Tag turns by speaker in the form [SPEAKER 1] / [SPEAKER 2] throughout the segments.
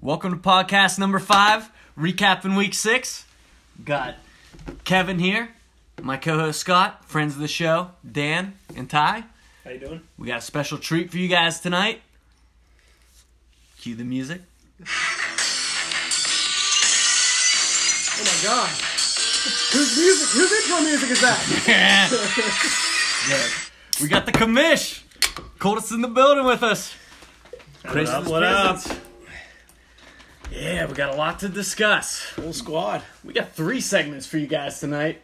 [SPEAKER 1] Welcome to podcast number five, recapping week six. Got Kevin here, my co host Scott, friends of the show, Dan and Ty.
[SPEAKER 2] How you doing?
[SPEAKER 1] We got a special treat for you guys tonight. Cue the music.
[SPEAKER 3] Oh my god. Whose music? Whose intro music is that?
[SPEAKER 1] Yeah. We got the commish. Coldest in the building with us.
[SPEAKER 2] What
[SPEAKER 1] Grace of
[SPEAKER 2] up?
[SPEAKER 1] his
[SPEAKER 2] What up?
[SPEAKER 1] presence. Yeah, we got a lot to discuss.
[SPEAKER 2] Full squad.
[SPEAKER 1] We got three segments for you guys tonight.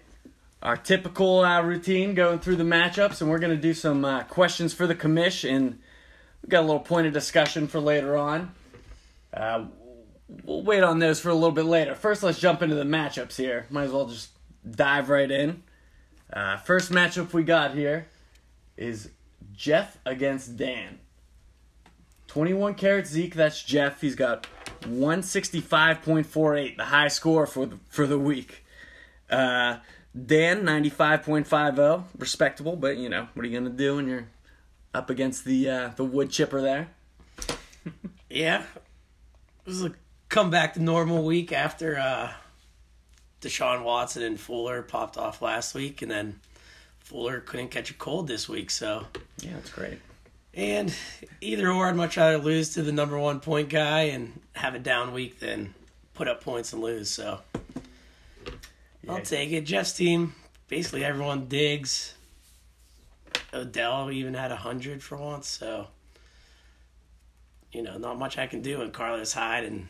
[SPEAKER 1] Our typical uh, routine going through the matchups, and we're going to do some uh, questions for the commish, and we got a little point of discussion for later on. Uh, we'll wait on those for a little bit later. First, let's jump into the matchups here. Might as well just dive right in. Uh, first matchup we got here is Jeff against Dan. 21 carat Zeke, that's Jeff. He's got 165.48, the high score for the, for the week. Uh, Dan, 95.50, oh, respectable, but you know, what are you going to do when you're up against the uh, the wood chipper there?
[SPEAKER 4] Yeah. This is a comeback to normal week after uh, Deshaun Watson and Fuller popped off last week, and then Fuller couldn't catch a cold this week. So,
[SPEAKER 1] Yeah, that's great.
[SPEAKER 4] and either or, I'd much rather lose to the number one point guy and have a down week than put up points and lose. So, I'll take it. Jeff's team, basically everyone digs. Odell even had a hundred for once, so you know, not much I can do when Carlos Hyde and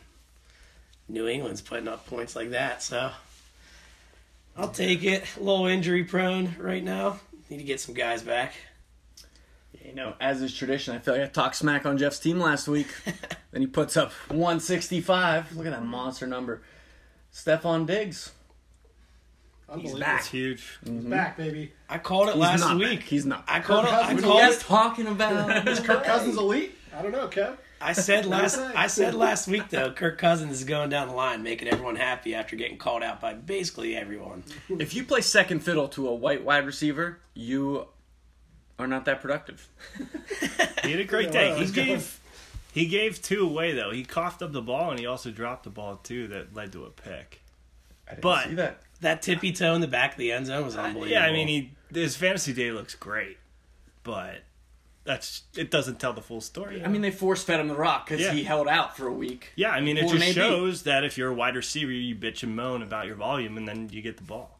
[SPEAKER 4] New England's putting up points like that, so I'll take it. A little injury prone right now. Need to get some guys back.
[SPEAKER 1] You know, as is tradition, I feel like I talked smack on Jeff's team last week. then he puts up 165. Look at that monster number. Stephon Diggs.
[SPEAKER 3] Unbelievable.
[SPEAKER 1] back. Mm-hmm.
[SPEAKER 2] That's huge.
[SPEAKER 3] He's back, baby.
[SPEAKER 4] I called it last
[SPEAKER 1] not
[SPEAKER 4] week.
[SPEAKER 1] back. He's not.
[SPEAKER 4] I called it. I
[SPEAKER 1] What are
[SPEAKER 3] Cousins.
[SPEAKER 1] you
[SPEAKER 4] called
[SPEAKER 1] guys
[SPEAKER 4] it.
[SPEAKER 1] talking about?
[SPEAKER 3] Is Kirk Cousins elite? I don't know, Kev.
[SPEAKER 4] I said last.
[SPEAKER 3] say?
[SPEAKER 4] I said last week though. Kirk Cousins is going down the line, making everyone happy after getting called out by basically everyone.
[SPEAKER 1] If you play second fiddle to a white wide receiver, you are not that productive.
[SPEAKER 2] He had a great
[SPEAKER 3] Yeah,
[SPEAKER 2] day.
[SPEAKER 3] wow,
[SPEAKER 2] He
[SPEAKER 3] let's go.
[SPEAKER 2] gave he gave two away though. He coughed up the ball and he also dropped the ball too that led to a pick.
[SPEAKER 1] I didn't
[SPEAKER 2] But-
[SPEAKER 1] see that.
[SPEAKER 4] That tippy toe in the back of the end zone was unbelievable.
[SPEAKER 2] Yeah, I mean he his fantasy day looks great, but that's it doesn't tell the full story.
[SPEAKER 1] I mean, they force fed him the rock because
[SPEAKER 2] Yeah.
[SPEAKER 1] he held out for a week.
[SPEAKER 2] yeah, I mean it
[SPEAKER 1] Well,
[SPEAKER 2] just
[SPEAKER 1] maybe.
[SPEAKER 2] shows that if you're a wide receiver, you bitch and moan about your volume and then you get the ball.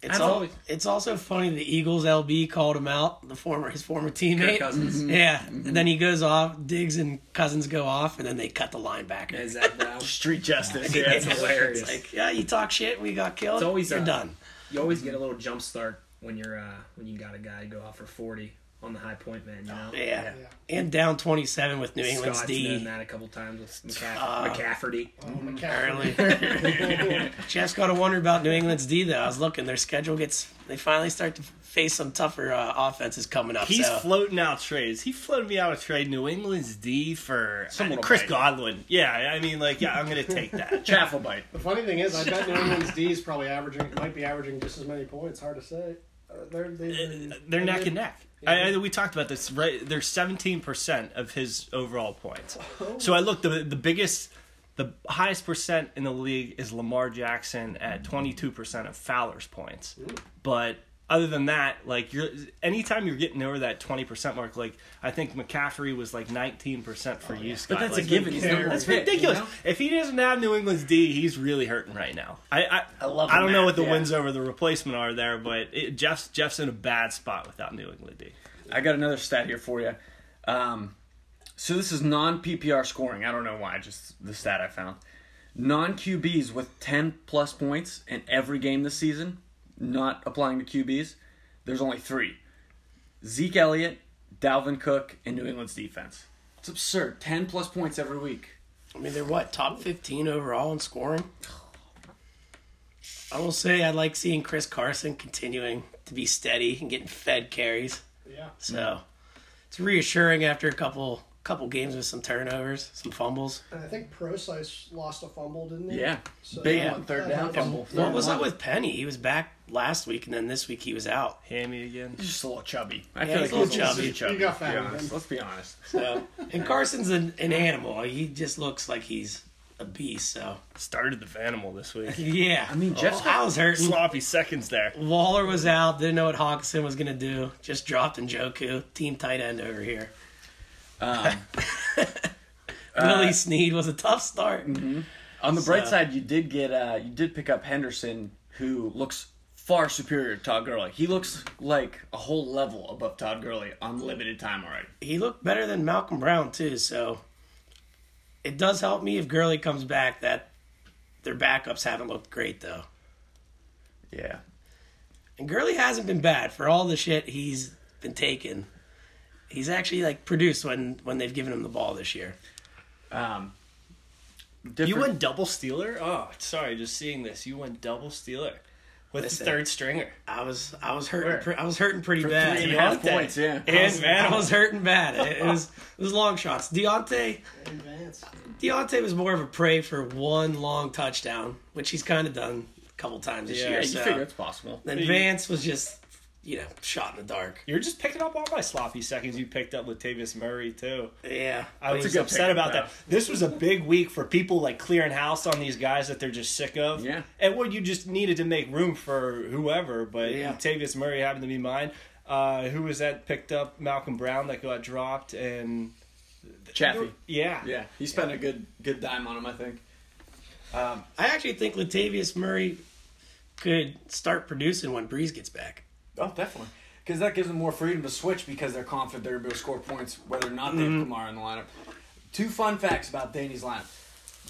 [SPEAKER 4] it's,
[SPEAKER 1] I
[SPEAKER 4] al-
[SPEAKER 1] always-
[SPEAKER 4] it's also funny the Eagles LB called him out, the former his former teammate.
[SPEAKER 1] Kirk Cousins.
[SPEAKER 4] Yeah, and then he goes off. Diggs and Cousins go off, and then they cut the linebacker.
[SPEAKER 5] Is that down?
[SPEAKER 1] Street justice.
[SPEAKER 4] Yeah,
[SPEAKER 1] Yeah,
[SPEAKER 4] it's
[SPEAKER 1] that's hilarious.
[SPEAKER 4] It's like yeah, you talk shit, we got killed.
[SPEAKER 5] It's always,
[SPEAKER 4] you're
[SPEAKER 5] uh,
[SPEAKER 4] done.
[SPEAKER 5] you always get a little jump start when you're uh, when you got a guy go off for forty on the high point man. You
[SPEAKER 1] Oh,
[SPEAKER 5] know,
[SPEAKER 4] Yeah. and down twenty seven with New England's
[SPEAKER 5] Scott's done
[SPEAKER 4] D.
[SPEAKER 5] that a couple times with McCaff-
[SPEAKER 4] Uh,
[SPEAKER 5] McCafferty.
[SPEAKER 3] Oh,
[SPEAKER 1] Mm,
[SPEAKER 3] McCaffrey.
[SPEAKER 4] Early. Jeff's got to wonder about New England's D though. I was looking, their schedule gets they finally start to face some tougher uh, offenses coming up.
[SPEAKER 2] He's
[SPEAKER 4] so.
[SPEAKER 2] floating out trades. He floated me out a trade New England's D for
[SPEAKER 1] Some little
[SPEAKER 2] Chris
[SPEAKER 1] guy.
[SPEAKER 2] Godwin. Yeah, I mean like yeah, I'm gonna take that.
[SPEAKER 1] Chaffelbite.
[SPEAKER 3] The funny thing is, I bet New England's D is probably averaging, might be averaging just as many points. Hard to say. Uh, They're, they,
[SPEAKER 2] Uh, they're neck and neck. I, I, we talked about this. Right, they're seventeen percent of his overall points. So I looked. The, the biggest, the highest percent in the league is Lamar Jackson at twenty two percent of Fowler's points. But other than that, like you're anytime you're getting over that twenty percent mark, like I think McCaffrey was like nineteen percent for you, Scott.
[SPEAKER 1] But that's
[SPEAKER 2] Like,
[SPEAKER 1] a given. He's number
[SPEAKER 3] cares?
[SPEAKER 1] one
[SPEAKER 2] That's
[SPEAKER 1] pick,
[SPEAKER 2] ridiculous.
[SPEAKER 1] you know?
[SPEAKER 2] If he doesn't have New England's D, he's really hurting right now. I I, I,
[SPEAKER 4] love
[SPEAKER 2] don't
[SPEAKER 4] the
[SPEAKER 2] know
[SPEAKER 4] math,
[SPEAKER 2] what the
[SPEAKER 4] yeah.
[SPEAKER 2] wins over the replacement are there, but it, Jeff's Jeff's in a bad spot without New England D.
[SPEAKER 1] I got another stat here for you. Um, so this is non PPR scoring. I don't know why, just the stat I found. Non QBs with 10 plus points in every game this season, not applying to QBs, there's only three Zeke Elliott, Dalvin Cook, and New England's defense. It's absurd. 10 plus points every week.
[SPEAKER 4] I mean, they're what top fifteen overall in scoring. I will say I like seeing Chris Carson continuing to be steady and getting fed carries.
[SPEAKER 3] Yeah.
[SPEAKER 4] So it's reassuring after a couple couple games with some turnovers, some fumbles.
[SPEAKER 3] And I think Procyse lost a fumble, didn't he?
[SPEAKER 1] Yeah.
[SPEAKER 3] So-
[SPEAKER 1] Big
[SPEAKER 4] Yeah.
[SPEAKER 1] one, third down fumble.
[SPEAKER 4] What was
[SPEAKER 1] that
[SPEAKER 4] up with Penny? He was back last week, and then this week he was out.
[SPEAKER 2] Hammy again.
[SPEAKER 1] Just a little chubby. I
[SPEAKER 4] Yeah, he's a little
[SPEAKER 1] he's
[SPEAKER 4] chubby.
[SPEAKER 3] You got
[SPEAKER 1] to be
[SPEAKER 3] fat,
[SPEAKER 1] honest.
[SPEAKER 3] man.
[SPEAKER 1] Let's be honest.
[SPEAKER 4] So, and Carson's an, an animal. He just looks like he's a beast. So
[SPEAKER 2] Started the animal this week.
[SPEAKER 4] yeah, I
[SPEAKER 1] mean, Jeff's-
[SPEAKER 4] I was hurting.
[SPEAKER 2] Sloppy seconds there.
[SPEAKER 4] Waller was out. Didn't know what Hawkinson was gonna do. Just dropped Njoku. Team tight end over here.
[SPEAKER 1] Um, uh,
[SPEAKER 4] Willie Sneed was a tough start.
[SPEAKER 1] mm-hmm. On the bright
[SPEAKER 4] So-
[SPEAKER 1] side, you did get uh, you did pick up Henderson, who looks far superior to Todd Gurley. He looks like a whole level above Todd Gurley on limited time already.
[SPEAKER 4] He looked better than Malcolm Brown too. So it does help me if Gurley comes back. That their backups haven't looked great though.
[SPEAKER 1] Yeah,
[SPEAKER 4] And Gurley hasn't been bad for all the shit he's been taking. He's actually like produced when when they've given him the ball this year.
[SPEAKER 1] Um, different.
[SPEAKER 2] You went double stealer? Oh, sorry, just seeing this. You went double stealer with the
[SPEAKER 4] Listen.
[SPEAKER 2] third stringer.
[SPEAKER 4] I was I was hurting pre- I was hurting pretty bad.
[SPEAKER 1] three Uh, and a
[SPEAKER 4] Deont-
[SPEAKER 1] half
[SPEAKER 2] Deontay.
[SPEAKER 1] points, yeah.
[SPEAKER 4] I was,
[SPEAKER 2] And man,
[SPEAKER 4] I was hurting bad. It, it was it was long shots. Deontay
[SPEAKER 3] In Vance.
[SPEAKER 4] Deontay was more of a prey for one long touchdown, which he's kind of done a couple times this
[SPEAKER 2] Yeah,
[SPEAKER 4] year.
[SPEAKER 1] yeah, you
[SPEAKER 4] so.
[SPEAKER 1] figure it's possible.
[SPEAKER 4] Then Vance was just you know shot in the dark.
[SPEAKER 2] you're just picking up all my sloppy seconds you picked up with Tavis Murray too.
[SPEAKER 4] Yeah,
[SPEAKER 2] I was
[SPEAKER 1] good
[SPEAKER 2] upset
[SPEAKER 1] pickup,
[SPEAKER 2] about
[SPEAKER 1] though.
[SPEAKER 2] that. This was a big week for people like clearing house on these guys that they're just sick of.
[SPEAKER 1] Yeah.
[SPEAKER 2] And well, you just needed to make room for whoever, but
[SPEAKER 4] Yeah.
[SPEAKER 2] Tavius Murray happened to be mine. Uh, who was that picked up Malcolm Brown that got dropped and
[SPEAKER 1] Chaffee.
[SPEAKER 2] yeah.
[SPEAKER 1] Yeah, he spent a good good dime on him, I think.
[SPEAKER 4] I actually think Latavius Murray could start producing when Breeze gets back.
[SPEAKER 1] Oh, definitely. Because that gives them more freedom to switch because they're confident they're going to be able to score points whether or not they have Kamara in the lineup. Two fun facts about Danny's lineup.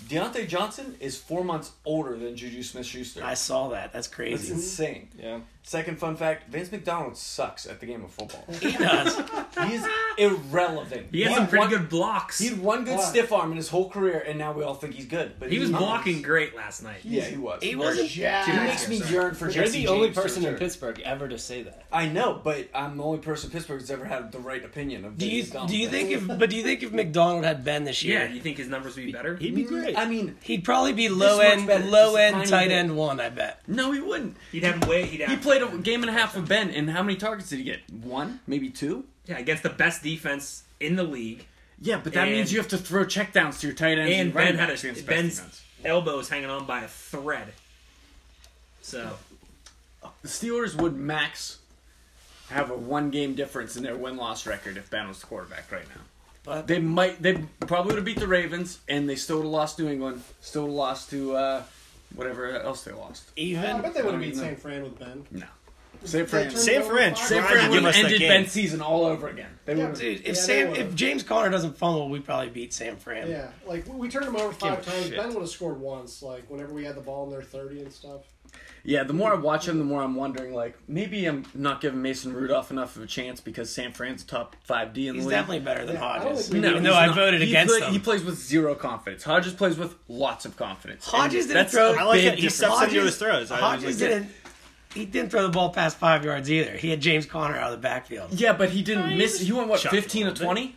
[SPEAKER 1] Deontay Johnson is four months older than Juju Smith-Schuster.
[SPEAKER 4] I saw that. That's
[SPEAKER 1] That's
[SPEAKER 4] crazy.
[SPEAKER 1] insane.
[SPEAKER 2] Yeah.
[SPEAKER 1] Second fun fact: Vince McDonald sucks at the game of football.
[SPEAKER 4] He does.
[SPEAKER 1] He's irrelevant.
[SPEAKER 5] He had some pretty good blocks.
[SPEAKER 1] He
[SPEAKER 5] He,
[SPEAKER 1] had one good
[SPEAKER 3] Why?
[SPEAKER 1] stiff arm in his whole career, and now we all think he's good. But
[SPEAKER 5] was
[SPEAKER 1] he's not.
[SPEAKER 5] blocking great last night.
[SPEAKER 1] Yeah, he was.
[SPEAKER 4] He wasn't.
[SPEAKER 1] He
[SPEAKER 3] Yeah.
[SPEAKER 1] makes me yearn for
[SPEAKER 2] You're
[SPEAKER 1] Jesse
[SPEAKER 2] the only
[SPEAKER 1] James to
[SPEAKER 2] person in
[SPEAKER 1] return.
[SPEAKER 2] Pittsburgh ever to say that.
[SPEAKER 1] I know, but I'm the only person in Pittsburgh that's ever had the right opinion of.
[SPEAKER 4] Do
[SPEAKER 1] Vince
[SPEAKER 4] you
[SPEAKER 1] McDonald.
[SPEAKER 4] do you think if but do you think if McDonald had been this
[SPEAKER 5] Yeah,
[SPEAKER 4] year,
[SPEAKER 5] you think his numbers would be better?
[SPEAKER 2] He'd be great.
[SPEAKER 1] I mean,
[SPEAKER 4] he'd probably be low
[SPEAKER 1] much
[SPEAKER 4] end
[SPEAKER 1] better, just
[SPEAKER 4] low
[SPEAKER 1] a
[SPEAKER 4] end
[SPEAKER 1] tiny
[SPEAKER 4] tight
[SPEAKER 1] bit.
[SPEAKER 4] end one. I bet.
[SPEAKER 1] no, he wouldn't.
[SPEAKER 5] He'd have way. He'd have,
[SPEAKER 1] He played a game and a half with Ben, and how many targets did he get? One, maybe two.
[SPEAKER 5] yeah against the best defense in the league.
[SPEAKER 1] Yeah, but that
[SPEAKER 5] And-
[SPEAKER 1] means you have to throw checkdowns to your tight ends.
[SPEAKER 5] And
[SPEAKER 1] running
[SPEAKER 5] Ben had
[SPEAKER 1] backs
[SPEAKER 5] a,
[SPEAKER 1] against best
[SPEAKER 5] Ben's
[SPEAKER 1] defense.
[SPEAKER 5] elbows hanging on by a thread. So
[SPEAKER 1] The Steelers would max have a one game difference in their win loss record if Ben was the quarterback right now.
[SPEAKER 4] But-
[SPEAKER 1] they might they probably would have beat the Ravens and they still would have lost New England, still would have lost to uh, whatever else they lost.
[SPEAKER 3] I
[SPEAKER 4] Even
[SPEAKER 3] bet they would have
[SPEAKER 1] I
[SPEAKER 3] beat
[SPEAKER 1] don't know.
[SPEAKER 3] San Fran with Ben.
[SPEAKER 1] No. San
[SPEAKER 3] They
[SPEAKER 1] Fran.
[SPEAKER 3] turned
[SPEAKER 2] San
[SPEAKER 3] it over
[SPEAKER 2] Fran
[SPEAKER 3] five
[SPEAKER 2] tried
[SPEAKER 1] San
[SPEAKER 3] times.
[SPEAKER 2] to
[SPEAKER 1] Fran would
[SPEAKER 2] give
[SPEAKER 1] have
[SPEAKER 2] us that
[SPEAKER 1] ended
[SPEAKER 2] game.
[SPEAKER 1] Ben's season all over again. They
[SPEAKER 3] Yeah,
[SPEAKER 1] would've-
[SPEAKER 4] dude,
[SPEAKER 3] Yeah,
[SPEAKER 4] if
[SPEAKER 3] they
[SPEAKER 4] Sam
[SPEAKER 3] would've.
[SPEAKER 4] if James Conner doesn't fumble, we probably beat Sam Fran.
[SPEAKER 3] Yeah, like we- we turned him over five
[SPEAKER 2] a
[SPEAKER 3] times.
[SPEAKER 2] shit.
[SPEAKER 3] Ben would have scored once, like whenever we had the ball in their thirty and stuff.
[SPEAKER 1] Yeah, the more I watch him, the more I'm wondering like maybe I'm not giving Mason Rudolph enough of a chance because San Fran's top five D in the
[SPEAKER 4] He's
[SPEAKER 1] league.
[SPEAKER 4] definitely better than
[SPEAKER 3] Yeah, I don't
[SPEAKER 4] Hodges.
[SPEAKER 3] think we
[SPEAKER 4] even
[SPEAKER 3] need-
[SPEAKER 4] though
[SPEAKER 1] he's
[SPEAKER 4] I
[SPEAKER 1] not.
[SPEAKER 4] voted
[SPEAKER 1] He
[SPEAKER 4] against
[SPEAKER 1] play-
[SPEAKER 4] him.
[SPEAKER 1] He plays with zero confidence. Hodges plays with lots of confidence. And
[SPEAKER 4] Hodges didn't
[SPEAKER 1] that's
[SPEAKER 4] throw-
[SPEAKER 1] a
[SPEAKER 4] I
[SPEAKER 2] like
[SPEAKER 1] big
[SPEAKER 2] that he
[SPEAKER 1] difference.
[SPEAKER 2] steps Hodges- into his throws. I
[SPEAKER 4] Hodges
[SPEAKER 2] was like-
[SPEAKER 4] didn't. He didn't throw the ball past five yards either. He had James Conner out of the backfield.
[SPEAKER 1] Yeah, but he didn't miss. He went what
[SPEAKER 2] chucked
[SPEAKER 1] fifteen
[SPEAKER 2] a
[SPEAKER 1] to
[SPEAKER 2] little
[SPEAKER 1] twenty.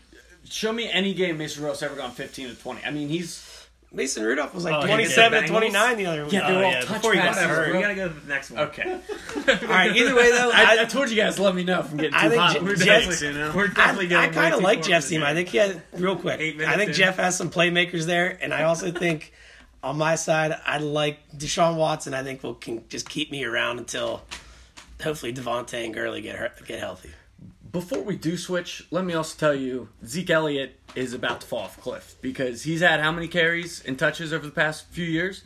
[SPEAKER 1] Show me any game Mason Rudolph's ever gone fifteen to twenty. I mean, he's
[SPEAKER 4] Mason Rudolph was like
[SPEAKER 2] Oh, he did.
[SPEAKER 4] 27,
[SPEAKER 5] Bengals?
[SPEAKER 4] 29 the other week.
[SPEAKER 1] yeah. They were
[SPEAKER 2] Oh,
[SPEAKER 1] all
[SPEAKER 2] yeah,
[SPEAKER 1] touch
[SPEAKER 2] before he got
[SPEAKER 1] passes,
[SPEAKER 2] hurt.
[SPEAKER 5] we
[SPEAKER 1] bro.
[SPEAKER 5] gotta go to the next one.
[SPEAKER 1] Okay.
[SPEAKER 4] All right. Either way, though, I,
[SPEAKER 1] I, I told you guys, let me know if I'm getting too
[SPEAKER 4] I think
[SPEAKER 1] hot.
[SPEAKER 4] J-
[SPEAKER 5] We're
[SPEAKER 4] Jets-
[SPEAKER 5] definitely, we're definitely
[SPEAKER 4] I, I
[SPEAKER 5] going
[SPEAKER 4] kind
[SPEAKER 5] way
[SPEAKER 4] of
[SPEAKER 5] too
[SPEAKER 4] like
[SPEAKER 5] far
[SPEAKER 4] Jeff's
[SPEAKER 5] with
[SPEAKER 4] team.
[SPEAKER 5] it.
[SPEAKER 4] I think he had real quick.
[SPEAKER 5] Eight
[SPEAKER 4] I
[SPEAKER 5] minutes
[SPEAKER 4] think
[SPEAKER 5] in.
[SPEAKER 4] Jeff has some playmakers there, and I also think on my side, I like Deshaun Watson. I think will can just keep me around until hopefully Devontae and Gurley get hurt, get healthy.
[SPEAKER 1] Before we do switch, let me also tell you Zeke Elliott is about to fall off a cliff because he's had how many carries and touches over the past few years?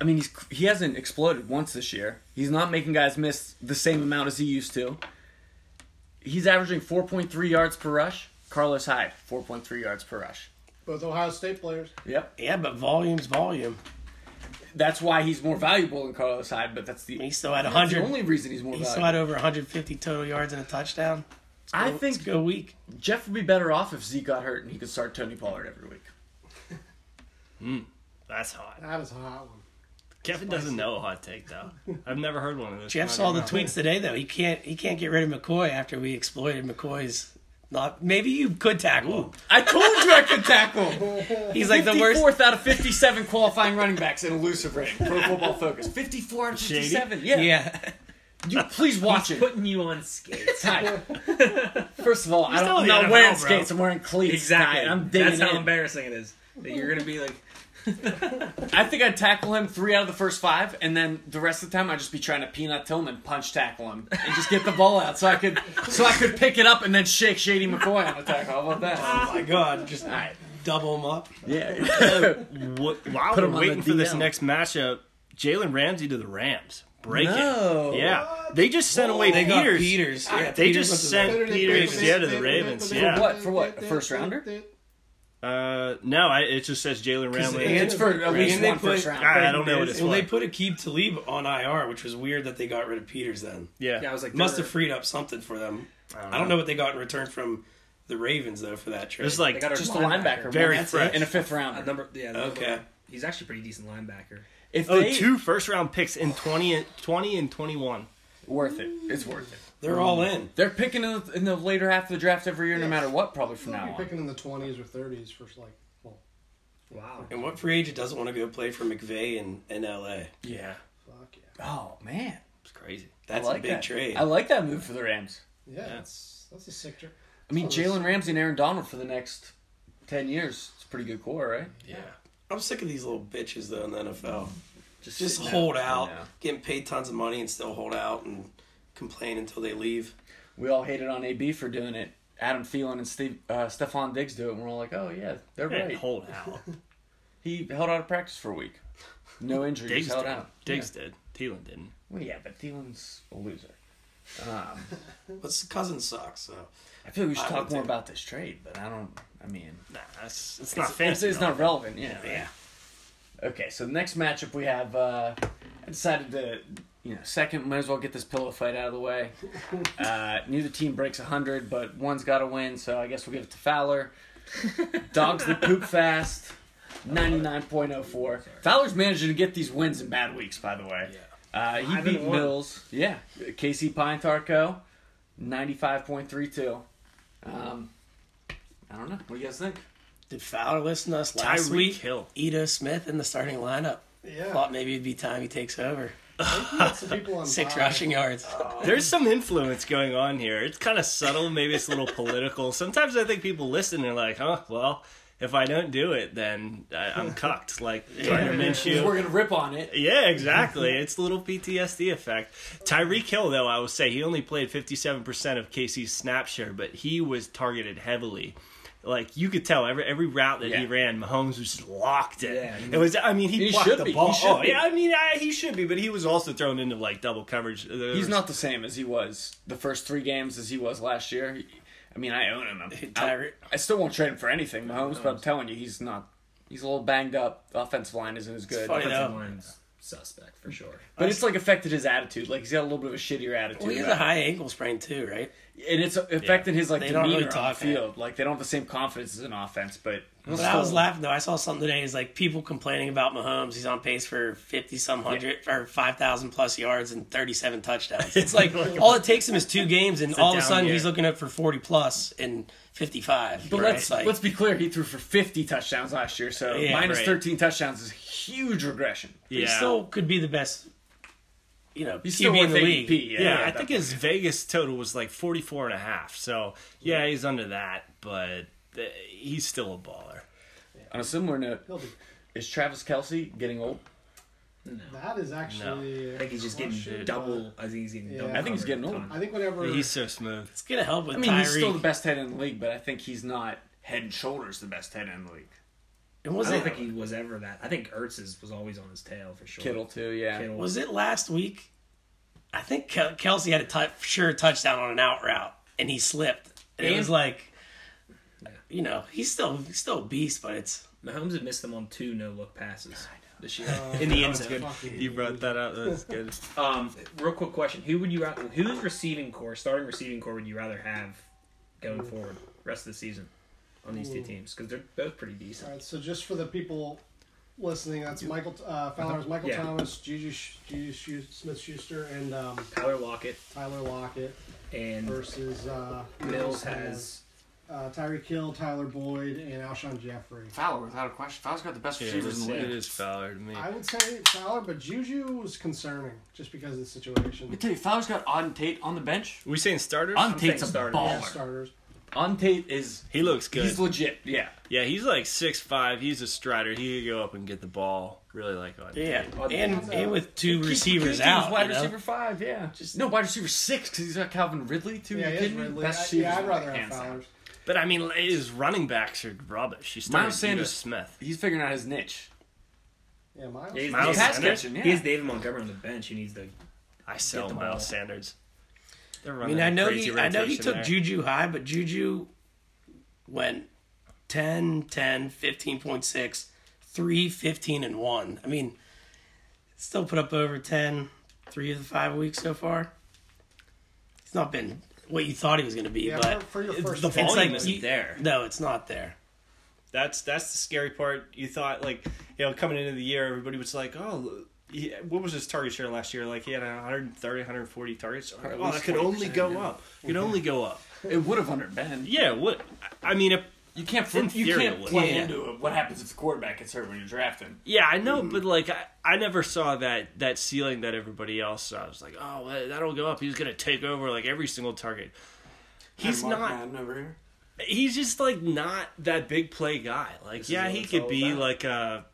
[SPEAKER 1] I mean, he's he hasn't exploded once this year. He's not making guys miss the same amount as he used to. He's averaging 4.3 yards per rush. Carlos Hyde, 4.3 yards per rush.
[SPEAKER 3] Both Ohio State players.
[SPEAKER 1] Yep.
[SPEAKER 4] Yeah, but volume's volume.
[SPEAKER 1] That's why he's more valuable than Carlos Hyde, but that's the,
[SPEAKER 4] He still had
[SPEAKER 1] that's the
[SPEAKER 4] 100.
[SPEAKER 1] only reason he's more
[SPEAKER 4] He still
[SPEAKER 1] valuable.
[SPEAKER 4] had over 150 total yards and a touchdown.
[SPEAKER 1] I
[SPEAKER 4] Let's
[SPEAKER 1] think
[SPEAKER 4] go week.
[SPEAKER 1] Jeff would be better off if Zeke got hurt and he could start Tony Pollard every week.
[SPEAKER 2] That's hot.
[SPEAKER 3] That is a hot one.
[SPEAKER 2] Kevin doesn't know a hot take though. I've never heard one of those.
[SPEAKER 4] Jeff
[SPEAKER 2] Not
[SPEAKER 4] saw the
[SPEAKER 2] even-
[SPEAKER 4] tweets today though. He can't he can't get rid of McCoy after we exploited McCoy's Not maybe you could tackle. him.
[SPEAKER 1] I told you I could tackle him.
[SPEAKER 4] He's like the worst.
[SPEAKER 1] Fourth out of 57 qualifying running backs in elusive rating. Pro Football Focus. 54 out of 57. Yeah.
[SPEAKER 4] Yeah.
[SPEAKER 1] You please watch it.
[SPEAKER 5] Putting you on skates.
[SPEAKER 1] Hi. First of all, I
[SPEAKER 5] still
[SPEAKER 1] don't, I'm
[SPEAKER 5] in
[SPEAKER 1] not
[SPEAKER 5] the
[SPEAKER 1] wearing
[SPEAKER 5] NFL, bro.
[SPEAKER 1] skates. I'm wearing cleats.
[SPEAKER 5] exactly.
[SPEAKER 1] Fuck it, I'm digging
[SPEAKER 5] That's how
[SPEAKER 1] in.
[SPEAKER 5] embarrassing it is. That you're gonna be like,
[SPEAKER 1] I think I'd tackle him three out of the first five, and then the rest of the time I'd just be trying to peanut till him and punch tackle him and just get the ball out so I could so I could pick it up and then shake Shady McCoy on the tackle. How about that?
[SPEAKER 4] Oh my god, just
[SPEAKER 1] All right.
[SPEAKER 4] double him up.
[SPEAKER 1] Yeah.
[SPEAKER 2] What, while
[SPEAKER 1] Put him
[SPEAKER 2] we're
[SPEAKER 1] on the
[SPEAKER 2] waiting for this
[SPEAKER 1] DL.
[SPEAKER 2] next matchup, Jalen Ramsey to the Rams. Break
[SPEAKER 1] No.
[SPEAKER 2] it. Yeah. They just sent away
[SPEAKER 4] They got
[SPEAKER 2] Peters.
[SPEAKER 4] Peters. Yeah,
[SPEAKER 2] They
[SPEAKER 4] Peters
[SPEAKER 2] just
[SPEAKER 4] went to
[SPEAKER 2] sent Peters yeah, to the Ravens. Yeah.
[SPEAKER 1] what? For what? A first rounder?
[SPEAKER 2] Uh, no, I, it just says Jalen Ramsey.
[SPEAKER 4] and-
[SPEAKER 1] It's for at least
[SPEAKER 4] And they
[SPEAKER 1] one
[SPEAKER 4] put-
[SPEAKER 1] first round.
[SPEAKER 2] I, I don't know what it's
[SPEAKER 4] the- Well, they
[SPEAKER 2] like.
[SPEAKER 4] put Akib Talib on IR, which was weird that they got rid of Peters then.
[SPEAKER 2] Yeah.
[SPEAKER 5] yeah, I was like,
[SPEAKER 4] Must
[SPEAKER 5] they
[SPEAKER 4] have
[SPEAKER 5] were-
[SPEAKER 4] freed up something for them. I don't, know what they got in return from the Ravens though for that
[SPEAKER 2] it
[SPEAKER 4] trade.
[SPEAKER 2] was
[SPEAKER 5] They
[SPEAKER 2] like
[SPEAKER 5] got a
[SPEAKER 1] Just a linebacker.
[SPEAKER 2] Very
[SPEAKER 1] Well, that's
[SPEAKER 2] fresh.
[SPEAKER 1] it. In a fifth
[SPEAKER 5] a
[SPEAKER 1] rounder.
[SPEAKER 5] number. Yeah. the number-
[SPEAKER 4] okay.
[SPEAKER 5] He's actually a pretty decent linebacker.
[SPEAKER 1] If
[SPEAKER 2] oh,
[SPEAKER 1] they,
[SPEAKER 2] two first round picks in 20 and, 20 and 21.
[SPEAKER 1] worth it. It's worth it.
[SPEAKER 4] They're all
[SPEAKER 2] um,
[SPEAKER 4] in.
[SPEAKER 1] They're picking in the, in the later half of the draft every year, no
[SPEAKER 3] Yes.
[SPEAKER 1] matter what, probably from
[SPEAKER 3] You're
[SPEAKER 1] now on.
[SPEAKER 3] picking in the 20s or 30s for like, well,
[SPEAKER 5] Wow.
[SPEAKER 4] And what free agent doesn't want to go play for McVay in, in LA?
[SPEAKER 2] Yeah.
[SPEAKER 3] fuck yeah.
[SPEAKER 1] Oh man,
[SPEAKER 2] It's crazy.
[SPEAKER 1] I
[SPEAKER 4] That's
[SPEAKER 1] like
[SPEAKER 4] a big
[SPEAKER 1] that.
[SPEAKER 4] trade.
[SPEAKER 1] I like that move for the Rams.
[SPEAKER 3] Yeah, that's that's a sick trip.
[SPEAKER 1] I mean,
[SPEAKER 3] So this-
[SPEAKER 1] Jalen Ramsey and Aaron Donald for the next ten years. It's a pretty good core, right?
[SPEAKER 4] yeah. I'm sick of these little bitches though in the NFL.
[SPEAKER 5] Just,
[SPEAKER 4] Just
[SPEAKER 5] sitting
[SPEAKER 4] hold out,
[SPEAKER 1] Yeah.
[SPEAKER 4] getting paid tons of money and still hold out and complain until they leave.
[SPEAKER 1] We all hated on AB for doing it. Adam Thielen and Steve uh, Stephon Diggs do it, and we're all like, "Oh yeah, they're
[SPEAKER 2] Hey,
[SPEAKER 1] right."
[SPEAKER 2] Hold out.
[SPEAKER 1] He held out of practice for a week, no injuries,
[SPEAKER 2] Diggs
[SPEAKER 1] held
[SPEAKER 2] did.
[SPEAKER 1] out.
[SPEAKER 2] Diggs did. Thielen didn't.
[SPEAKER 1] Well, yeah, but Thielen's a loser. Um,
[SPEAKER 4] But Cousins sucks, so
[SPEAKER 1] I feel like we should
[SPEAKER 4] I
[SPEAKER 1] talk
[SPEAKER 4] would
[SPEAKER 1] more
[SPEAKER 4] too.
[SPEAKER 1] about this trade, but I don't. I mean,
[SPEAKER 2] Nah, that's, it's not
[SPEAKER 1] it's,
[SPEAKER 2] fancy.
[SPEAKER 1] it's
[SPEAKER 2] though.
[SPEAKER 1] not relevant. Yeah.
[SPEAKER 4] yeah.
[SPEAKER 1] Okay, so the next matchup we have, uh, I decided to, you know, second, might as well get this pillow fight out of the way. Uh, neither team breaks 100, but one's got to win, so I guess we'll give it to Fowler. Dogs that poop fast, 99.04. Fowler's managing to get these wins in bad weeks, by the way. Uh, he
[SPEAKER 5] Five and
[SPEAKER 1] beat
[SPEAKER 5] one.
[SPEAKER 1] Mills. Yeah. Casey Pintarco, 95.32. Um, I don't know. What do you guys think?
[SPEAKER 4] Did Fowler listen to us last
[SPEAKER 2] Tyreek
[SPEAKER 4] week?
[SPEAKER 2] Hill.
[SPEAKER 4] Ito Smith in the starting lineup.
[SPEAKER 3] Yeah,
[SPEAKER 4] Thought maybe it'd be time he takes over.
[SPEAKER 3] lots of people on
[SPEAKER 4] Six
[SPEAKER 3] bye.
[SPEAKER 4] rushing yards.
[SPEAKER 2] There's some influence going on here. It's kind of subtle. Maybe it's a little political. Sometimes I think people listen and are like, huh, well, if I don't do it, then I, I'm cucked. Like, Gardner
[SPEAKER 1] Because We're
[SPEAKER 2] Minshew.
[SPEAKER 1] going to rip on it.
[SPEAKER 2] Yeah, exactly. It's a little PTSD effect. Tyreek Hill, though, I will say, he only played 57% of KC's snap share, but he was targeted heavily. Like you could tell, every every route that he
[SPEAKER 1] Yeah.
[SPEAKER 2] ran, Mahomes was just locked it.
[SPEAKER 5] Yeah.
[SPEAKER 2] It was, I mean, he,
[SPEAKER 1] He
[SPEAKER 2] blocked
[SPEAKER 1] should
[SPEAKER 2] the
[SPEAKER 1] be. He
[SPEAKER 2] ball.
[SPEAKER 1] should
[SPEAKER 2] oh,
[SPEAKER 1] be.
[SPEAKER 2] yeah, I mean, I, he should be, but he was also thrown into like double coverage.
[SPEAKER 1] He's not the same as he was the first three games as he was last year. He- I mean, I own him. I'm- I,
[SPEAKER 4] Tyre-
[SPEAKER 1] I still won't trade him for anything, Mahomes. But I'm telling you, he's not. He's a little banged up. The offensive line isn't as good.
[SPEAKER 4] funny
[SPEAKER 1] But
[SPEAKER 4] that-
[SPEAKER 5] Offensive
[SPEAKER 4] Yeah.
[SPEAKER 5] line's suspect for sure.
[SPEAKER 1] it's like affected his attitude. Like he's got a little bit of a shittier attitude.
[SPEAKER 4] Well, he has
[SPEAKER 1] about
[SPEAKER 4] a
[SPEAKER 1] it.
[SPEAKER 4] high ankle sprain too, right?
[SPEAKER 1] and it's affecting his like
[SPEAKER 4] They
[SPEAKER 1] demeanor
[SPEAKER 4] don't really
[SPEAKER 1] on the
[SPEAKER 4] talk, man.
[SPEAKER 1] field. Like they don't have the same confidence as an offense. But,
[SPEAKER 4] But I was laughing though. I saw something today. Is like people complaining about Mahomes. He's on pace for fifty some hundred or five thousand plus yards and thirty seven touchdowns. It's like all it takes him is two games, and
[SPEAKER 2] a
[SPEAKER 4] all of a
[SPEAKER 2] down
[SPEAKER 4] sudden he's
[SPEAKER 2] year.
[SPEAKER 4] looking up for forty plus and fifty five.
[SPEAKER 1] But let's
[SPEAKER 4] It's like,
[SPEAKER 1] let's be clear. He threw for 50 touchdowns last year. So
[SPEAKER 4] Yeah,
[SPEAKER 1] minus
[SPEAKER 2] right.
[SPEAKER 1] 13 touchdowns is huge regression.
[SPEAKER 4] he
[SPEAKER 2] Yeah.
[SPEAKER 4] still could be the best. You know,
[SPEAKER 1] He's still
[SPEAKER 4] QB in
[SPEAKER 1] worth
[SPEAKER 4] the league.
[SPEAKER 1] ADP. Yeah,
[SPEAKER 2] yeah,
[SPEAKER 1] yeah,
[SPEAKER 2] I think his Vegas total was like 44 and a half. So, yeah, he's under that, but uh, he's still a baller.
[SPEAKER 1] On a similar note,
[SPEAKER 3] He'll be-
[SPEAKER 1] is Travis Kelsey getting old?
[SPEAKER 3] That is actually.
[SPEAKER 5] I think he's just getting
[SPEAKER 3] Question,
[SPEAKER 5] double. I think he's getting
[SPEAKER 3] Oh, Yeah.
[SPEAKER 5] double.
[SPEAKER 3] I
[SPEAKER 1] think he's
[SPEAKER 5] covered
[SPEAKER 1] getting
[SPEAKER 5] a
[SPEAKER 1] old.
[SPEAKER 5] ton.
[SPEAKER 3] but I think whenever
[SPEAKER 2] He's so smooth.
[SPEAKER 4] It's gonna help with
[SPEAKER 1] I mean, he's still the
[SPEAKER 4] Tyreek.
[SPEAKER 1] best head end in the league, but I think he's not head and shoulders the best head end in the league.
[SPEAKER 4] And
[SPEAKER 5] I
[SPEAKER 4] was
[SPEAKER 5] don't
[SPEAKER 4] it
[SPEAKER 5] think he was ever that. I think Ertz's was always on his tail for sure.
[SPEAKER 1] Kittle too, yeah.
[SPEAKER 5] Kittle.
[SPEAKER 4] Was it last week? I think Kel- Kelsey had a tou- sure touchdown on an out route, and he slipped. And it
[SPEAKER 1] And-
[SPEAKER 4] was like, you know, he's still he's still a beast, but it's
[SPEAKER 5] Mahomes had missed them on two no look passes this year in the
[SPEAKER 2] Oh,
[SPEAKER 5] end zone.
[SPEAKER 2] You brought that up. That's good.
[SPEAKER 5] Um, real quick question: Who would you ra- whose receiving core, starting receiving core, would you rather have going forward rest of the season on these two teams? Because they're both pretty
[SPEAKER 3] All
[SPEAKER 5] decent.
[SPEAKER 3] right, so just for the people listening, that's Michael uh, Fowler's Michael
[SPEAKER 5] Yeah.
[SPEAKER 3] Thomas, Gigi, Sh- Gigi Schu- Smith Schuster, and um,
[SPEAKER 5] Tyler Lockett Mm.
[SPEAKER 3] Tyler Lockett
[SPEAKER 5] and
[SPEAKER 3] versus uh,
[SPEAKER 5] Mills has
[SPEAKER 3] uh, Tyree Kill, Tyler Boyd, and Alshon Jeffrey.
[SPEAKER 6] Fowler, without a question. Fowler's got the best
[SPEAKER 2] Yeah, it
[SPEAKER 6] receivers
[SPEAKER 2] is,
[SPEAKER 6] in the
[SPEAKER 2] it
[SPEAKER 6] league.
[SPEAKER 2] is Fowler to me.
[SPEAKER 3] I would say Fowler, but Juju was concerning just because of the situation.
[SPEAKER 6] Let me tell you, Fowler's got on Tate on the bench.
[SPEAKER 2] we saying starters?
[SPEAKER 6] On
[SPEAKER 5] saying
[SPEAKER 6] Tate's a
[SPEAKER 5] starter,
[SPEAKER 3] Yeah,
[SPEAKER 6] baller.
[SPEAKER 3] starters.
[SPEAKER 1] On Tate is
[SPEAKER 2] he looks good.
[SPEAKER 1] he's legit. Yeah,
[SPEAKER 2] yeah, he's like six five. He's a strider. He could go up and get the ball. Really like on.
[SPEAKER 4] Yeah, and, and with two receivers
[SPEAKER 1] He was
[SPEAKER 4] out,
[SPEAKER 1] Wide
[SPEAKER 4] you know?
[SPEAKER 1] receiver five. Yeah, just no wide receiver six because he's got Calvin Ridley too.
[SPEAKER 3] Yeah,
[SPEAKER 1] you
[SPEAKER 3] he is
[SPEAKER 1] kidding me?
[SPEAKER 3] Ridley.
[SPEAKER 1] Best
[SPEAKER 3] I,
[SPEAKER 1] receivers
[SPEAKER 3] yeah, I'd
[SPEAKER 1] in the
[SPEAKER 3] rather
[SPEAKER 1] league,
[SPEAKER 3] have
[SPEAKER 1] hands down.
[SPEAKER 3] Fowler's.
[SPEAKER 2] But I mean, his running backs are rubbish. He's
[SPEAKER 1] Miles Sanders-
[SPEAKER 2] Smith.
[SPEAKER 1] He's figuring out his niche.
[SPEAKER 3] Yeah, Miles.
[SPEAKER 5] Yeah, he's
[SPEAKER 2] Miles
[SPEAKER 5] David-
[SPEAKER 1] Pass
[SPEAKER 2] Sanders?
[SPEAKER 1] catching. Yeah.
[SPEAKER 5] He has David Montgomery on the bench. He needs to.
[SPEAKER 2] I sell
[SPEAKER 5] the
[SPEAKER 2] Miles
[SPEAKER 5] ball.
[SPEAKER 2] Sanders. They're
[SPEAKER 4] I
[SPEAKER 2] running
[SPEAKER 4] mean, I know
[SPEAKER 2] crazy
[SPEAKER 4] he, I know he
[SPEAKER 2] rotation
[SPEAKER 4] took
[SPEAKER 2] there.
[SPEAKER 4] Juju high, but Juju went 10, 10, 15.6, 3, 15, and 1. I mean, still put up over 10, three of the five weeks so far. It's not been what you thought he was going to be,
[SPEAKER 3] Yeah,
[SPEAKER 4] but
[SPEAKER 3] for, for your
[SPEAKER 2] It's
[SPEAKER 3] first
[SPEAKER 2] the
[SPEAKER 3] pick.
[SPEAKER 2] volume
[SPEAKER 4] it's like
[SPEAKER 2] isn't
[SPEAKER 4] you-
[SPEAKER 2] there.
[SPEAKER 4] No, it's not there.
[SPEAKER 2] That's that's the scary part. You thought like you know coming into the year, everybody was like, oh. He, what was his target share last year? Like he had 130, 140 targets. Oh, that could only go up. It could only go up.
[SPEAKER 1] It would have under Ben.
[SPEAKER 2] Yeah. What? I mean, it,
[SPEAKER 1] You can't.
[SPEAKER 2] In
[SPEAKER 1] you
[SPEAKER 2] theory, it
[SPEAKER 1] can't
[SPEAKER 2] would.
[SPEAKER 1] play
[SPEAKER 4] Yeah.
[SPEAKER 1] into it. What happens if the quarterback gets hurt when you draft him?
[SPEAKER 2] yeah, I know, but like I, I never saw that that ceiling that everybody else saw. I was like, oh, well, that'll go up. He's gonna take over like every single target. He's
[SPEAKER 1] And Mark
[SPEAKER 2] not.
[SPEAKER 1] Madden over here.
[SPEAKER 2] he's just like not that big play guy. Like,
[SPEAKER 1] This is
[SPEAKER 2] yeah,
[SPEAKER 1] what
[SPEAKER 2] he
[SPEAKER 1] it's
[SPEAKER 2] could
[SPEAKER 1] all
[SPEAKER 2] be
[SPEAKER 1] about.
[SPEAKER 2] like a,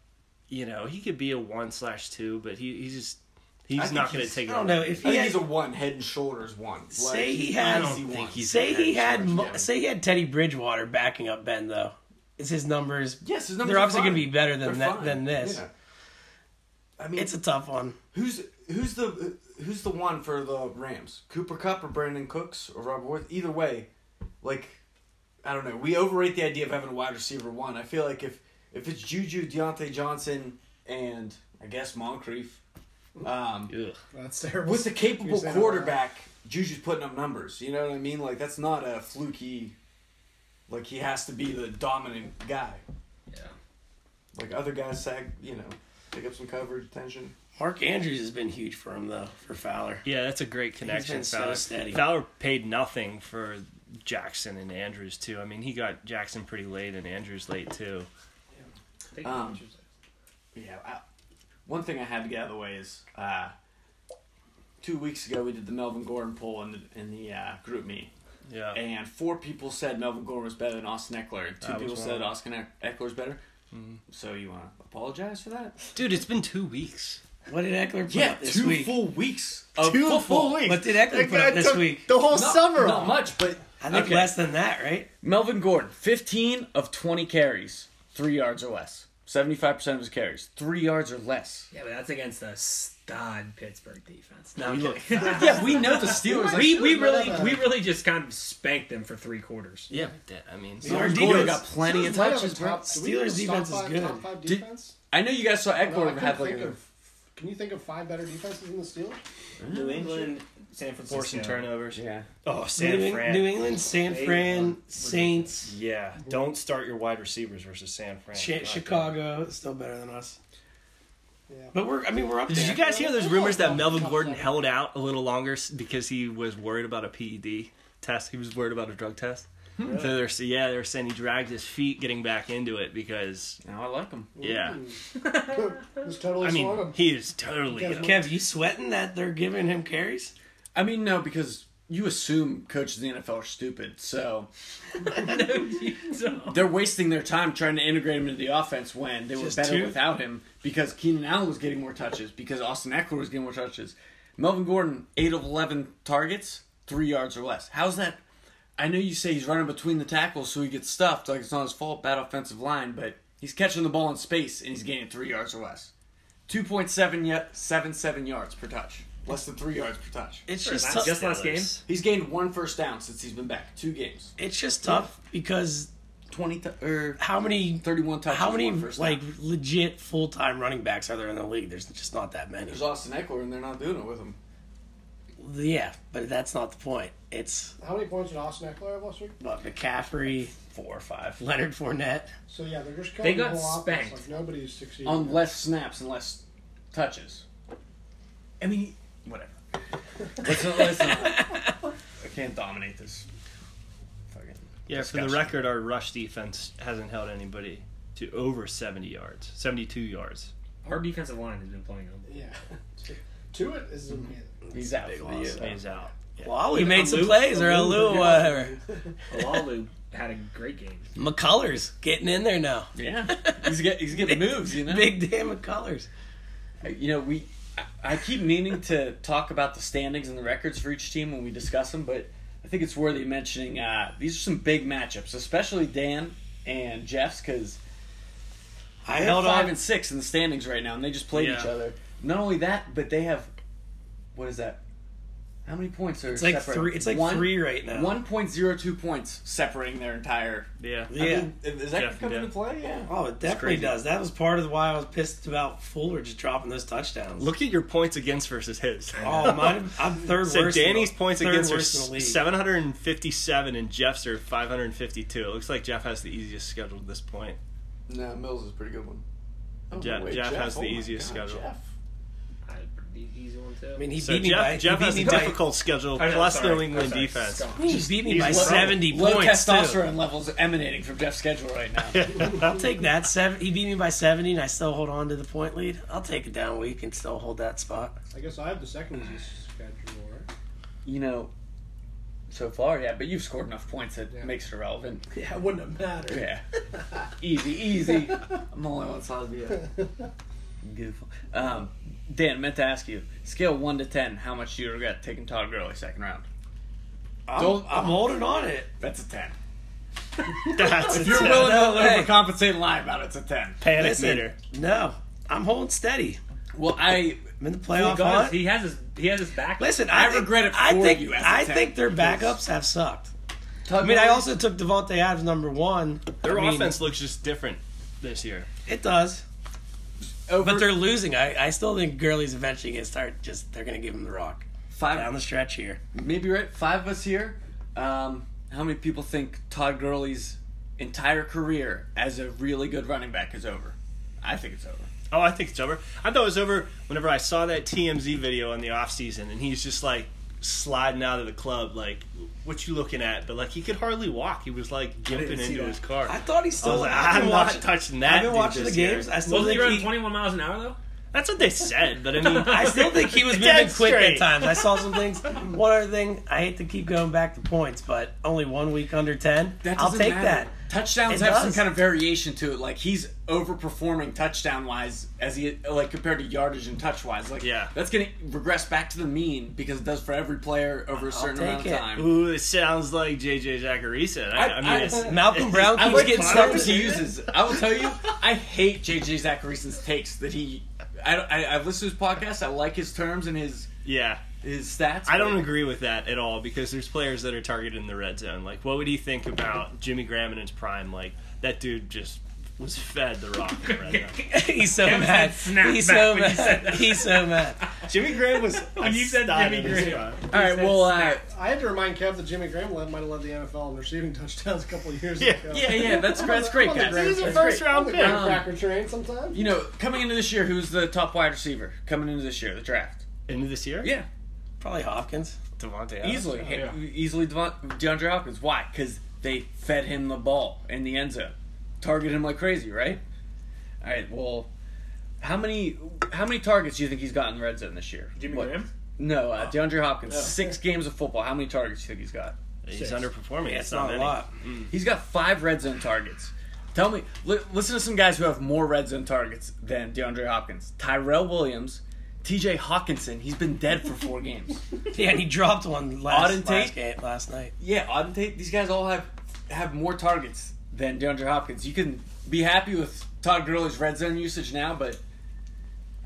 [SPEAKER 2] you know, he could be a one slash two, but he he's just
[SPEAKER 1] I
[SPEAKER 2] he's
[SPEAKER 1] think
[SPEAKER 2] not going to
[SPEAKER 1] he's-
[SPEAKER 2] take.
[SPEAKER 4] I don't know if
[SPEAKER 1] I
[SPEAKER 4] he
[SPEAKER 1] think
[SPEAKER 4] had-
[SPEAKER 1] he's a one, head and shoulders one. Like,
[SPEAKER 4] Say he
[SPEAKER 1] he's
[SPEAKER 4] had- I
[SPEAKER 1] an
[SPEAKER 4] don't
[SPEAKER 1] easy
[SPEAKER 2] think
[SPEAKER 1] one.
[SPEAKER 2] he's-
[SPEAKER 4] say he
[SPEAKER 2] Yeah,
[SPEAKER 4] had
[SPEAKER 2] sure,
[SPEAKER 4] Mo-
[SPEAKER 2] yeah.
[SPEAKER 4] say he had Teddy Bridgewater backing up Ben though. Is his numbers?
[SPEAKER 1] Yes, his numbers
[SPEAKER 4] they're
[SPEAKER 1] are
[SPEAKER 4] obviously going to
[SPEAKER 1] fine.
[SPEAKER 4] be better than
[SPEAKER 1] They're
[SPEAKER 4] that,
[SPEAKER 1] fine.
[SPEAKER 4] than this.
[SPEAKER 1] Yeah. I mean,
[SPEAKER 4] It's a tough one.
[SPEAKER 1] who's who's the who's the one for the Rams? Cooper Cup or Brandon Cooks or Robert Worth? Either way, like I don't know. We overrate the idea of having a wide receiver one. I feel like if if it's Juju, Deontay Johnson, and I guess Moncrief, um,
[SPEAKER 2] Ugh.
[SPEAKER 3] That's terrible.
[SPEAKER 1] with a capable
[SPEAKER 3] You're saying it out loud.
[SPEAKER 1] quarterback, Juju's putting up numbers. You know what I mean? Like that's not a fluky. Like he has to be the dominant guy.
[SPEAKER 5] Yeah.
[SPEAKER 1] Like other guys sag, you know, pick up some coverage, attention.
[SPEAKER 4] Mark Andrews has been huge for him though for Fowler.
[SPEAKER 2] Yeah, that's a great connection.
[SPEAKER 4] been so
[SPEAKER 2] Fowler.
[SPEAKER 4] steady.
[SPEAKER 2] Fowler paid nothing for Jackson and Andrews too. I mean, he got Jackson pretty late and Andrews late too.
[SPEAKER 5] Take
[SPEAKER 1] Um,
[SPEAKER 5] pictures.
[SPEAKER 1] Yeah. I, one thing I had to get out of the way is uh, two weeks ago we did the Melvin Gordon poll in the in the uh, group meet,
[SPEAKER 2] Yeah.
[SPEAKER 1] and four people said Melvin Gordon was better than Austin Eckler, and two
[SPEAKER 2] I was
[SPEAKER 1] people
[SPEAKER 2] wrong.
[SPEAKER 1] said Austin Eck- Eckler's better. So you want to apologize for that?
[SPEAKER 2] Dude, it's been two weeks.
[SPEAKER 4] What did Eckler put
[SPEAKER 1] Yeah,
[SPEAKER 4] up this
[SPEAKER 1] two
[SPEAKER 4] week?
[SPEAKER 1] full weeks of
[SPEAKER 2] Two full
[SPEAKER 1] football.
[SPEAKER 2] weeks.
[SPEAKER 4] What did Eckler put up this week?
[SPEAKER 3] The whole
[SPEAKER 1] Not-
[SPEAKER 3] summer.
[SPEAKER 1] Not
[SPEAKER 3] off.
[SPEAKER 1] much, but
[SPEAKER 4] I think
[SPEAKER 1] Okay.
[SPEAKER 4] less than that, right?
[SPEAKER 1] Melvin Gordon, 15 of 20 carries, three yards or less. 75% of his carries, three yards or less.
[SPEAKER 5] Yeah, but that's against a stud Pittsburgh defense. No, I'm
[SPEAKER 2] We
[SPEAKER 5] kidding.
[SPEAKER 1] Yeah, we know the Steelers.
[SPEAKER 5] we we
[SPEAKER 3] should've
[SPEAKER 5] really
[SPEAKER 3] let him.
[SPEAKER 5] we really just kind of spanked them for three quarters.
[SPEAKER 2] Yeah, that, I mean,
[SPEAKER 4] Our
[SPEAKER 1] Melvin
[SPEAKER 4] defense-
[SPEAKER 1] Gordon got plenty of
[SPEAKER 3] Steelers might have
[SPEAKER 1] touches,
[SPEAKER 3] a
[SPEAKER 1] bro.
[SPEAKER 3] top- do we have a
[SPEAKER 4] Steelers'
[SPEAKER 3] top
[SPEAKER 4] defense is
[SPEAKER 3] five-
[SPEAKER 4] good.
[SPEAKER 3] Top five
[SPEAKER 1] Did-
[SPEAKER 3] defense?
[SPEAKER 1] I know you guys saw
[SPEAKER 3] No, I
[SPEAKER 1] Eckler
[SPEAKER 3] couldn't
[SPEAKER 1] had like
[SPEAKER 3] think
[SPEAKER 1] a.
[SPEAKER 3] of- Can you think of five better defenses than the Steelers?
[SPEAKER 5] New England, San Francisco,
[SPEAKER 2] forcing turnovers.
[SPEAKER 1] Yeah.
[SPEAKER 2] Oh,
[SPEAKER 4] New,
[SPEAKER 2] San
[SPEAKER 4] Eng-
[SPEAKER 2] Fran.
[SPEAKER 4] New England, San
[SPEAKER 5] They
[SPEAKER 4] Fran,
[SPEAKER 5] won.
[SPEAKER 4] Saints,
[SPEAKER 2] yeah, don't start your wide receivers versus San Fran.
[SPEAKER 4] Chi- Chicago. It's still better than us.
[SPEAKER 3] Yeah.
[SPEAKER 4] But we're, I mean, we're up
[SPEAKER 2] Did
[SPEAKER 4] there.
[SPEAKER 2] you guys hear those rumors that Melvin Gordon held out a little longer s- because he was worried about a PED test? He was worried about a drug test. So they're s- yeah, they're saying he dragged his feet getting back into it because
[SPEAKER 1] Now I like him.
[SPEAKER 2] yeah,
[SPEAKER 3] It's totally
[SPEAKER 2] I
[SPEAKER 3] sort
[SPEAKER 2] mean
[SPEAKER 3] of-
[SPEAKER 2] he is totally
[SPEAKER 3] Guys,
[SPEAKER 2] gonna-
[SPEAKER 4] Kev, you sweating that they're giving him carries?
[SPEAKER 1] I mean, no, because you assume coaches in the NFL are stupid, so they're wasting their time trying to integrate him into the offense when they
[SPEAKER 4] Just
[SPEAKER 1] were better
[SPEAKER 4] two?
[SPEAKER 1] without him because Keenan Allen was getting more touches, because Austin Eckler was getting more touches. Melvin Gordon, 8 of 11 targets, 3 yards or less. How's that? I know you say he's running between the tackles so he gets stuffed, like it's not his fault, bad offensive line, but he's catching the ball in space and he's gaining 3 yards or less. 2.7 yet 77 yards per touch. Less than 3 yards per touch.
[SPEAKER 4] It's
[SPEAKER 5] Sure,
[SPEAKER 4] just
[SPEAKER 5] last-
[SPEAKER 4] tough.
[SPEAKER 5] just last game.
[SPEAKER 2] Steelers.
[SPEAKER 1] He's gained one first down since he's been back. Two games.
[SPEAKER 4] It's just tough because
[SPEAKER 1] Twenty t- or
[SPEAKER 4] how many,
[SPEAKER 1] thirty-one touches.
[SPEAKER 4] how many
[SPEAKER 1] one first
[SPEAKER 4] like
[SPEAKER 1] down.
[SPEAKER 4] legit full time running backs are there in the league? There's just not that many.
[SPEAKER 1] There's Austin Eckler, and they're not doing it with him.
[SPEAKER 4] Yeah, but that's not the point. It's
[SPEAKER 3] How many points did Austin Eckler have last week?
[SPEAKER 4] what McCaffrey,
[SPEAKER 2] four or five.
[SPEAKER 4] Leonard Fournette.
[SPEAKER 3] So yeah, they're just
[SPEAKER 5] They
[SPEAKER 3] killing
[SPEAKER 5] got
[SPEAKER 3] the whole offense.
[SPEAKER 5] spanked.
[SPEAKER 3] Like nobody's succeeding.
[SPEAKER 1] On less snaps and less touches.
[SPEAKER 5] I mean, whatever.
[SPEAKER 1] Let's not. Let's not. I can't dominate this. Fucking.
[SPEAKER 2] Yeah, for the
[SPEAKER 5] discussion.
[SPEAKER 2] record, our rush defense hasn't held anybody to over 70 yards, 72 yards.
[SPEAKER 5] Our defensive line has been playing them.
[SPEAKER 3] Yeah. To it is amazing.
[SPEAKER 1] He's out for the year.
[SPEAKER 2] He's out.
[SPEAKER 4] Well, we
[SPEAKER 5] Even
[SPEAKER 4] made some
[SPEAKER 5] Alou-
[SPEAKER 4] plays, or Alou,
[SPEAKER 2] uh,
[SPEAKER 4] whatever.
[SPEAKER 5] Alalu had a great game.
[SPEAKER 4] McCullers getting in there now.
[SPEAKER 1] Yeah, he's get, he's getting moves. You know,
[SPEAKER 4] Big damn McCullers.
[SPEAKER 1] you know we. I- I keep meaning to talk about the standings and the records for each team when we discuss them, but I think it's worthy of mentioning. Uh, these are some big matchups, especially Dan and Jeff's, because
[SPEAKER 4] I
[SPEAKER 1] they're
[SPEAKER 4] held
[SPEAKER 1] five
[SPEAKER 4] on.
[SPEAKER 1] and six in the standings right now, and they just played each
[SPEAKER 2] Yeah.
[SPEAKER 1] other. Not only that, but they have what is that? How many points are
[SPEAKER 4] It's like
[SPEAKER 1] separate?
[SPEAKER 4] three. It's like
[SPEAKER 1] One-
[SPEAKER 4] three right now.
[SPEAKER 1] 1.02 points separating their entire.
[SPEAKER 2] Yeah.
[SPEAKER 1] I
[SPEAKER 4] Yeah.
[SPEAKER 1] mean, is that
[SPEAKER 2] Jeff and
[SPEAKER 1] coming
[SPEAKER 2] Dan.
[SPEAKER 1] into play? Yeah.
[SPEAKER 4] Oh, it definitely
[SPEAKER 2] crazy.
[SPEAKER 4] does. That was part of why I was pissed about Fuller just dropping those touchdowns.
[SPEAKER 2] Look at your points against versus his.
[SPEAKER 4] oh, mine, I'm third
[SPEAKER 2] So
[SPEAKER 4] worst. in
[SPEAKER 2] Danny's
[SPEAKER 4] the-
[SPEAKER 2] points
[SPEAKER 4] third
[SPEAKER 2] against are
[SPEAKER 4] worst in the league.
[SPEAKER 2] 757 and Jeff's are 552. It looks like Jeff has the easiest schedule at this point.
[SPEAKER 6] No, Mills is a pretty good one.
[SPEAKER 2] Oh, Jeff- wait, Jeff Jeff. has the Oh my easiest God, schedule. Jeff.
[SPEAKER 5] I had a pretty easy one too.
[SPEAKER 4] I mean, he
[SPEAKER 2] So
[SPEAKER 4] beat me by.
[SPEAKER 2] Jeff, Jeff
[SPEAKER 4] he beat
[SPEAKER 2] has a
[SPEAKER 4] me by-
[SPEAKER 2] difficult schedule
[SPEAKER 5] Oh, no,
[SPEAKER 2] plus
[SPEAKER 5] sorry.
[SPEAKER 2] New England
[SPEAKER 5] I'm sorry.
[SPEAKER 2] defense.
[SPEAKER 5] Scott.
[SPEAKER 4] He beat me by
[SPEAKER 2] low-
[SPEAKER 4] seventy
[SPEAKER 1] Low
[SPEAKER 4] points. Too.
[SPEAKER 1] testosterone levels emanating from Jeff's schedule right now.
[SPEAKER 4] I'll take that. Seven. He beat me by seventy, and I still hold on to the point lead. I'll take it down week and still hold that spot.
[SPEAKER 3] I guess I have the second easiest schedule, right?
[SPEAKER 1] you know, so far, yeah. But you've scored enough points that
[SPEAKER 3] Yeah.
[SPEAKER 1] makes it irrelevant.
[SPEAKER 3] Yeah, it wouldn't have mattered.
[SPEAKER 1] Yeah. easy, easy. I'm the only one Sosby. yet. Goofy. Um, Dan, meant to ask you, scale one to ten, how much do you regret taking Todd Gurley second round?
[SPEAKER 4] I'm,
[SPEAKER 1] Don't-
[SPEAKER 4] I'm holding on it.
[SPEAKER 1] That's a ten.
[SPEAKER 2] That's
[SPEAKER 1] If you're
[SPEAKER 2] a
[SPEAKER 1] willing
[SPEAKER 4] No
[SPEAKER 1] to
[SPEAKER 4] way.
[SPEAKER 1] overcompensate and lie about it, it's a ten.
[SPEAKER 2] panic
[SPEAKER 4] Listen,
[SPEAKER 2] meter.
[SPEAKER 4] No, I'm holding steady.
[SPEAKER 1] Well, I
[SPEAKER 4] I'm in the
[SPEAKER 5] he,
[SPEAKER 4] playoff
[SPEAKER 5] does.
[SPEAKER 4] hunt.
[SPEAKER 5] he has his he has his back.
[SPEAKER 4] Listen,
[SPEAKER 1] I
[SPEAKER 4] I, think-
[SPEAKER 1] regret it
[SPEAKER 4] I
[SPEAKER 1] for
[SPEAKER 4] think
[SPEAKER 1] you as a
[SPEAKER 4] I
[SPEAKER 1] Texan,
[SPEAKER 4] think their backups have sucked. I mean, I also took Devontae Adams number one.
[SPEAKER 2] Their
[SPEAKER 4] I mean,
[SPEAKER 2] offense looks just different this year.
[SPEAKER 4] it does,
[SPEAKER 1] over
[SPEAKER 4] but they're losing. I, I still think Gurley's eventually gonna start. Just they're gonna give him the rock down
[SPEAKER 1] five,
[SPEAKER 4] the stretch here.
[SPEAKER 1] maybe right five of us here. Um, how many people think Todd Gurley's entire career as a really good running back is over? I think it's over.
[SPEAKER 2] Oh, I think it's over. I thought it was over whenever I saw that TMZ video in the off season, and he's just like sliding out of the club, like, "What you looking at?" But like, he could hardly walk. He was like gimping
[SPEAKER 5] see
[SPEAKER 2] into
[SPEAKER 5] that.
[SPEAKER 2] his car.
[SPEAKER 4] I thought he still.
[SPEAKER 2] I was like,
[SPEAKER 4] I've been
[SPEAKER 2] I'm not
[SPEAKER 4] watching-
[SPEAKER 2] touching that
[SPEAKER 4] I've been
[SPEAKER 2] dude
[SPEAKER 4] watching the
[SPEAKER 2] this
[SPEAKER 4] games.
[SPEAKER 2] year.
[SPEAKER 4] I still
[SPEAKER 5] wasn't he
[SPEAKER 4] think
[SPEAKER 5] running
[SPEAKER 4] he,
[SPEAKER 5] 21 miles an hour though?
[SPEAKER 2] That's what they said, but I mean,
[SPEAKER 4] I still think he was
[SPEAKER 2] Dead
[SPEAKER 4] moving quick
[SPEAKER 2] straight.
[SPEAKER 4] at times. I saw some things. One other thing, I hate to keep going back to points, but only one week under ten.
[SPEAKER 1] That
[SPEAKER 4] I'll
[SPEAKER 1] doesn't
[SPEAKER 4] take
[SPEAKER 1] matter.
[SPEAKER 4] that.
[SPEAKER 1] Touchdowns
[SPEAKER 4] It
[SPEAKER 1] have some
[SPEAKER 4] does.
[SPEAKER 1] kind of variation to it. Like he's overperforming touchdown wise as he like compared to yardage and touch wise. Like
[SPEAKER 2] Yeah.
[SPEAKER 1] that's gonna regress back to the mean because it does for every player over a certain
[SPEAKER 4] take
[SPEAKER 1] amount
[SPEAKER 4] it.
[SPEAKER 1] of time.
[SPEAKER 2] ooh, it sounds like JJ Zacharyson. I, I,
[SPEAKER 1] I-
[SPEAKER 2] mean,
[SPEAKER 1] I-
[SPEAKER 2] it's,
[SPEAKER 4] Malcolm Brown
[SPEAKER 1] I
[SPEAKER 4] keeps
[SPEAKER 1] like
[SPEAKER 4] getting
[SPEAKER 1] getting
[SPEAKER 4] stuck.
[SPEAKER 1] he uses. I will tell you, I hate JJ Zacharyson's takes that he. I, don't- I I've listened to his podcast. I like his terms and his
[SPEAKER 2] yeah.
[SPEAKER 1] his stats.
[SPEAKER 2] I don't
[SPEAKER 1] but-
[SPEAKER 2] agree with that at all because there's players that are targeted in the red zone. Like, what would he think about Jimmy Graham in his prime? Like, that dude just was fed the rock in the red zone.
[SPEAKER 4] He's so
[SPEAKER 5] Kevin
[SPEAKER 4] mad.
[SPEAKER 5] said
[SPEAKER 4] He's
[SPEAKER 5] snap
[SPEAKER 4] so
[SPEAKER 5] back when you said
[SPEAKER 4] mad.
[SPEAKER 5] that.
[SPEAKER 4] He's so mad.
[SPEAKER 2] Jimmy Graham was.
[SPEAKER 5] When you said
[SPEAKER 2] stud in
[SPEAKER 5] Jimmy
[SPEAKER 2] his
[SPEAKER 5] Graham.
[SPEAKER 2] prime.
[SPEAKER 1] All right, well, uh,
[SPEAKER 3] I had to remind Kev that Jimmy Graham led, might have led the NFL in receiving touchdowns a couple of years
[SPEAKER 2] Yeah,
[SPEAKER 3] ago.
[SPEAKER 1] yeah, yeah, that's that's great,
[SPEAKER 3] I'm on the
[SPEAKER 1] guys.
[SPEAKER 3] Graham
[SPEAKER 1] That's
[SPEAKER 2] a
[SPEAKER 3] train.
[SPEAKER 1] great.
[SPEAKER 2] first round
[SPEAKER 3] I'm on the Graham
[SPEAKER 1] pick.
[SPEAKER 3] cracker train sometimes.
[SPEAKER 1] You know, coming into this year, who's the top wide receiver coming into this year? The draft.
[SPEAKER 2] Into this year?
[SPEAKER 1] Yeah.
[SPEAKER 4] Probably Hopkins.
[SPEAKER 2] Devontae. Adams.
[SPEAKER 1] Easily,
[SPEAKER 3] Oh, yeah.
[SPEAKER 1] easily Devon, DeAndre Hopkins. Why? Because they fed him the ball in the end zone, targeted him like crazy, right? All right. Well, how many how many targets do you think he's got in the red zone this year?
[SPEAKER 5] Jimmy
[SPEAKER 1] What-
[SPEAKER 5] Graham.
[SPEAKER 1] No, uh, DeAndre Hopkins. Six games of football. How many targets do you think he's got?
[SPEAKER 2] He's
[SPEAKER 5] Six.
[SPEAKER 2] underperforming.
[SPEAKER 4] Yeah,
[SPEAKER 2] That's
[SPEAKER 4] it's not a
[SPEAKER 2] many.
[SPEAKER 4] lot.
[SPEAKER 1] He's got five red zone targets. Tell me, li- listen to some guys who have more red zone targets than DeAndre Hopkins. Tyrell Williams, T.J. Hawkinson. He's been dead for four games.
[SPEAKER 4] Yeah, and he dropped one last,
[SPEAKER 1] Auden
[SPEAKER 4] last
[SPEAKER 1] Tate?
[SPEAKER 4] game last night.
[SPEAKER 1] Yeah, Auden Tate. These guys all have have more targets than DeAndre Hopkins. You can be happy with Todd Gurley's red zone usage now, but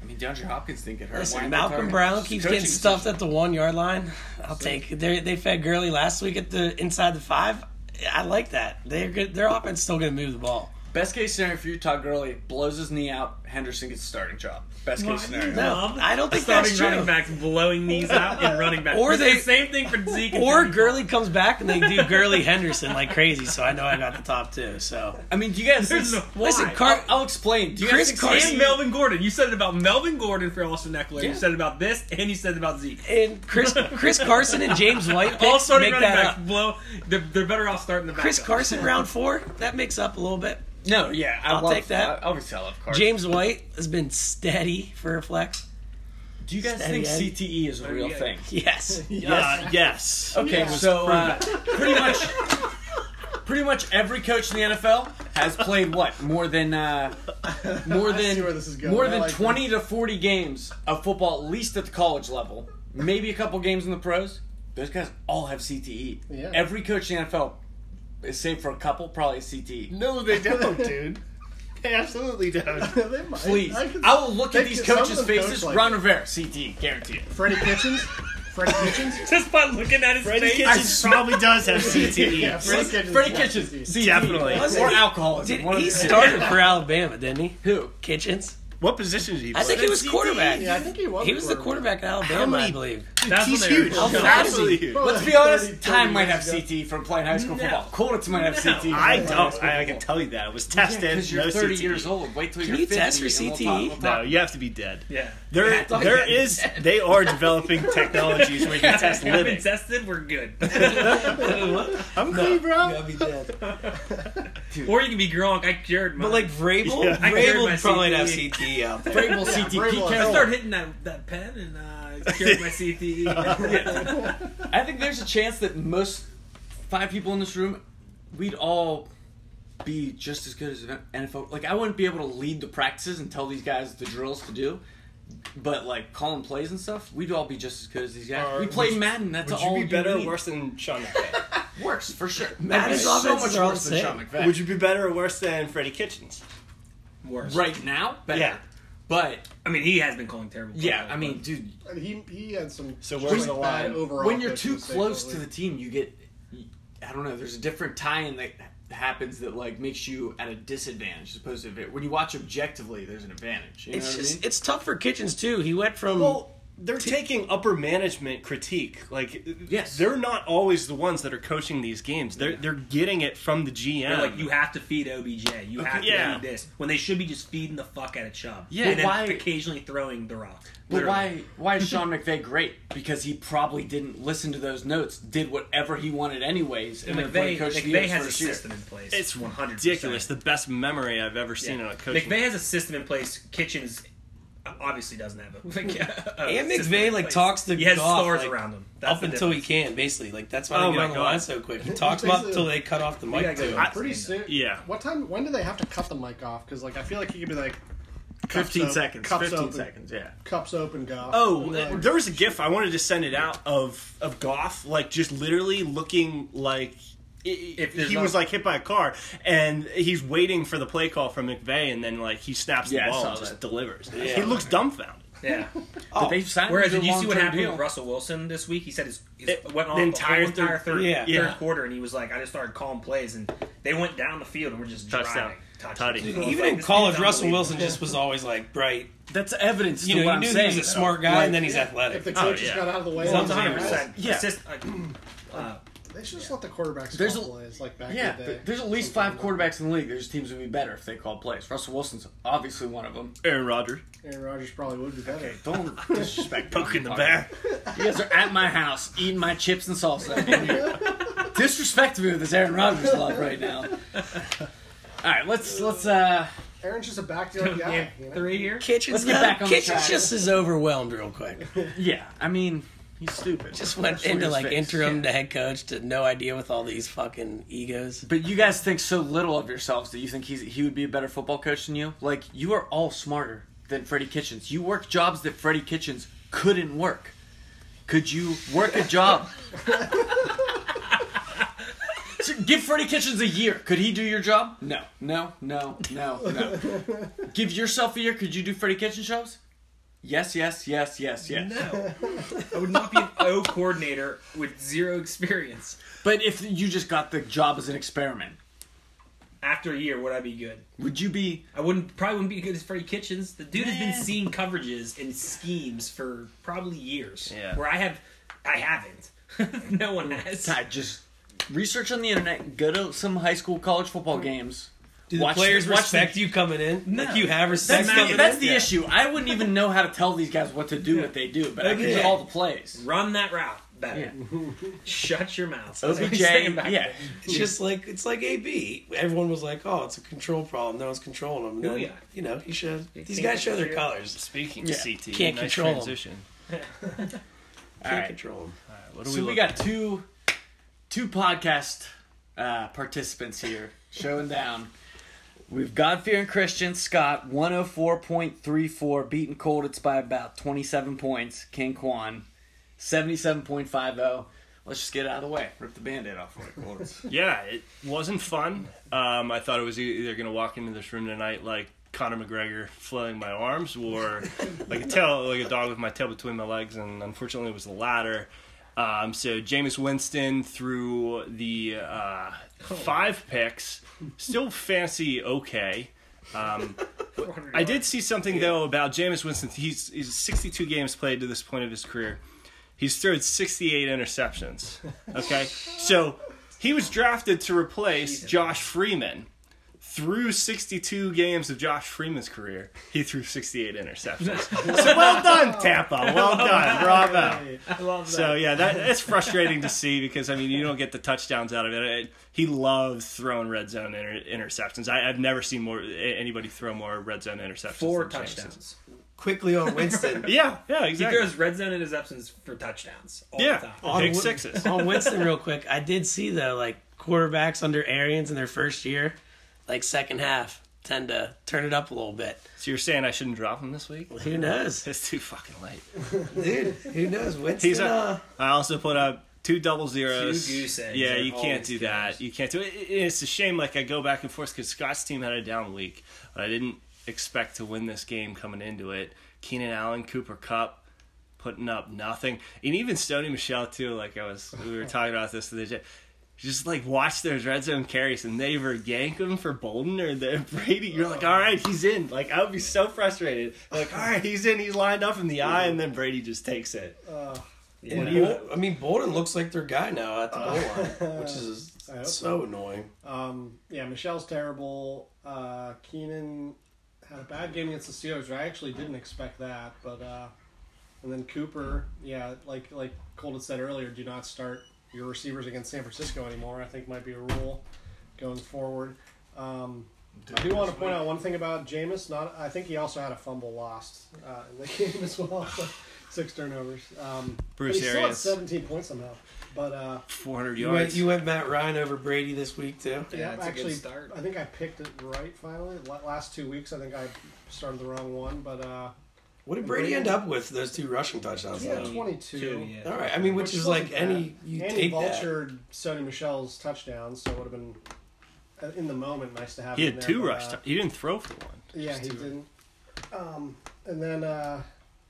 [SPEAKER 1] I mean DeAndre Hopkins didn't get hurt. Why
[SPEAKER 4] Listen,
[SPEAKER 1] not
[SPEAKER 4] Malcolm
[SPEAKER 1] target him?
[SPEAKER 4] Brown
[SPEAKER 1] It's
[SPEAKER 4] keeps
[SPEAKER 1] coaching
[SPEAKER 4] getting stuffed
[SPEAKER 1] decision.
[SPEAKER 4] at the one yard line. I'll take it. They they fed Gurley last week at the inside the five. I like that. They're good. Their offense still going to move the ball.
[SPEAKER 1] Best case scenario for you, Todd Gurley blows his knee out. Henderson gets a starting job. Best case scenario.
[SPEAKER 4] No, I don't think
[SPEAKER 5] Starting
[SPEAKER 4] that's
[SPEAKER 5] running
[SPEAKER 4] true.
[SPEAKER 5] backs, blowing knees out, and running back.
[SPEAKER 4] Or
[SPEAKER 5] It's
[SPEAKER 4] they-
[SPEAKER 5] the same thing for Zeke. and
[SPEAKER 4] Or
[SPEAKER 5] Tony
[SPEAKER 4] Gurley comes back and they do Gurley Henderson like crazy, so I know I got the top two. So
[SPEAKER 1] I mean, do you guys
[SPEAKER 5] There's no-
[SPEAKER 4] listen,
[SPEAKER 5] Why?
[SPEAKER 4] Car-
[SPEAKER 1] I'll explain. Do you
[SPEAKER 4] Chris
[SPEAKER 1] guys
[SPEAKER 5] Pollard.
[SPEAKER 1] think-
[SPEAKER 5] and Melvin Gordon. You said it about Melvin Gordon for Austin Eckler. You said it about this, and you said it about Zeke.
[SPEAKER 4] and Chris Chris Carson and James White picks
[SPEAKER 5] All starting
[SPEAKER 4] make
[SPEAKER 5] running
[SPEAKER 4] that
[SPEAKER 5] backs
[SPEAKER 4] up.
[SPEAKER 5] blow. They're, they're better off starting the back.
[SPEAKER 4] Chris Carson round four that makes up a little bit.
[SPEAKER 1] No, yeah, I
[SPEAKER 4] I'll
[SPEAKER 1] love,
[SPEAKER 4] take that.
[SPEAKER 1] I, obviously, I love Carson.
[SPEAKER 4] James White has been steady for a flex.
[SPEAKER 1] do you guys
[SPEAKER 4] Steady
[SPEAKER 1] think
[SPEAKER 4] Eddie.
[SPEAKER 3] E
[SPEAKER 1] CTE is a real
[SPEAKER 5] Eddie.
[SPEAKER 1] thing?
[SPEAKER 4] Yes,
[SPEAKER 2] Uh, yes.
[SPEAKER 1] Okay, so uh, pretty much, pretty much every coach in the NFL has played what more than uh, more
[SPEAKER 3] I see where
[SPEAKER 1] than
[SPEAKER 3] this is going.
[SPEAKER 1] more
[SPEAKER 3] I
[SPEAKER 1] than
[SPEAKER 3] like this.
[SPEAKER 1] twenty to forty games of football, at least at the college level, maybe a couple games in the pros. Those guys all have CTE.
[SPEAKER 3] Yeah.
[SPEAKER 1] Every coach in the NFL, save for a E. couple, probably has CTE.
[SPEAKER 7] No, they don't, dude. They absolutely don't.
[SPEAKER 3] They might.
[SPEAKER 1] Please,
[SPEAKER 3] I
[SPEAKER 1] I,
[SPEAKER 3] could-
[SPEAKER 1] will look at
[SPEAKER 3] they
[SPEAKER 1] these
[SPEAKER 3] could- some of
[SPEAKER 1] coaches'
[SPEAKER 3] them coach
[SPEAKER 1] faces.
[SPEAKER 3] like
[SPEAKER 1] Ron
[SPEAKER 3] it.
[SPEAKER 1] Rivera, E, CTE, guarantee it.
[SPEAKER 3] Freddie Kitchens. Freddie Kitchens.
[SPEAKER 5] Just by looking at his face.
[SPEAKER 7] Kitchens probably does have CTE.
[SPEAKER 3] yeah, Freddie Kitchens.
[SPEAKER 1] Freddie
[SPEAKER 3] yeah.
[SPEAKER 1] Kitchens, CTE,
[SPEAKER 2] Definitely.
[SPEAKER 1] or alcoholism.
[SPEAKER 4] Did,
[SPEAKER 1] one of
[SPEAKER 4] he
[SPEAKER 1] the two.
[SPEAKER 4] started for Alabama, didn't he?
[SPEAKER 1] Who?
[SPEAKER 4] Kitchens.
[SPEAKER 7] What position did he play?
[SPEAKER 4] I think he was quarterback.
[SPEAKER 3] Yeah, I think he was.
[SPEAKER 4] He was the quarterback at Alabama, I
[SPEAKER 7] many-
[SPEAKER 4] believe.
[SPEAKER 5] That's
[SPEAKER 7] He's
[SPEAKER 5] when they were
[SPEAKER 7] huge.
[SPEAKER 5] cool.
[SPEAKER 4] How fat is
[SPEAKER 7] Absolutely
[SPEAKER 4] he?
[SPEAKER 7] huge.
[SPEAKER 3] Probably
[SPEAKER 1] Let's
[SPEAKER 3] like
[SPEAKER 1] be honest,
[SPEAKER 3] 30, 30
[SPEAKER 1] Time might have
[SPEAKER 3] years ago.
[SPEAKER 1] CTE from playing high school
[SPEAKER 5] No.
[SPEAKER 1] football. Colts might have CTE.
[SPEAKER 7] I don't. I, I can tell you that. I was
[SPEAKER 1] Yeah,
[SPEAKER 7] tested.
[SPEAKER 1] 'cause you're
[SPEAKER 7] no
[SPEAKER 1] 30
[SPEAKER 7] CTE.
[SPEAKER 1] years old. Wait till
[SPEAKER 4] Can
[SPEAKER 1] you're
[SPEAKER 4] you
[SPEAKER 1] 50
[SPEAKER 4] test for
[SPEAKER 1] and we'll
[SPEAKER 4] CTE?
[SPEAKER 1] talk- we'll
[SPEAKER 7] No,
[SPEAKER 1] talk.
[SPEAKER 7] you have to be dead.
[SPEAKER 5] Yeah.
[SPEAKER 7] There,
[SPEAKER 1] Yeah.
[SPEAKER 7] there is. They are developing technologies where you can test
[SPEAKER 5] We've been
[SPEAKER 7] living.
[SPEAKER 5] tested. We're good.
[SPEAKER 7] I'm clean, bro.
[SPEAKER 5] or you can be Gronk. I cured.
[SPEAKER 4] But
[SPEAKER 5] mine.
[SPEAKER 4] like Vrabel,
[SPEAKER 7] Yeah.
[SPEAKER 5] I cured my
[SPEAKER 4] Vrabel probably
[SPEAKER 5] CTE.
[SPEAKER 4] have CTE out there.
[SPEAKER 1] Vrabel CTE. Pete
[SPEAKER 3] Vrabel.
[SPEAKER 5] I
[SPEAKER 1] Carroll.
[SPEAKER 5] started hitting that, that pen and uh, I cured my E. CTE.
[SPEAKER 1] I think there's a chance that most five people in this room, we'd all be just as good as an NFL. Like I wouldn't be able to lead the practices and tell these guys the drills to do. But like calling plays and stuff, we'd all be just as good as these guys.
[SPEAKER 2] Or
[SPEAKER 1] we play
[SPEAKER 2] would-
[SPEAKER 1] Madden. That's
[SPEAKER 2] Would
[SPEAKER 1] all
[SPEAKER 2] you be
[SPEAKER 1] we
[SPEAKER 2] better or
[SPEAKER 1] need.
[SPEAKER 2] worse than Sean McVay?
[SPEAKER 1] Worse for sure.
[SPEAKER 4] Madden's
[SPEAKER 1] That'd be so
[SPEAKER 4] offenses
[SPEAKER 1] much
[SPEAKER 4] are all
[SPEAKER 1] worse
[SPEAKER 4] the
[SPEAKER 1] than
[SPEAKER 4] same.
[SPEAKER 1] Sean McVay.
[SPEAKER 2] Would you be better or worse than Freddie Kitchens?
[SPEAKER 5] Worse.
[SPEAKER 1] right now? Better.
[SPEAKER 2] Yeah.
[SPEAKER 1] But
[SPEAKER 5] I mean, he has been calling terrible.
[SPEAKER 1] yeah,
[SPEAKER 5] football,
[SPEAKER 1] I mean, dude,
[SPEAKER 3] And he he had some.
[SPEAKER 2] So where's
[SPEAKER 3] pretty
[SPEAKER 2] the line?
[SPEAKER 3] bad Overall
[SPEAKER 1] when you're
[SPEAKER 3] coaching
[SPEAKER 1] too
[SPEAKER 3] mistakes
[SPEAKER 1] close to
[SPEAKER 3] lately.
[SPEAKER 1] the team, you get I don't know. There's a different tie-in that happens that like makes you at a disadvantage as opposed to if it- when you watch objectively. There's an advantage. You know what
[SPEAKER 4] It's just it's tough for Kitchens too. He went from
[SPEAKER 2] Well, they're taking upper management critique. Like,
[SPEAKER 1] Yes.
[SPEAKER 2] they're not always the ones that are coaching these games. They're they're getting it from the GM.
[SPEAKER 5] They're like, you have to feed OBJ. You have to
[SPEAKER 2] Yeah.
[SPEAKER 5] feed this. When they should be just feeding the fuck out of Chubb.
[SPEAKER 1] Yeah,
[SPEAKER 5] and then
[SPEAKER 1] why-
[SPEAKER 5] occasionally throwing the rock.
[SPEAKER 1] I mean? But why? Why is Sean McVay great? Because he probably didn't listen to those notes. Did whatever he wanted anyways, and
[SPEAKER 5] Literally.
[SPEAKER 1] then
[SPEAKER 5] McVay,
[SPEAKER 1] he coached the
[SPEAKER 5] McVay
[SPEAKER 1] Eagles
[SPEAKER 5] has
[SPEAKER 1] for
[SPEAKER 5] a
[SPEAKER 1] this year.
[SPEAKER 5] system in place.
[SPEAKER 2] it's
[SPEAKER 5] 100%.
[SPEAKER 2] ridiculous. The best memory I've ever seen on a coach.
[SPEAKER 5] McVay has a system in place. Kitchens obviously doesn't have a. Like, a
[SPEAKER 4] And
[SPEAKER 5] system
[SPEAKER 4] McVay,
[SPEAKER 5] in
[SPEAKER 4] like,
[SPEAKER 5] place.
[SPEAKER 4] talks to
[SPEAKER 5] He has
[SPEAKER 4] Goff,
[SPEAKER 5] stars
[SPEAKER 4] like,
[SPEAKER 5] around him. That's
[SPEAKER 4] up
[SPEAKER 5] the
[SPEAKER 4] until he
[SPEAKER 5] difference.
[SPEAKER 4] can, basically. Like that's why they
[SPEAKER 2] Oh
[SPEAKER 4] get
[SPEAKER 2] my
[SPEAKER 4] on the line
[SPEAKER 2] God.
[SPEAKER 4] so quick. He talks about
[SPEAKER 3] Basically-
[SPEAKER 4] until they cut off the
[SPEAKER 5] You
[SPEAKER 4] mic
[SPEAKER 5] gotta go
[SPEAKER 4] to
[SPEAKER 5] to
[SPEAKER 4] him.
[SPEAKER 5] the
[SPEAKER 3] Pretty
[SPEAKER 5] stand
[SPEAKER 3] soon.
[SPEAKER 5] up.
[SPEAKER 2] Yeah.
[SPEAKER 3] What time? When do they have to cut the mic off? Because like I feel like he could be like. cups
[SPEAKER 1] Fifteen
[SPEAKER 3] open-
[SPEAKER 1] seconds.
[SPEAKER 3] Cups
[SPEAKER 1] Fifteen
[SPEAKER 3] open,
[SPEAKER 1] seconds. Yeah.
[SPEAKER 3] Cups open, golf.
[SPEAKER 2] Oh, uh, there was a GIF I wanted to send it out of of Goff, like just literally looking like
[SPEAKER 5] If
[SPEAKER 2] if
[SPEAKER 5] there's
[SPEAKER 2] he
[SPEAKER 5] not-
[SPEAKER 2] was like hit by a car, and he's waiting for the play call from McVay, and then like he snaps
[SPEAKER 1] Yeah, I
[SPEAKER 2] the ball
[SPEAKER 1] saw
[SPEAKER 2] and
[SPEAKER 1] that.
[SPEAKER 2] just delivers.
[SPEAKER 4] Yeah.
[SPEAKER 2] He looks dumbfounded.
[SPEAKER 5] Yeah.
[SPEAKER 1] But they signed
[SPEAKER 5] Whereas,
[SPEAKER 1] him
[SPEAKER 5] did
[SPEAKER 1] to a
[SPEAKER 5] you see what
[SPEAKER 1] long-term
[SPEAKER 5] happened
[SPEAKER 1] deal.
[SPEAKER 5] with Russell Wilson this week? He said his, his
[SPEAKER 2] It-
[SPEAKER 5] went on
[SPEAKER 2] the
[SPEAKER 5] the
[SPEAKER 2] entire
[SPEAKER 5] entire, entire
[SPEAKER 2] third-
[SPEAKER 5] third,
[SPEAKER 4] yeah.
[SPEAKER 5] third
[SPEAKER 2] Yeah.
[SPEAKER 5] quarter, and he was like, "I just started calling plays, and they went down the field, and we're just
[SPEAKER 2] Touchdown.
[SPEAKER 5] driving."
[SPEAKER 2] Tutty.
[SPEAKER 5] So it's
[SPEAKER 4] Even
[SPEAKER 5] like,
[SPEAKER 4] in
[SPEAKER 5] this
[SPEAKER 4] college,
[SPEAKER 5] dude's
[SPEAKER 4] Russell
[SPEAKER 5] unbelievable.
[SPEAKER 4] Wilson just was always like bright.
[SPEAKER 1] That's evidence.
[SPEAKER 4] You
[SPEAKER 1] to
[SPEAKER 4] know,
[SPEAKER 1] what
[SPEAKER 4] you
[SPEAKER 1] I'm
[SPEAKER 4] knew he
[SPEAKER 1] saying,
[SPEAKER 4] was a
[SPEAKER 1] though.
[SPEAKER 4] smart guy, and then he's athletic.
[SPEAKER 3] If
[SPEAKER 1] oh,
[SPEAKER 3] the coach
[SPEAKER 2] yeah.
[SPEAKER 3] just got out of the way,
[SPEAKER 5] Well, it's 100. percent
[SPEAKER 1] Yeah.
[SPEAKER 5] Assist, like, uh,
[SPEAKER 3] They should just let the quarterbacks
[SPEAKER 1] There's
[SPEAKER 3] call
[SPEAKER 1] a-
[SPEAKER 3] plays like back
[SPEAKER 1] Yeah,
[SPEAKER 3] in the day.
[SPEAKER 1] but there's at least five quarterbacks in the league. There's teams would be better if they called plays. Russell Wilson's obviously one of them.
[SPEAKER 2] Aaron Rodgers
[SPEAKER 3] Aaron Rodgers probably would be better.
[SPEAKER 1] Don't disrespect me.
[SPEAKER 2] poking the bear.
[SPEAKER 1] You guys are at my house eating my chips and salsa. Disrespect me with this Aaron Rodgers love right now. All right, let's let's uh
[SPEAKER 3] Aaron's just a backfield
[SPEAKER 5] game
[SPEAKER 3] guy. You know?
[SPEAKER 5] three here.
[SPEAKER 1] Let's
[SPEAKER 4] Kitchens,
[SPEAKER 1] get
[SPEAKER 4] though,
[SPEAKER 1] back on the
[SPEAKER 4] Kitchens
[SPEAKER 1] track.
[SPEAKER 4] just is overwhelmed real quick.
[SPEAKER 1] yeah. I mean, he's stupid.
[SPEAKER 4] Just went
[SPEAKER 1] Absolutely
[SPEAKER 4] into like
[SPEAKER 1] his face.
[SPEAKER 4] interim
[SPEAKER 1] Yeah.
[SPEAKER 4] to head coach to no idea with all these fucking egos.
[SPEAKER 1] But you guys think so little of yourselves that you think he's he would be a better football coach than you. Like you are all smarter than Freddie Kitchens. You work jobs that Freddie Kitchens couldn't work. Could you work a job? So Give Freddie Kitchens a year. Could he do your job? No, no, no, no, no. Give yourself a year. Could you do Freddie Kitchens jobs? Yes, yes, yes, yes, yes.
[SPEAKER 5] No, I would not be an O coordinator with zero experience.
[SPEAKER 1] But if you just got the job as an experiment,
[SPEAKER 5] after a year, would I be good?
[SPEAKER 2] Would you be
[SPEAKER 5] I wouldn't probably wouldn't be good as Freddie Kitchens. The dude has been seeing coverages and schemes for probably years.
[SPEAKER 2] Yeah.
[SPEAKER 5] Where I have, I haven't. no one has.
[SPEAKER 1] I just research on the internet. Go to some high school college football games.
[SPEAKER 4] Do the
[SPEAKER 1] Watch-
[SPEAKER 4] players
[SPEAKER 1] watch
[SPEAKER 4] respect you coming in?
[SPEAKER 5] No.
[SPEAKER 4] Like you have respect
[SPEAKER 1] That's,
[SPEAKER 4] coming
[SPEAKER 1] the,
[SPEAKER 4] in?
[SPEAKER 1] that's the issue. I wouldn't even know how to tell these guys what to do, what they do, but I can
[SPEAKER 4] Okay.
[SPEAKER 1] call the plays.
[SPEAKER 5] Run that route better. Shut your mouth. That's what
[SPEAKER 1] OBJ,
[SPEAKER 5] he's saying back
[SPEAKER 1] yeah,
[SPEAKER 4] It's just like it's like AB. Everyone was like, "Oh, it's a control problem. No one's controlling him." And
[SPEAKER 5] Oh,
[SPEAKER 4] then,
[SPEAKER 5] yeah.
[SPEAKER 4] You know, he shows these
[SPEAKER 5] can't
[SPEAKER 4] guys show their
[SPEAKER 5] control.
[SPEAKER 4] colors.
[SPEAKER 2] speaking
[SPEAKER 1] Yeah.
[SPEAKER 2] CT?
[SPEAKER 4] Can't
[SPEAKER 2] nice
[SPEAKER 4] control 'em.
[SPEAKER 2] transition.
[SPEAKER 4] Can't
[SPEAKER 1] right.
[SPEAKER 4] control him.
[SPEAKER 2] All right, what do
[SPEAKER 1] So
[SPEAKER 2] we,
[SPEAKER 1] we
[SPEAKER 2] look-
[SPEAKER 1] got two two podcast uh, participants here showing down. We've Godfear and Christian Scott, one hundred four point three four, beaten Colditz by about twenty seven points. King Kwan, seventy seven point five zero. Let's just get it out of the way. Rip the band-aid off. of it, Colditz.
[SPEAKER 2] Yeah, it wasn't fun. Um, I thought it was e- either going to walk into this room tonight like Conor McGregor flailing my arms, or like a tail, like a dog with my tail between my legs, and unfortunately, it was the latter. Um, so Jameis Winston threw the uh, five picks, still fancy okay. Um,
[SPEAKER 5] there.
[SPEAKER 2] I did see something though about Jameis Winston. He's he's 62 games played to this point of his career. He's thrown 68 interceptions. Okay, so he was drafted to replace Josh Freeman. Through 62 games of Josh Freeman's career, he threw 68 interceptions. so well done, Tampa. Well done, bravo.
[SPEAKER 5] I love that.
[SPEAKER 2] So yeah, that that's frustrating to see because I mean you don't get the touchdowns out of it. It- he loves throwing red zone inter- interceptions. I, I've never seen more a- anybody throw more red zone interceptions.
[SPEAKER 5] Four
[SPEAKER 2] than Jameson.
[SPEAKER 5] touchdowns.
[SPEAKER 4] Quickly on Winston.
[SPEAKER 2] Yeah, yeah,
[SPEAKER 5] He
[SPEAKER 2] exactly.
[SPEAKER 5] throws red zone interceptions for touchdowns all the
[SPEAKER 2] yeah, Oh.
[SPEAKER 5] time.
[SPEAKER 4] On
[SPEAKER 2] big
[SPEAKER 4] Win-
[SPEAKER 2] sixes.
[SPEAKER 4] on Winston, real quick. I did see though, like quarterbacks under Arians in their first year, like second half, tend to turn it up a little bit.
[SPEAKER 2] So you're saying I shouldn't drop him this week?
[SPEAKER 4] Who knows,
[SPEAKER 2] It's too fucking late.
[SPEAKER 4] dude? Who knows? Winston.
[SPEAKER 2] He's
[SPEAKER 4] uh,
[SPEAKER 2] up. I also put up two double zeros.
[SPEAKER 5] Two goose eggs.
[SPEAKER 2] Yeah,
[SPEAKER 5] They're
[SPEAKER 2] you can't
[SPEAKER 5] always
[SPEAKER 2] do that. You can't do it. It- It's a shame. Like I go back and forth because Scott's team had a down week, but I didn't expect to win this game coming into it. Keenan Allen, Cooper Cup, putting up nothing, and even Stoney Michelle too. Like I was, we were talking about this the other day. Just like watch those red zone carries, and they either yank them for Bolden or the Brady. You're like, all right, he's in. Like I would be so frustrated. Like all right, he's in. He's lined up in the eye, and then Brady just takes it.
[SPEAKER 4] and Bol- I mean, Bolden looks like their guy now at the
[SPEAKER 1] Uh,
[SPEAKER 4] goal line, which is
[SPEAKER 3] I hope
[SPEAKER 4] so annoying.
[SPEAKER 3] Um, yeah, Michelle's terrible. Uh, Keenan had a bad game against the Steelers. I actually didn't expect that, but uh, and then Cooper, yeah, like like Colton said earlier, do not start your receivers against San Francisco anymore. I think might be a rule going forward. Um, I do want to point out one thing about Jameis. Not, I think he also had a fumble lost uh, in the game as well. So six turnovers. Um, but
[SPEAKER 2] Bruce
[SPEAKER 3] he still had
[SPEAKER 2] Arians.
[SPEAKER 3] seventeen points somehow. But uh,
[SPEAKER 2] 400
[SPEAKER 4] You went,
[SPEAKER 2] yards.
[SPEAKER 4] you went Matt Ryan over Brady this week too.
[SPEAKER 5] Yeah,
[SPEAKER 3] Yeah,
[SPEAKER 5] it's a good
[SPEAKER 3] actually,
[SPEAKER 5] start.
[SPEAKER 3] I think I picked it right finally. La- Last two weeks, I think I started the wrong one, but uh,
[SPEAKER 4] What did Brady end up with those two rushing touchdowns?
[SPEAKER 3] he had
[SPEAKER 4] though?
[SPEAKER 3] 22.
[SPEAKER 5] Two, yeah.
[SPEAKER 4] All right. I mean, which, is like
[SPEAKER 3] wasn't
[SPEAKER 4] any
[SPEAKER 3] bad.
[SPEAKER 4] you
[SPEAKER 3] and he
[SPEAKER 4] take that.
[SPEAKER 3] vultured Sony Michelle's touchdowns, so it would have been uh, in the moment nice to have.
[SPEAKER 2] he
[SPEAKER 3] him
[SPEAKER 2] had
[SPEAKER 3] there,
[SPEAKER 2] two
[SPEAKER 3] but,
[SPEAKER 2] rush.
[SPEAKER 3] uh,
[SPEAKER 2] tou- he didn't throw for one.
[SPEAKER 3] Yeah, he didn't. Um, and then, uh,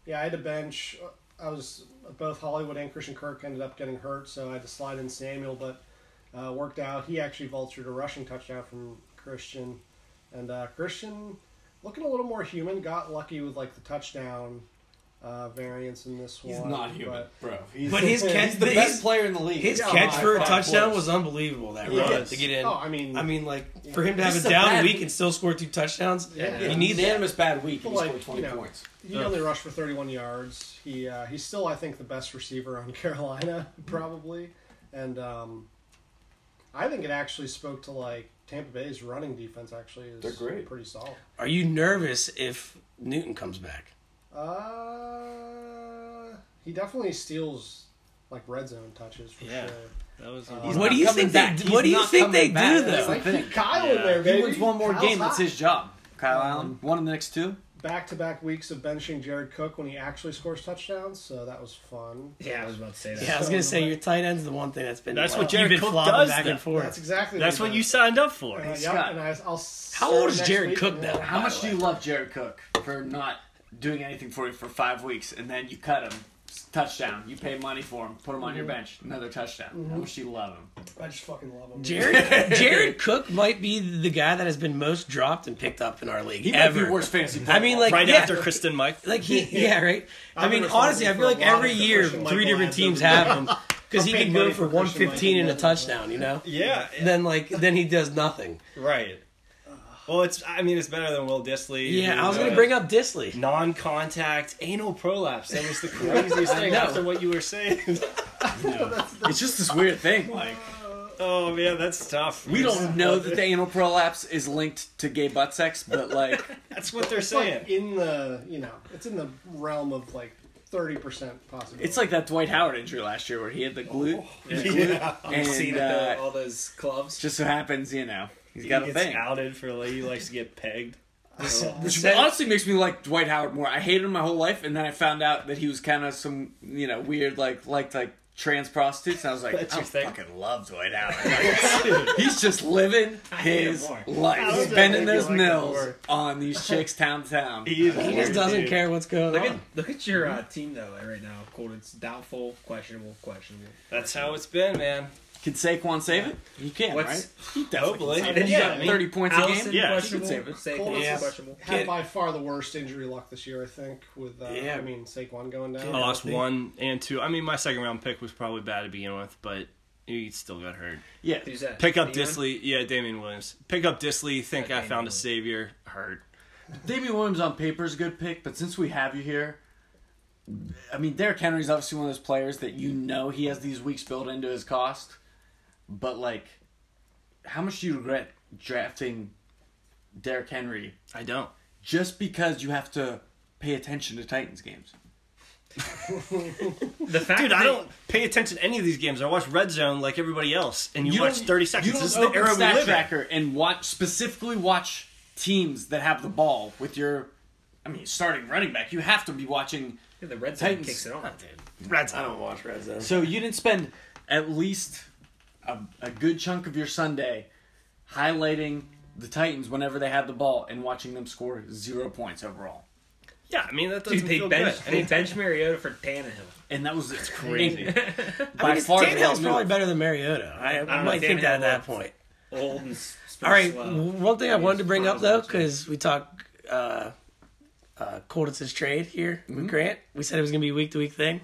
[SPEAKER 3] yeah, I had to bench. uh, I was both Hollywood and Christian Kirk ended up getting hurt, so I had to slide in Samuel, but uh, worked out. He actually vultured a rushing touchdown from Christian, and uh, Christian looking a little more human. Got lucky with like the touchdown uh, variance in this
[SPEAKER 1] He's
[SPEAKER 3] one.
[SPEAKER 1] not human,
[SPEAKER 3] but-
[SPEAKER 1] bro.
[SPEAKER 4] But his catch,
[SPEAKER 1] He's the best
[SPEAKER 4] his,
[SPEAKER 1] player in the league.
[SPEAKER 4] his
[SPEAKER 1] Yeah,
[SPEAKER 4] catch
[SPEAKER 1] by
[SPEAKER 4] for a
[SPEAKER 1] five
[SPEAKER 4] touchdown
[SPEAKER 1] points.
[SPEAKER 4] was unbelievable. That
[SPEAKER 3] Yeah.
[SPEAKER 4] run to get in.
[SPEAKER 3] Oh, I mean,
[SPEAKER 4] I mean, like for him to have
[SPEAKER 1] This is
[SPEAKER 4] a
[SPEAKER 1] a
[SPEAKER 4] down
[SPEAKER 1] bad-
[SPEAKER 4] week and still score two touchdowns,
[SPEAKER 3] Yeah.
[SPEAKER 4] you
[SPEAKER 1] Yeah.
[SPEAKER 4] need that.
[SPEAKER 1] unanimous bad week. and He
[SPEAKER 3] Like,
[SPEAKER 1] scored 20
[SPEAKER 3] you know,
[SPEAKER 1] points.
[SPEAKER 3] He only rushed for 31 yards. He uh, he's still, I think, the best receiver on Carolina,
[SPEAKER 6] Mm-hmm.
[SPEAKER 3] probably. And um, I think it actually spoke to like Tampa Bay's running defense. Actually, is
[SPEAKER 6] They're great.
[SPEAKER 3] pretty solid.
[SPEAKER 4] Are you nervous if Newton comes back?
[SPEAKER 3] Uh, he definitely steals like red zone touches for
[SPEAKER 2] Yeah.
[SPEAKER 3] sure.
[SPEAKER 2] That was.
[SPEAKER 3] He's
[SPEAKER 4] what
[SPEAKER 1] not
[SPEAKER 4] do you
[SPEAKER 1] coming
[SPEAKER 4] think they?
[SPEAKER 1] back. He's
[SPEAKER 4] What do you
[SPEAKER 1] not
[SPEAKER 4] think
[SPEAKER 1] coming
[SPEAKER 4] they
[SPEAKER 1] back.
[SPEAKER 4] do
[SPEAKER 1] That's
[SPEAKER 4] though?
[SPEAKER 1] like-
[SPEAKER 3] Like, keep Kyle in
[SPEAKER 2] Yeah.
[SPEAKER 3] there,
[SPEAKER 2] He
[SPEAKER 3] baby.
[SPEAKER 1] He wins one more
[SPEAKER 3] Kyle's
[SPEAKER 1] game.
[SPEAKER 3] hot.
[SPEAKER 1] That's his job. Kyle Allen won him the next two.
[SPEAKER 3] Back-to-back weeks of benching Jared Cook when he actually scores touhdowns, so that was fun.
[SPEAKER 5] Yeah, I was about to say that.
[SPEAKER 4] yeah, I was gonna say your tight end's the one thing that's been.
[SPEAKER 2] That's
[SPEAKER 4] like,
[SPEAKER 2] what Jared
[SPEAKER 4] been
[SPEAKER 2] Cook
[SPEAKER 4] flopping
[SPEAKER 2] does,
[SPEAKER 4] back and
[SPEAKER 2] though.
[SPEAKER 4] forth.
[SPEAKER 3] That's exactly.
[SPEAKER 2] That's
[SPEAKER 3] what
[SPEAKER 2] what
[SPEAKER 3] he
[SPEAKER 2] you
[SPEAKER 3] does.
[SPEAKER 2] signed up for.
[SPEAKER 3] And I- yep,
[SPEAKER 1] Scott.
[SPEAKER 3] and I, will
[SPEAKER 4] How old is Jared Cook now?
[SPEAKER 1] How
[SPEAKER 4] by
[SPEAKER 1] much
[SPEAKER 4] the
[SPEAKER 1] do
[SPEAKER 4] way?
[SPEAKER 1] you love Jared Cook for not doing anything for you for five weeks and then you cut him touchdown. You pay money for him. Put him on your bench. Another touchdown. How much do you love him?
[SPEAKER 3] I just fucking love him.
[SPEAKER 4] Jared Jared Cook might be the guy that has been most dropped and picked up in our league
[SPEAKER 1] He
[SPEAKER 4] ever.
[SPEAKER 1] might be worst fantasy player.
[SPEAKER 4] I mean, like
[SPEAKER 2] right
[SPEAKER 4] yeah,
[SPEAKER 2] after Kristen Mike.
[SPEAKER 4] like he yeah right. I
[SPEAKER 3] I've been
[SPEAKER 4] mean, honestly, I feel
[SPEAKER 3] responsible
[SPEAKER 4] like
[SPEAKER 3] for a lot
[SPEAKER 4] every
[SPEAKER 3] of the
[SPEAKER 4] year
[SPEAKER 3] Christian
[SPEAKER 4] three
[SPEAKER 3] Michael
[SPEAKER 4] different
[SPEAKER 3] ads
[SPEAKER 4] teams
[SPEAKER 3] over the-
[SPEAKER 4] have him because he
[SPEAKER 3] I'll pay
[SPEAKER 4] can go
[SPEAKER 3] money
[SPEAKER 4] for
[SPEAKER 3] for
[SPEAKER 4] one
[SPEAKER 3] Christian
[SPEAKER 4] fifteen and a
[SPEAKER 3] Michael Madsen.
[SPEAKER 4] touchdown. You know,
[SPEAKER 2] Yeah,
[SPEAKER 4] then like then he does nothing.
[SPEAKER 2] right. Well, it's I mean it's better than Will Disley.
[SPEAKER 4] Yeah, I was gonna
[SPEAKER 2] Uh,
[SPEAKER 4] bring up Disley.
[SPEAKER 2] non-contact anal prolapse. That was the craziest thing
[SPEAKER 4] know.
[SPEAKER 2] after what you were saying.
[SPEAKER 1] it's just this weird thing. Like
[SPEAKER 2] Oh man, that's tough.
[SPEAKER 1] we don't know that the anal prolapse is linked to gay butt sex, but like
[SPEAKER 2] That's what they're
[SPEAKER 3] It's like
[SPEAKER 2] saying.
[SPEAKER 3] in the you know, it's in the realm of like thirty percent possibility.
[SPEAKER 1] it's like that Dwight Howard injury last year where he had the glute,
[SPEAKER 2] Yeah.
[SPEAKER 1] and
[SPEAKER 5] seen
[SPEAKER 1] uh,
[SPEAKER 5] all those clubs.
[SPEAKER 1] just so happens, you know, he's
[SPEAKER 2] He
[SPEAKER 1] got a
[SPEAKER 2] gets
[SPEAKER 1] thing.
[SPEAKER 2] outed for like he likes to get pegged. Oh.
[SPEAKER 1] Which honestly makes me like Dwight Howard more. I hated him my whole life, and then I found out that he was kind of some, you know, weird like liked like trans prostitutes, and I was like,
[SPEAKER 2] That's
[SPEAKER 1] I
[SPEAKER 2] your thing.
[SPEAKER 1] fucking love Dwight Howard. Like, he's just living
[SPEAKER 5] hate him
[SPEAKER 1] his
[SPEAKER 5] more.
[SPEAKER 1] life,
[SPEAKER 3] How
[SPEAKER 1] he's
[SPEAKER 3] does that
[SPEAKER 1] bending
[SPEAKER 3] make you
[SPEAKER 1] those
[SPEAKER 3] like him
[SPEAKER 1] mills
[SPEAKER 3] more?
[SPEAKER 1] on these chicks town to town.
[SPEAKER 2] He,
[SPEAKER 4] He just doesn't care what's going
[SPEAKER 5] Look at
[SPEAKER 4] on.
[SPEAKER 5] look at your
[SPEAKER 2] Mm-hmm.
[SPEAKER 5] uh, team though right now. Cold. It's doubtful, questionable, questionable.
[SPEAKER 2] That's how it's been, man.
[SPEAKER 1] Can Saquon save it? He can,
[SPEAKER 5] What's-
[SPEAKER 1] right? He
[SPEAKER 2] Hopefully.
[SPEAKER 1] definitely can save it.
[SPEAKER 2] Yeah,
[SPEAKER 1] He
[SPEAKER 2] I
[SPEAKER 1] got
[SPEAKER 2] mean,
[SPEAKER 1] thirty points a game.
[SPEAKER 5] Allison,
[SPEAKER 2] Yeah,
[SPEAKER 1] he could
[SPEAKER 5] questionable.
[SPEAKER 1] save it.
[SPEAKER 5] Saquon,
[SPEAKER 3] Yeah.
[SPEAKER 5] questionable.
[SPEAKER 3] had
[SPEAKER 4] Kid-
[SPEAKER 3] by far the worst injury luck this year, I think. With uh,
[SPEAKER 4] Yeah.
[SPEAKER 3] I mean Saquon going down.
[SPEAKER 2] I lost one and two. I mean, my second round pick was probably bad to begin with, but he still got hurt.
[SPEAKER 1] Yeah,
[SPEAKER 5] Who's that?
[SPEAKER 2] Pick up
[SPEAKER 5] Dion?
[SPEAKER 2] Disley. Yeah, Damian Williams. Pick up Disley. Think I
[SPEAKER 5] Yeah, Damian
[SPEAKER 2] found a
[SPEAKER 5] Williams.
[SPEAKER 2] savior. Hurt.
[SPEAKER 1] Damian Williams on paper is a good pick, but since we have you here, I mean, Derrick Henry's obviously one of those players that you know he has these weeks built into his cost. But, like, how much do you regret drafting Derrick Henry
[SPEAKER 2] I don't.
[SPEAKER 1] just because you have to pay attention to Titans games?
[SPEAKER 5] The fact
[SPEAKER 2] Dude,
[SPEAKER 5] that
[SPEAKER 2] I don't pay attention to any of these games. I watch Red Zone like everybody else, and you, watch
[SPEAKER 1] don't-
[SPEAKER 2] thirty seconds.
[SPEAKER 1] You don't
[SPEAKER 2] This is the
[SPEAKER 1] open
[SPEAKER 2] era we
[SPEAKER 1] Stat
[SPEAKER 2] live in.
[SPEAKER 1] Tracker and watch specifically watch teams that have the ball with your. I mean, starting running back, you have to be watching
[SPEAKER 5] Yeah, the red zone
[SPEAKER 1] Titans.
[SPEAKER 5] kicks it on, dude.
[SPEAKER 2] Red Zone.
[SPEAKER 4] I don't watch Red Zone.
[SPEAKER 1] So you didn't spend at least a, a good chunk of your Sunday highlighting the Titans whenever they had the ball and watching them score zero points overall.
[SPEAKER 2] Yeah, I mean that doesn't
[SPEAKER 5] Dude, they
[SPEAKER 2] feel
[SPEAKER 5] bench,
[SPEAKER 2] good.
[SPEAKER 5] they bench Mariota for Tannehill.
[SPEAKER 1] And that was
[SPEAKER 2] crazy.
[SPEAKER 1] by
[SPEAKER 4] I mean,
[SPEAKER 1] far. the
[SPEAKER 4] Tannehill's
[SPEAKER 1] wrong
[SPEAKER 4] probably
[SPEAKER 1] move.
[SPEAKER 4] better than Mariota. I, I
[SPEAKER 5] know,
[SPEAKER 4] might think that at
[SPEAKER 5] Tannehill
[SPEAKER 4] that
[SPEAKER 5] looks-
[SPEAKER 4] point.
[SPEAKER 5] Old and s-
[SPEAKER 4] All right. w-
[SPEAKER 5] slow.
[SPEAKER 4] One thing I wanted to bring up though,
[SPEAKER 5] Frozen, too.
[SPEAKER 4] because we talked uh, uh, Colditz's trade here with Grant. We said it was going to be a week to week thing.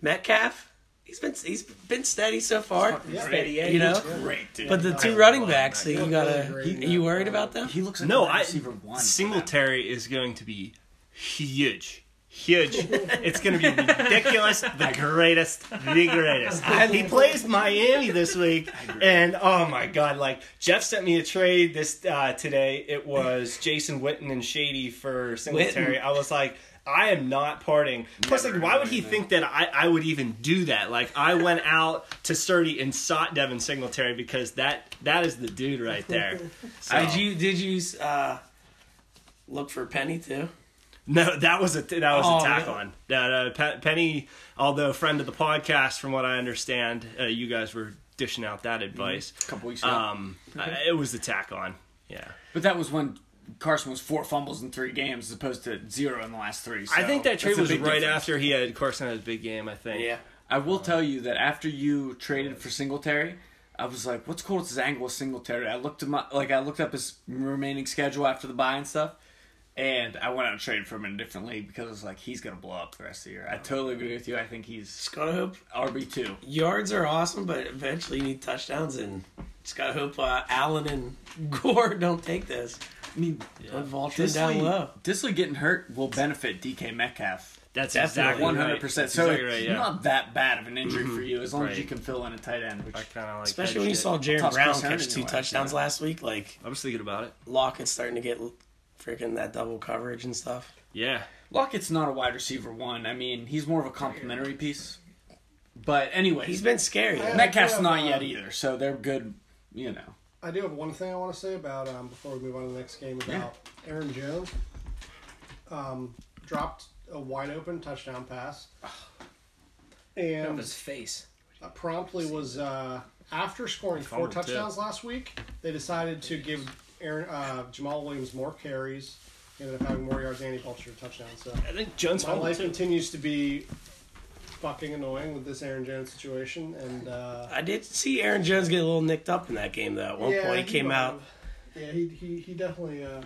[SPEAKER 4] Metcalf, he's been he's been steady so far.
[SPEAKER 5] Steady Eddie.
[SPEAKER 4] You know,
[SPEAKER 1] Great dude.
[SPEAKER 4] but the two
[SPEAKER 3] I
[SPEAKER 4] running
[SPEAKER 3] love
[SPEAKER 4] backs that you
[SPEAKER 3] Metcalf. He
[SPEAKER 4] gotta.
[SPEAKER 3] looked really great
[SPEAKER 4] Are
[SPEAKER 3] in
[SPEAKER 4] you
[SPEAKER 3] that
[SPEAKER 4] worried
[SPEAKER 3] run.
[SPEAKER 4] about them?
[SPEAKER 1] he looks like
[SPEAKER 2] No,
[SPEAKER 1] a wide
[SPEAKER 2] I
[SPEAKER 1] receiver one.
[SPEAKER 2] Singletary is going to be huge. Huge. It's going to be ridiculous. The greatest. The greatest. He plays Miami this week. And oh my God, like Jeff sent me a trade this uh, today. It was Jason Witten and Shady for Singletary. I was like, I am not parting. Plus, like, why would he think that I, I would even do that? Like, I went out to Sturdy and sought Devin Singletary because that that is the dude right there.
[SPEAKER 4] Did you did you uh, look for Penny too?
[SPEAKER 2] No, that was a that was
[SPEAKER 4] Oh,
[SPEAKER 2] a tack
[SPEAKER 4] really?
[SPEAKER 2] on that uh, Pe- Penny. Although friend of the podcast, from what I understand, uh, you guys were dishing out that advice.
[SPEAKER 4] Mm-hmm.
[SPEAKER 1] a couple weeks ago.
[SPEAKER 2] Um, I- it was the tack on. Yeah,
[SPEAKER 1] but that was when Carson was four fumbles in three games as opposed to zero in the last three. So
[SPEAKER 2] I think that trade
[SPEAKER 1] that's a
[SPEAKER 2] was right
[SPEAKER 1] big difference.
[SPEAKER 2] after he had Carson had his big game. I think.
[SPEAKER 1] I will tell you that after you traded for Singletary, I was like, "What's Colts' angle with Singletary?" I looked at my like I looked up his remaining schedule after the buy and stuff, and I went out and traded for him in a different league because I was like, "He's gonna blow up the rest of the year." I totally agree with you. I think he's
[SPEAKER 4] Just gotta hope
[SPEAKER 1] RB two.
[SPEAKER 4] yards are awesome, but eventually you need touchdowns, and just gotta hope uh, Allen and Gore don't take this.
[SPEAKER 1] I mean,
[SPEAKER 4] Don't vulture down
[SPEAKER 1] Disley,
[SPEAKER 4] low.
[SPEAKER 1] Disley getting hurt will benefit DK Metcalf
[SPEAKER 2] that's
[SPEAKER 4] Definitely.
[SPEAKER 2] exactly
[SPEAKER 1] one
[SPEAKER 2] one
[SPEAKER 1] hundred percent. So
[SPEAKER 2] exactly right,
[SPEAKER 1] it's
[SPEAKER 2] yeah.
[SPEAKER 1] not that bad of an injury for you as long as you
[SPEAKER 2] Right.
[SPEAKER 1] can fill in a tight end. Which
[SPEAKER 2] I kind of like,
[SPEAKER 4] Especially
[SPEAKER 2] that
[SPEAKER 4] when you
[SPEAKER 2] shit.
[SPEAKER 4] saw Jaron
[SPEAKER 1] Toss
[SPEAKER 4] Brown
[SPEAKER 1] Chris Herndon
[SPEAKER 4] catch two
[SPEAKER 1] away,
[SPEAKER 4] touchdowns
[SPEAKER 1] yeah.
[SPEAKER 4] last week. Like
[SPEAKER 2] I was thinking about it.
[SPEAKER 4] Lockett's starting to get freaking that double coverage and stuff.
[SPEAKER 2] Yeah,
[SPEAKER 1] Lockett's not a wide receiver one. I mean, he's more of a complimentary piece. But anyway,
[SPEAKER 4] He's been scary.
[SPEAKER 3] I-
[SPEAKER 1] Metcalf's
[SPEAKER 3] Yeah,
[SPEAKER 1] not
[SPEAKER 3] um,
[SPEAKER 1] yet either, so they're good. You know,
[SPEAKER 3] I do have one thing I want to say about um, before we move on to the next game about Aaron Jones. Um, dropped a wide open touchdown pass,
[SPEAKER 5] Off
[SPEAKER 3] and
[SPEAKER 5] his face.
[SPEAKER 3] uh, promptly was uh, after scoring four
[SPEAKER 2] fumbled, too.
[SPEAKER 3] touchdowns last week. They decided to give Aaron uh, Jamal Williams more carries. He ended up having more yards and he cultured a touchdown. So
[SPEAKER 2] I think Jones
[SPEAKER 3] my
[SPEAKER 2] fumbled
[SPEAKER 3] life
[SPEAKER 2] too.
[SPEAKER 3] continues to be fucking annoying with this Aaron Jones situation. And uh,
[SPEAKER 4] I did see Aaron Jones get a little nicked up in that game, though. At one point, he came
[SPEAKER 3] might
[SPEAKER 4] out.
[SPEAKER 3] have. Yeah, he he he definitely uh,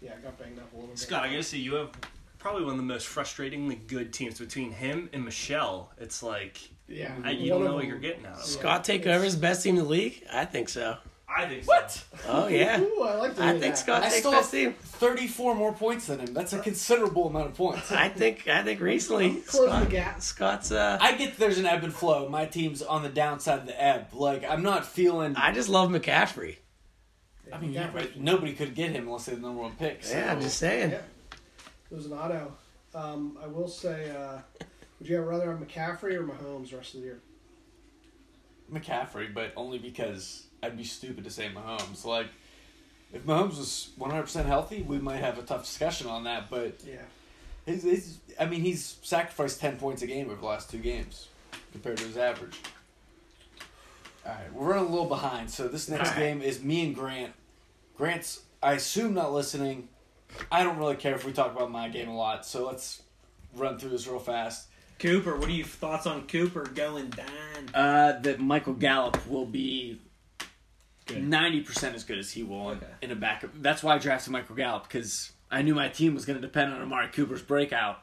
[SPEAKER 3] yeah got banged up a little bit.
[SPEAKER 2] Scott, I gotta say, you have probably one of the most frustratingly good teams between him and Michelle. It's like
[SPEAKER 3] yeah,
[SPEAKER 4] Mm-hmm.
[SPEAKER 2] I, you
[SPEAKER 3] one
[SPEAKER 2] don't
[SPEAKER 3] of
[SPEAKER 2] know what
[SPEAKER 3] them-
[SPEAKER 2] you're getting out of. it.
[SPEAKER 4] Scott take over his best team in the league. I think so.
[SPEAKER 2] I think what?
[SPEAKER 4] Oh yeah,
[SPEAKER 3] Ooh, I like the way
[SPEAKER 4] I think
[SPEAKER 3] that-
[SPEAKER 4] Scott
[SPEAKER 6] I
[SPEAKER 4] takes
[SPEAKER 6] still
[SPEAKER 4] best
[SPEAKER 6] have
[SPEAKER 4] team.
[SPEAKER 6] 34 more points than him. That's a considerable amount of points.
[SPEAKER 4] I think I think recently
[SPEAKER 3] Close the
[SPEAKER 4] Scott,
[SPEAKER 3] gap.
[SPEAKER 4] Scott's. Uh,
[SPEAKER 6] I get there's an ebb and flow. My team's on the downside of the ebb. Like I'm not feeling. I,
[SPEAKER 4] I just love McCaffrey.
[SPEAKER 6] mean, yeah, but nobody could get him unless they had the number one pick. So.
[SPEAKER 4] Yeah, I'm just saying.
[SPEAKER 3] Yeah. It was an auto. Um, I will say, uh, would you rather have McCaffrey or Mahomes rest of the year?
[SPEAKER 6] McCaffrey, but only because I'd be stupid to say Mahomes. Like, if Mahomes was 100% healthy, we might have a tough discussion on that. But
[SPEAKER 3] Yeah.
[SPEAKER 6] he's, he's, I mean, he's sacrificed 10 points a game over the last two games compared to his average. All right, we're running a little behind. So this next game is me and Grant. Grant's, I assume, not listening. I don't really care if we talk about my game a lot. So let's run through this real fast.
[SPEAKER 5] Cooper, what are your thoughts on Cooper going down?
[SPEAKER 1] Uh, that Michael Gallup will be ninety percent as good as he will in-
[SPEAKER 5] Okay.
[SPEAKER 1] in a backup. That's why I drafted Michael Gallup because I knew my team was going to depend on Amari Cooper's breakout,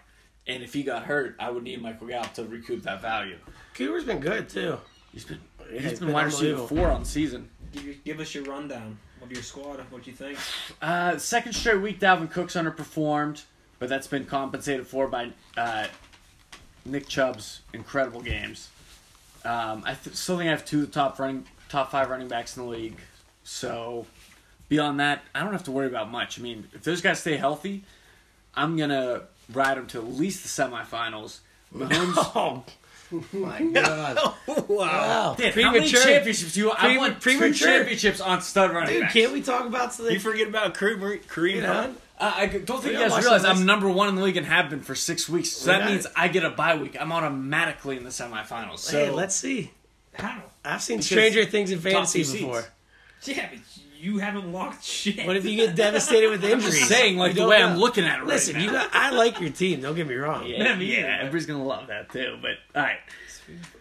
[SPEAKER 1] and if he got hurt, I would need Michael Gallup to recoup that value.
[SPEAKER 4] Cooper's been good too.
[SPEAKER 1] He's been
[SPEAKER 4] Yeah,
[SPEAKER 1] he's been, wide receiver
[SPEAKER 4] unbelievable.
[SPEAKER 1] four on the season.
[SPEAKER 5] Give, your- give us your rundown of your squad, what you think.
[SPEAKER 1] Uh, second straight week, Dalvin Cook's underperformed, but that's been compensated for by uh, Nick Chubb's incredible games. Um, I th- still think I have two top running, top five running backs in the league. So beyond that, I don't have to worry about much. I mean, if those guys stay healthy, I'm gonna ride them to at least the semifinals. Mahomes,
[SPEAKER 4] Oh my god! wow,
[SPEAKER 1] Dude, how many championships do you? I
[SPEAKER 4] Pre-
[SPEAKER 1] won two
[SPEAKER 4] premature.
[SPEAKER 1] championships on stud running
[SPEAKER 4] Dude,
[SPEAKER 1] backs.
[SPEAKER 4] can't we talk about something?
[SPEAKER 2] You forget about Kareem Kareem
[SPEAKER 4] you
[SPEAKER 2] Hunt?
[SPEAKER 4] know?
[SPEAKER 1] I, I don't think you
[SPEAKER 4] Yeah,
[SPEAKER 1] guys
[SPEAKER 4] my
[SPEAKER 1] realize
[SPEAKER 4] son is-
[SPEAKER 1] I'm number one in the league and have been for six weeks. So
[SPEAKER 4] We
[SPEAKER 1] that
[SPEAKER 4] got
[SPEAKER 1] means
[SPEAKER 4] it.
[SPEAKER 1] I get a bye week. I'm automatically in the semifinals. So
[SPEAKER 4] hey, let's see.
[SPEAKER 5] How?
[SPEAKER 4] I've seen stranger things in fantasy
[SPEAKER 1] top two
[SPEAKER 4] before.
[SPEAKER 1] seeds.
[SPEAKER 5] Yeah, but you haven't locked shit.
[SPEAKER 4] What if you get devastated with
[SPEAKER 1] I'm
[SPEAKER 4] injuries?
[SPEAKER 1] just saying, like
[SPEAKER 4] You
[SPEAKER 1] the
[SPEAKER 4] don't
[SPEAKER 1] way
[SPEAKER 4] know.
[SPEAKER 1] I'm looking at it.
[SPEAKER 4] Listen,
[SPEAKER 1] right
[SPEAKER 4] you
[SPEAKER 1] now.
[SPEAKER 4] got, I like your team. Don't get me wrong.
[SPEAKER 1] Yeah,
[SPEAKER 5] me either.
[SPEAKER 1] yeah, everybody's gonna love that too. But all right,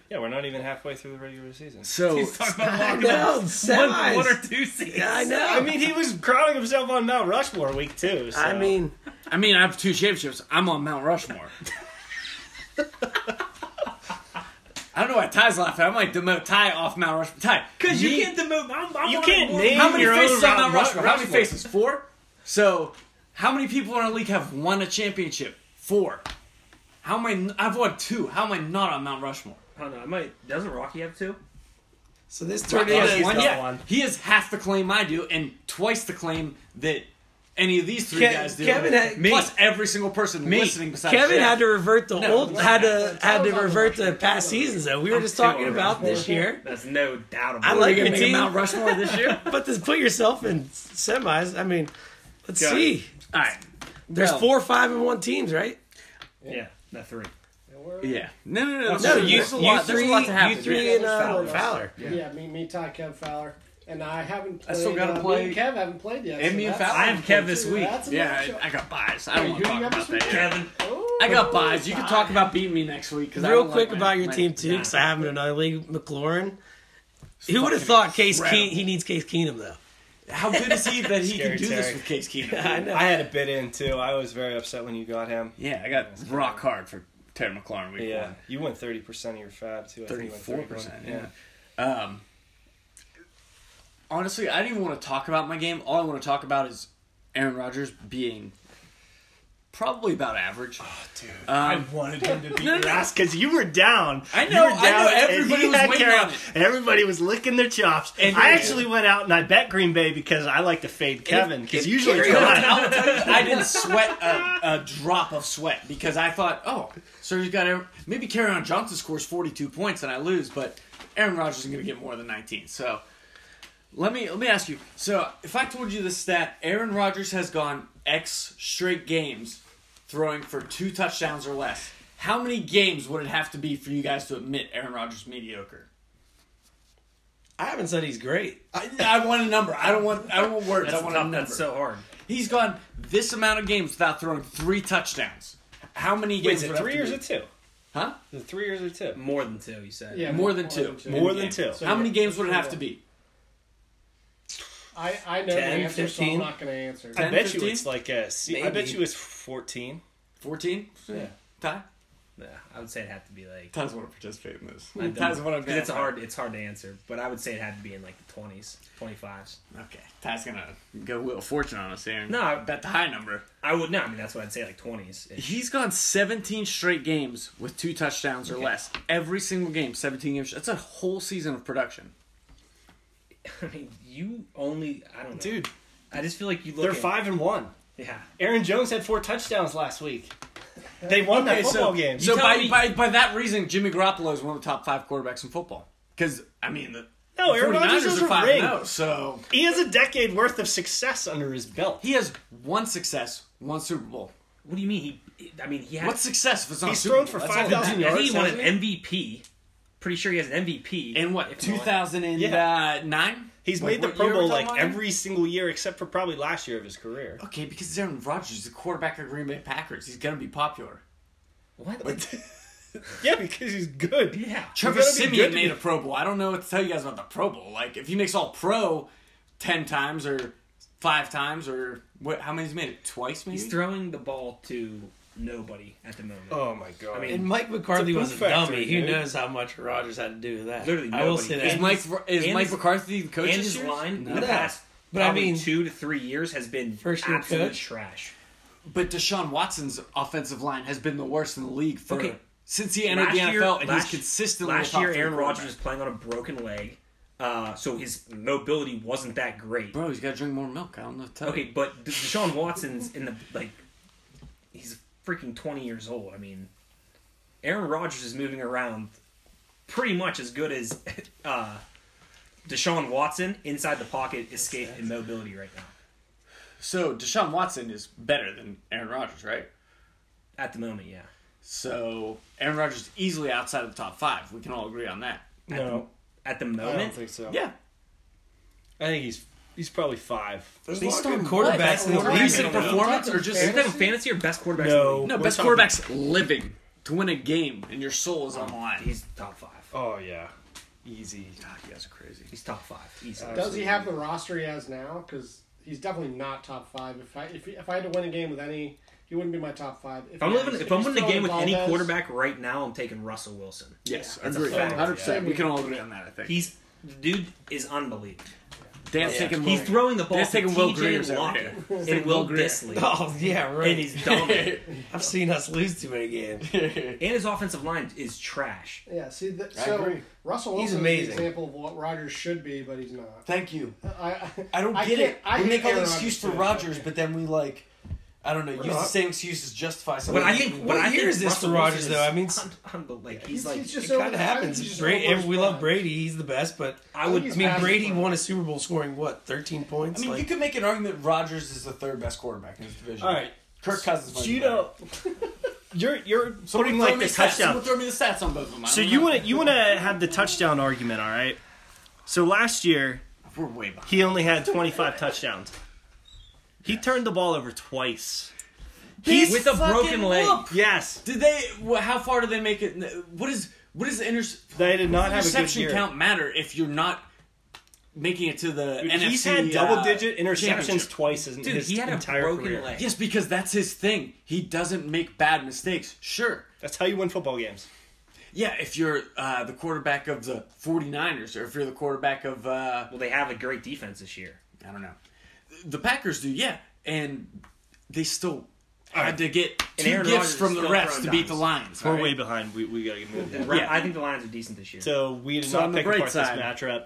[SPEAKER 2] Yeah, we're not even halfway through the regular season.
[SPEAKER 1] so
[SPEAKER 5] He's talking about
[SPEAKER 4] I
[SPEAKER 5] locking
[SPEAKER 4] know.
[SPEAKER 5] up
[SPEAKER 4] semis.
[SPEAKER 5] one, one or two seeds.
[SPEAKER 4] Yeah, I know.
[SPEAKER 2] I mean, he was crowning himself on Mount Rushmore week two. So.
[SPEAKER 4] I mean,
[SPEAKER 1] I mean, I have two championships. I'm on Mount Rushmore. I don't know why Ty's laughing. I might demote Ty off Mount Rushmore. Ty,
[SPEAKER 5] Because you
[SPEAKER 1] me-
[SPEAKER 5] can't demote. I'm, I'm
[SPEAKER 2] You
[SPEAKER 5] on
[SPEAKER 2] can't
[SPEAKER 5] board.
[SPEAKER 2] name
[SPEAKER 1] How many
[SPEAKER 2] your
[SPEAKER 1] faces
[SPEAKER 2] own
[SPEAKER 1] on Mount
[SPEAKER 2] Ru-
[SPEAKER 1] Rushmore? How many
[SPEAKER 2] Rushmore.
[SPEAKER 1] faces? Four. So, how many people in our league have won a championship? Four. How am I? n- I've won two. How am I not on Mount Rushmore?
[SPEAKER 5] Hold on, I might. Doesn't Rocky have two?
[SPEAKER 4] so this turned
[SPEAKER 1] He
[SPEAKER 4] into
[SPEAKER 1] has
[SPEAKER 2] he's
[SPEAKER 1] one.
[SPEAKER 2] got
[SPEAKER 1] Yeah,
[SPEAKER 2] one.
[SPEAKER 1] he has half the claim I do, and twice the claim that any of these three
[SPEAKER 4] Ke-
[SPEAKER 1] guys do.
[SPEAKER 4] Kevin had- Me.
[SPEAKER 1] plus every single person listening besides
[SPEAKER 4] Kevin
[SPEAKER 1] Jeff.
[SPEAKER 4] had to revert the
[SPEAKER 1] No,
[SPEAKER 4] old
[SPEAKER 1] no,
[SPEAKER 4] had to
[SPEAKER 3] no.
[SPEAKER 4] had to revert to past seasons though. We were just talking
[SPEAKER 5] Two
[SPEAKER 4] about
[SPEAKER 5] Rushmore.
[SPEAKER 4] this year,
[SPEAKER 5] That's no doubt about
[SPEAKER 4] I
[SPEAKER 5] it.
[SPEAKER 4] like
[SPEAKER 1] Are you
[SPEAKER 4] your
[SPEAKER 1] gonna make a
[SPEAKER 4] team.
[SPEAKER 1] Mount Rushmore this year.
[SPEAKER 4] but to put yourself in semis, I mean, let's
[SPEAKER 5] Got
[SPEAKER 4] see.
[SPEAKER 1] All right.
[SPEAKER 4] There's
[SPEAKER 1] Well,
[SPEAKER 4] four, five, and one teams, right?
[SPEAKER 5] Yeah, not three.
[SPEAKER 1] Yeah. No, no, no.
[SPEAKER 4] No,
[SPEAKER 1] there's-
[SPEAKER 4] you,
[SPEAKER 1] there's a
[SPEAKER 4] you
[SPEAKER 1] lot- there's a
[SPEAKER 4] three,
[SPEAKER 1] lot to happen.
[SPEAKER 4] you three, and uh,
[SPEAKER 3] Fowler.
[SPEAKER 4] Fowler.
[SPEAKER 3] Yeah, me, me, Ty, Kev, Fowler, and I haven't. Played,
[SPEAKER 6] I still gotta
[SPEAKER 3] uh,
[SPEAKER 6] play-
[SPEAKER 3] Me and Kev haven't played yet.
[SPEAKER 1] And me and
[SPEAKER 3] that's-
[SPEAKER 1] Fowler
[SPEAKER 5] I have Kev this week.
[SPEAKER 3] That's a
[SPEAKER 1] Yeah,
[SPEAKER 3] matchup.
[SPEAKER 1] I, I got biased. I don't
[SPEAKER 3] Hey,
[SPEAKER 1] want
[SPEAKER 3] who
[SPEAKER 1] to
[SPEAKER 3] do
[SPEAKER 1] talk
[SPEAKER 3] you have
[SPEAKER 1] about
[SPEAKER 3] this week?
[SPEAKER 1] that. yet.
[SPEAKER 5] Kevin,
[SPEAKER 3] Ooh.
[SPEAKER 1] I got buys. You can talk about beating me next week. 'cause I
[SPEAKER 4] Real
[SPEAKER 1] don't
[SPEAKER 4] quick
[SPEAKER 1] like my-
[SPEAKER 4] about your
[SPEAKER 1] my-
[SPEAKER 4] team too, because I have him in another league, McLaurin. Who would have thought Case
[SPEAKER 1] incredible.
[SPEAKER 4] Keen, he needs Case Keenum though?
[SPEAKER 1] How good is he that he can
[SPEAKER 2] Scary
[SPEAKER 1] do this
[SPEAKER 2] Terry.
[SPEAKER 1] with Case Keenum?
[SPEAKER 4] I know.
[SPEAKER 2] I had a bit in too. I was very upset when you got him.
[SPEAKER 1] Yeah, I got rock hard for Terry McLaurin week
[SPEAKER 2] Yeah,
[SPEAKER 1] one.
[SPEAKER 2] you went thirty percent of your fab too. I think you went
[SPEAKER 1] 34%,
[SPEAKER 2] 31.
[SPEAKER 1] yeah. Um, honestly, I didn't even want to talk about my game. All I want to talk about is Aaron Rodgers being probably about average.
[SPEAKER 2] dude.
[SPEAKER 1] Um,
[SPEAKER 2] I wanted him to beat
[SPEAKER 1] no,
[SPEAKER 2] your
[SPEAKER 1] no.
[SPEAKER 2] ass because you were down.
[SPEAKER 1] I
[SPEAKER 2] You
[SPEAKER 1] know,
[SPEAKER 2] were
[SPEAKER 1] I know,
[SPEAKER 2] down, and
[SPEAKER 1] everybody
[SPEAKER 2] he
[SPEAKER 1] was
[SPEAKER 2] had
[SPEAKER 1] waiting
[SPEAKER 2] Carroll,
[SPEAKER 1] on it.
[SPEAKER 2] and Everybody was licking their chops.
[SPEAKER 1] And-
[SPEAKER 2] I actually went out and I bet Green Bay because I like to fade Kevin because usually
[SPEAKER 1] I'll tell
[SPEAKER 2] Kevin-
[SPEAKER 1] you, I didn't sweat a, a drop of sweat because I thought, oh, so he's got Aaron- maybe on Johnson scores forty two points and I lose, but Aaron Rodgers is going to get more than nineteen. So let me let me ask you. So if I told you this stat, Aaron Rodgers has gone X straight games throwing for two touchdowns or less. How many games would it have to be for you guys to admit Aaron Rodgers mediocre?
[SPEAKER 4] I haven't said he's great.
[SPEAKER 1] I, I want a number. I don't want. I don't want words. I
[SPEAKER 5] that's
[SPEAKER 1] want a
[SPEAKER 5] tough.
[SPEAKER 1] number.
[SPEAKER 5] That's so hard.
[SPEAKER 1] He's gone this amount of games without throwing three touchdowns. How many games?
[SPEAKER 2] Is it
[SPEAKER 1] would have
[SPEAKER 2] three
[SPEAKER 1] to
[SPEAKER 2] or is
[SPEAKER 1] be?
[SPEAKER 2] it two?
[SPEAKER 1] Huh?
[SPEAKER 2] The three years or two?
[SPEAKER 5] More than two, you said.
[SPEAKER 3] Yeah,
[SPEAKER 1] More than two.
[SPEAKER 2] More than two.
[SPEAKER 3] So
[SPEAKER 1] How many
[SPEAKER 3] yeah,
[SPEAKER 1] games would it
[SPEAKER 3] so
[SPEAKER 1] have
[SPEAKER 3] yeah.
[SPEAKER 1] to be?
[SPEAKER 3] I, I know
[SPEAKER 4] 10,
[SPEAKER 3] the answer, so
[SPEAKER 4] 15?
[SPEAKER 3] I'm not going to answer.
[SPEAKER 2] I
[SPEAKER 1] 10,
[SPEAKER 2] bet you
[SPEAKER 1] 15?
[SPEAKER 2] it's like a. C- I bet
[SPEAKER 4] Maybe.
[SPEAKER 2] you it's fourteen.
[SPEAKER 1] 14?
[SPEAKER 2] Yeah.
[SPEAKER 1] Ty?
[SPEAKER 5] Yeah, I would say it'd have to be like.
[SPEAKER 1] Ty's want to participate in this.
[SPEAKER 5] I don't-
[SPEAKER 1] Ty's what I'm
[SPEAKER 5] 'cause It's
[SPEAKER 1] gonna-
[SPEAKER 5] hard. It's hard to answer, but I would say it had to be in like the twenties, twenty fives.
[SPEAKER 1] Okay. Ty's going to go Wheel of Fortune on us here.
[SPEAKER 5] No, I,
[SPEAKER 1] Bet the high number.
[SPEAKER 5] I would not. I mean, that's what I'd say, like twenties.
[SPEAKER 1] He's gone 17 straight games with two touchdowns or
[SPEAKER 5] Okay.
[SPEAKER 1] less. Every single game, 17 games. That's a whole season of production.
[SPEAKER 5] I mean, you only. I don't know,
[SPEAKER 2] Dude,
[SPEAKER 5] I just feel like you look.
[SPEAKER 2] they're
[SPEAKER 5] at-
[SPEAKER 2] five and one.
[SPEAKER 5] Yeah.
[SPEAKER 2] Aaron Jones had four touchdowns last week. They won that football
[SPEAKER 1] so,
[SPEAKER 2] game.
[SPEAKER 1] So
[SPEAKER 5] tell
[SPEAKER 1] by,
[SPEAKER 5] me-
[SPEAKER 1] by, by that reason, Jimmy Garoppolo is one of the top five quarterbacks in football. Because, I mean, the
[SPEAKER 2] no, Aaron
[SPEAKER 1] 49ers
[SPEAKER 2] Rodgers has
[SPEAKER 1] are oh.
[SPEAKER 2] a
[SPEAKER 1] 5
[SPEAKER 2] ring.
[SPEAKER 5] oh,
[SPEAKER 1] 0, so.
[SPEAKER 2] He has a decade worth of success under his belt.
[SPEAKER 1] He has one success, one Super Bowl.
[SPEAKER 5] What do you mean? He. I mean, he had.
[SPEAKER 1] What's success if it's not
[SPEAKER 2] He's
[SPEAKER 1] a Super
[SPEAKER 2] thrown
[SPEAKER 1] Bowl?
[SPEAKER 2] for
[SPEAKER 1] That's all
[SPEAKER 2] 5,000
[SPEAKER 5] I think he
[SPEAKER 2] yards?
[SPEAKER 5] won
[SPEAKER 2] hasn't
[SPEAKER 5] an
[SPEAKER 2] he?
[SPEAKER 5] MVP. Pretty sure he has an MVP.
[SPEAKER 1] In what,
[SPEAKER 5] if not-
[SPEAKER 1] 2009?
[SPEAKER 2] He's
[SPEAKER 1] Like,
[SPEAKER 2] made the
[SPEAKER 1] what
[SPEAKER 2] Pro
[SPEAKER 1] year we're
[SPEAKER 2] Bowl
[SPEAKER 1] talking
[SPEAKER 2] like
[SPEAKER 1] about here?
[SPEAKER 2] every single year except for probably last year of his career.
[SPEAKER 1] Okay, because it's Aaron Rodgers is the quarterback of Green Bay Packers. He's going to be popular.
[SPEAKER 5] What?
[SPEAKER 2] Yeah, because he's good.
[SPEAKER 5] yeah.
[SPEAKER 1] Trevor
[SPEAKER 2] gotta be good
[SPEAKER 1] Simeon
[SPEAKER 2] to
[SPEAKER 1] made
[SPEAKER 2] be-
[SPEAKER 1] a Pro Bowl. I don't know what to tell you guys about the Pro Bowl. Like, if he makes all pro 10 times or five times or what, how many has he made it? Twice, maybe?
[SPEAKER 5] He's throwing the ball to nobody at the moment.
[SPEAKER 2] Oh my god.
[SPEAKER 5] I mean,
[SPEAKER 4] And Mike McCarthy
[SPEAKER 2] It's a
[SPEAKER 4] was a
[SPEAKER 2] poop factory,
[SPEAKER 4] dummy. Who
[SPEAKER 2] dude.
[SPEAKER 4] knows how much Rogers had to do with that?
[SPEAKER 5] Literally
[SPEAKER 4] I will
[SPEAKER 5] nobody.
[SPEAKER 4] say
[SPEAKER 1] is
[SPEAKER 4] that.
[SPEAKER 5] And-
[SPEAKER 1] Mike, is
[SPEAKER 5] and
[SPEAKER 1] Mike
[SPEAKER 5] his-
[SPEAKER 1] McCarthy the coach
[SPEAKER 5] and
[SPEAKER 1] this
[SPEAKER 5] his
[SPEAKER 1] year?
[SPEAKER 5] line in
[SPEAKER 4] No.
[SPEAKER 5] the past,
[SPEAKER 4] But I
[SPEAKER 5] probably
[SPEAKER 4] mean-
[SPEAKER 5] two to three years has been
[SPEAKER 4] First year
[SPEAKER 5] absolute
[SPEAKER 4] coach?
[SPEAKER 5] trash.
[SPEAKER 1] But Deshaun Watson's offensive line has been the worst in the league for
[SPEAKER 5] Okay.
[SPEAKER 1] since he entered the NFL, and
[SPEAKER 5] last-
[SPEAKER 1] he's consistently a
[SPEAKER 5] Last
[SPEAKER 1] top
[SPEAKER 5] year,
[SPEAKER 1] three
[SPEAKER 5] Aaron Rodgers was
[SPEAKER 1] quarterback.
[SPEAKER 5] playing on a broken leg, uh, so his mobility wasn't that great.
[SPEAKER 1] Bro, he's got to drink more milk. I don't know. what to tell
[SPEAKER 5] Okay,
[SPEAKER 1] you.
[SPEAKER 5] but D- Deshaun Watson's in the like, he's freaking twenty years old. I mean, Aaron Rodgers is moving around pretty much as good as uh, Deshaun Watson inside the pocket, escape, and mobility right now
[SPEAKER 1] So Deshaun Watson is better than Aaron Rodgers, right?
[SPEAKER 5] at the moment. Yeah.
[SPEAKER 1] So Aaron Rodgers is easily outside of the top five. We can all agree on that.
[SPEAKER 2] no,
[SPEAKER 5] At the
[SPEAKER 2] I don't
[SPEAKER 5] moment,
[SPEAKER 2] think so.
[SPEAKER 1] Yeah.
[SPEAKER 2] I think he's he's probably five.
[SPEAKER 1] Based on
[SPEAKER 4] quarterbacks in the league.
[SPEAKER 1] recent
[SPEAKER 4] I don't know.
[SPEAKER 1] performance or just
[SPEAKER 5] Isn't that in fantasy or best quarterbacks? in the
[SPEAKER 2] No.
[SPEAKER 5] league?
[SPEAKER 1] no
[SPEAKER 2] We're
[SPEAKER 1] best
[SPEAKER 2] talking-
[SPEAKER 1] quarterbacks living to win a game and your soul is on the line.
[SPEAKER 5] He's top five.
[SPEAKER 2] Oh yeah, easy. God, you guys are crazy.
[SPEAKER 5] He's top five. Easily.
[SPEAKER 3] Does he have the roster he has now? Because he's definitely not top five. If I if, if I had to win a game with any, he wouldn't be my top five.
[SPEAKER 5] if I'm
[SPEAKER 3] he-
[SPEAKER 5] living, if I'm
[SPEAKER 3] he's
[SPEAKER 5] winning a game with
[SPEAKER 3] throwing
[SPEAKER 5] any
[SPEAKER 3] Valdez-
[SPEAKER 5] quarterback right now, I'm taking Russell Wilson.
[SPEAKER 1] yes,
[SPEAKER 5] That's a
[SPEAKER 1] agree.
[SPEAKER 5] fact.
[SPEAKER 1] Hundred percent.
[SPEAKER 3] Yeah.
[SPEAKER 1] We can all agree on that. I think
[SPEAKER 5] He's the dude is unbelievable.
[SPEAKER 1] Dan's taking.
[SPEAKER 5] He's
[SPEAKER 1] Will-
[SPEAKER 5] throwing the ball
[SPEAKER 1] Dan's
[SPEAKER 5] to
[SPEAKER 1] taking Will Greer's
[SPEAKER 5] TJ
[SPEAKER 1] over
[SPEAKER 5] Lockett
[SPEAKER 1] here.
[SPEAKER 5] and Will Disley
[SPEAKER 4] Oh yeah, right.
[SPEAKER 5] and his dominant.
[SPEAKER 4] I've seen us lose too many games.
[SPEAKER 5] and his offensive line is trash.
[SPEAKER 3] Yeah, see, that so
[SPEAKER 1] agree.
[SPEAKER 3] Russell Wilson is
[SPEAKER 4] amazing.
[SPEAKER 3] an example of what Rodgers should be, but he's not.
[SPEAKER 1] Thank you.
[SPEAKER 3] I,
[SPEAKER 1] I don't get
[SPEAKER 3] can't-
[SPEAKER 1] it.
[SPEAKER 3] I
[SPEAKER 1] we
[SPEAKER 3] hate
[SPEAKER 1] make all the
[SPEAKER 3] Aaron
[SPEAKER 1] excuse for
[SPEAKER 3] too.
[SPEAKER 1] Rodgers, but then we like, I don't know, use the
[SPEAKER 2] not-
[SPEAKER 1] same excuse to justify something.
[SPEAKER 5] But I think
[SPEAKER 4] what
[SPEAKER 5] but I
[SPEAKER 4] year
[SPEAKER 5] think
[SPEAKER 4] is this for
[SPEAKER 5] Russell
[SPEAKER 4] Rodgers,
[SPEAKER 5] Wilson is
[SPEAKER 4] though? I mean,
[SPEAKER 5] un- unbe- like he's,
[SPEAKER 3] He's,
[SPEAKER 5] like
[SPEAKER 3] he's just
[SPEAKER 4] It
[SPEAKER 3] over-
[SPEAKER 4] kind of
[SPEAKER 3] I think he's
[SPEAKER 4] happens.
[SPEAKER 3] just
[SPEAKER 4] Brady,
[SPEAKER 3] over his
[SPEAKER 4] we love
[SPEAKER 3] prime.
[SPEAKER 4] Brady. He's the best, but
[SPEAKER 5] I
[SPEAKER 3] think
[SPEAKER 5] would
[SPEAKER 3] he's
[SPEAKER 4] I mean,
[SPEAKER 3] past
[SPEAKER 4] Brady
[SPEAKER 3] his prime.
[SPEAKER 4] won a Super Bowl scoring what thirteen
[SPEAKER 1] I
[SPEAKER 4] points.
[SPEAKER 1] mean,
[SPEAKER 4] like,
[SPEAKER 1] you could make an argument Rodgers is the third best quarterback in his division.
[SPEAKER 2] All right,
[SPEAKER 1] Kirk Cousins. might
[SPEAKER 2] so
[SPEAKER 1] be
[SPEAKER 2] you
[SPEAKER 1] better.
[SPEAKER 2] know, you're you're
[SPEAKER 1] Somebody
[SPEAKER 2] putting
[SPEAKER 1] throw
[SPEAKER 2] like
[SPEAKER 1] me
[SPEAKER 2] the
[SPEAKER 1] stats.
[SPEAKER 2] touchdown.
[SPEAKER 1] Someone throw me the stats on both of them. I
[SPEAKER 2] So
[SPEAKER 1] don't
[SPEAKER 2] you
[SPEAKER 1] know.
[SPEAKER 2] want to you want to have the touchdown argument, all right? So last year
[SPEAKER 1] We're way behind.
[SPEAKER 2] he only had 25 touchdowns. He turned the ball over twice. He's
[SPEAKER 5] with a broken leg.
[SPEAKER 2] yes.
[SPEAKER 1] Did they? wha- How far do they make it? What is? What is the inter-
[SPEAKER 2] They did not have a good
[SPEAKER 1] interception
[SPEAKER 2] year.
[SPEAKER 1] count matter if you're not making it to the
[SPEAKER 2] Dude,
[SPEAKER 1] NFC?
[SPEAKER 2] He's had
[SPEAKER 1] uh,
[SPEAKER 2] double digit interceptions
[SPEAKER 1] championship?
[SPEAKER 2] twice in
[SPEAKER 5] Dude,
[SPEAKER 2] his
[SPEAKER 5] he had a
[SPEAKER 2] entire
[SPEAKER 5] broken
[SPEAKER 2] career.
[SPEAKER 5] leg.
[SPEAKER 1] Yes, because that's his thing. He doesn't make bad mistakes. Sure.
[SPEAKER 2] That's how you win football games.
[SPEAKER 1] Yeah, if you're uh, the quarterback of the 49ers or if you're the quarterback of, uh,
[SPEAKER 5] Well, they have a great defense this year.
[SPEAKER 1] I don't know, the Packers do, yeah. And they still had to get two
[SPEAKER 5] Aaron
[SPEAKER 1] gifts
[SPEAKER 5] Rodgers is
[SPEAKER 1] from the
[SPEAKER 5] still
[SPEAKER 1] refs
[SPEAKER 5] throwing
[SPEAKER 1] to beat
[SPEAKER 5] dimes.
[SPEAKER 1] the Lions.
[SPEAKER 2] We're
[SPEAKER 1] all
[SPEAKER 2] way
[SPEAKER 1] right?
[SPEAKER 2] behind. We, we got to get moving.
[SPEAKER 5] The Ra- I think the Lions are decent this year.
[SPEAKER 2] So we did
[SPEAKER 1] So on
[SPEAKER 2] not
[SPEAKER 1] the
[SPEAKER 2] pick
[SPEAKER 1] bright
[SPEAKER 2] apart
[SPEAKER 1] side.
[SPEAKER 2] this matchup.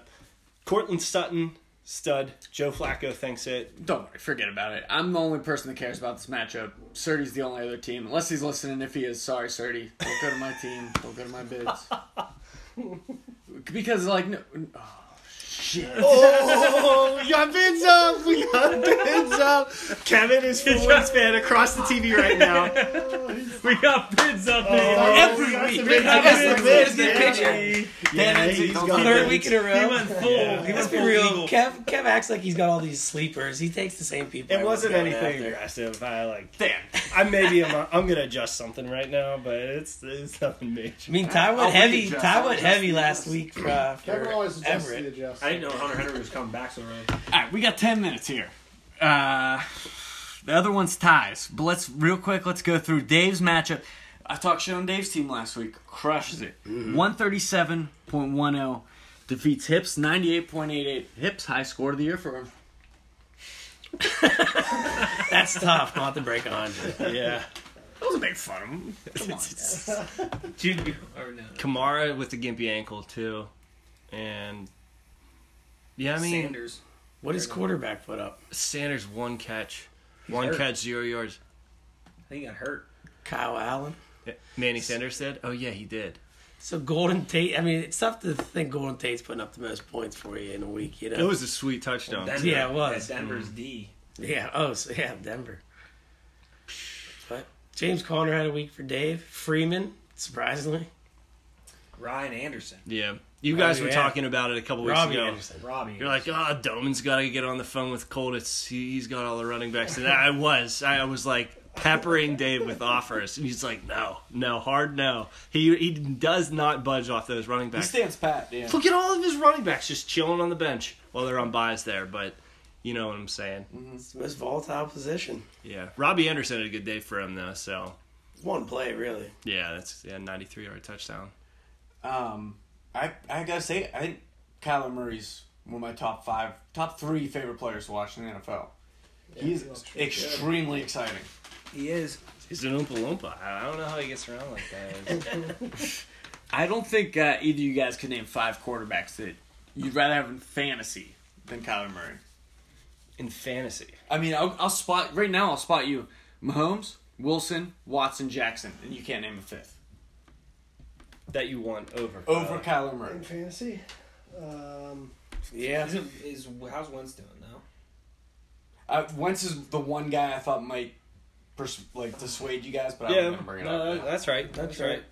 [SPEAKER 2] Cortland Sutton, stud. Joe Flacco thinks it.
[SPEAKER 1] Don't worry, forget about it. I'm the only person that cares about this matchup. Surtees the only other team, unless he's listening. If he is, sorry, Surtee. Don't go to my team. Don't go to my bids. because like no, oh, shit.
[SPEAKER 2] Oh, we got bids up. We got bids up. Kevin is full fan across the TV right now.
[SPEAKER 5] we got bids up
[SPEAKER 2] Oh.
[SPEAKER 5] there.
[SPEAKER 1] Every
[SPEAKER 3] That's
[SPEAKER 1] week.
[SPEAKER 3] a big
[SPEAKER 1] I guess
[SPEAKER 3] difference.
[SPEAKER 1] let's- let's get a
[SPEAKER 2] Yeah.
[SPEAKER 1] picture.
[SPEAKER 2] Yeah,
[SPEAKER 1] Dan,
[SPEAKER 2] he's
[SPEAKER 1] don't
[SPEAKER 2] got
[SPEAKER 1] do
[SPEAKER 2] bids.
[SPEAKER 4] third week in a
[SPEAKER 5] He
[SPEAKER 4] row.
[SPEAKER 5] went full. He went
[SPEAKER 4] Let's be
[SPEAKER 5] full
[SPEAKER 4] real.
[SPEAKER 5] legal.
[SPEAKER 4] Kev Kev acts like he's got all these sleepers. He takes the same people.
[SPEAKER 2] It wasn't
[SPEAKER 4] everyone's going
[SPEAKER 2] anything
[SPEAKER 4] after.
[SPEAKER 2] aggressive. I like.
[SPEAKER 1] Dan,
[SPEAKER 2] I maybe I'm, I'm gonna adjust something right now, but it's it's nothing
[SPEAKER 4] I
[SPEAKER 2] major.
[SPEAKER 4] mean, Ty
[SPEAKER 6] I'll
[SPEAKER 4] went heavy.
[SPEAKER 6] readjust,
[SPEAKER 4] Ty
[SPEAKER 6] I'll
[SPEAKER 4] went
[SPEAKER 6] adjust
[SPEAKER 4] heavy
[SPEAKER 6] the
[SPEAKER 4] last
[SPEAKER 6] adjust.
[SPEAKER 4] week for, uh,
[SPEAKER 3] Kevin
[SPEAKER 4] for
[SPEAKER 3] always adjusts the
[SPEAKER 4] Everett.
[SPEAKER 3] adjust.
[SPEAKER 5] I didn't know Hunter Henry was coming back so early.
[SPEAKER 1] All right, we got 10 minutes here. Uh, the other one's ties, but let's real quick. Let's go through Dave's matchup. I talked shit on Dave's team last week. Crushes it. One thirty-seven point one zero defeats Hips ninety-eight point eight eight. Hips high score of the year for him.
[SPEAKER 4] That's tough not to break a hundred.
[SPEAKER 2] Yeah,
[SPEAKER 7] I wasn't making fun of him.
[SPEAKER 5] Dude, you are now.
[SPEAKER 2] Kamara with the gimpy ankle too, and yeah, I mean
[SPEAKER 5] Sanders.
[SPEAKER 4] What does quarterback put up?
[SPEAKER 2] Sanders one catch, one
[SPEAKER 5] hurt.
[SPEAKER 2] catch zero yards.
[SPEAKER 5] I think he got hurt.
[SPEAKER 4] Kyle Allen.
[SPEAKER 2] Manny Sanders did. Oh yeah, he did.
[SPEAKER 4] So Golden Tate. I mean, it's tough to think Golden Tate's putting up the most points for you in a week. You know.
[SPEAKER 2] It was a sweet touchdown.
[SPEAKER 5] Denver,
[SPEAKER 4] Yeah, it was.
[SPEAKER 5] that Denver's D.
[SPEAKER 4] Yeah. Oh, so yeah, Denver. But James Conner had a week for Dave Freeman. Surprisingly,
[SPEAKER 5] Ryan Anderson.
[SPEAKER 2] Yeah, you guys
[SPEAKER 4] Oh,
[SPEAKER 2] were
[SPEAKER 4] yeah.
[SPEAKER 2] talking about it a couple weeks
[SPEAKER 4] Robbie
[SPEAKER 2] ago.
[SPEAKER 4] Anderson.
[SPEAKER 5] Robbie.
[SPEAKER 2] You're like, oh, Doman's got to get on the phone with Colditz. He, he's got all the running backs. And I was. I was like peppering Dave with offers. And he's like, no, no, hard no. He, he does not budge off those running
[SPEAKER 6] He
[SPEAKER 2] backs.
[SPEAKER 6] stands pat. Yeah.
[SPEAKER 2] Look at all of his running backs just chilling on the bench while they're on buys there. But you know what I'm saying.
[SPEAKER 4] It's the most volatile position.
[SPEAKER 2] Yeah. Robbie Anderson had a good day for him, though. So,
[SPEAKER 4] One play, really.
[SPEAKER 2] yeah, that's yeah, 93 yard touchdown.
[SPEAKER 6] Um, I I gotta say, I think Kyler Murray's one of my top five, top three favorite players to watch in the NFL. He's
[SPEAKER 3] he looks pretty
[SPEAKER 6] extremely exciting.
[SPEAKER 5] he is.
[SPEAKER 2] He's an Oompa Loompa. I don't know how he gets around like that.
[SPEAKER 1] I don't think uh, either of you guys could name five quarterbacks that you'd rather have in fantasy than Kyler Murray.
[SPEAKER 2] In fantasy.
[SPEAKER 1] I mean, I'll, I'll spot right now. I'll spot you: Mahomes, Wilson, Watson, Jackson, and you can't name a fifth.
[SPEAKER 2] That you want over.
[SPEAKER 6] Over Kyler
[SPEAKER 3] In
[SPEAKER 6] Murray.
[SPEAKER 3] fantasy, um,
[SPEAKER 4] Yeah.
[SPEAKER 5] Isn't, is how's Wentz doing now?
[SPEAKER 6] Uh, Wentz is the one guy I thought might pers- like dissuade you guys, but I
[SPEAKER 2] Yeah,
[SPEAKER 6] don't bring it
[SPEAKER 2] no,
[SPEAKER 6] up.
[SPEAKER 1] Uh,
[SPEAKER 2] that- that's right. That's right.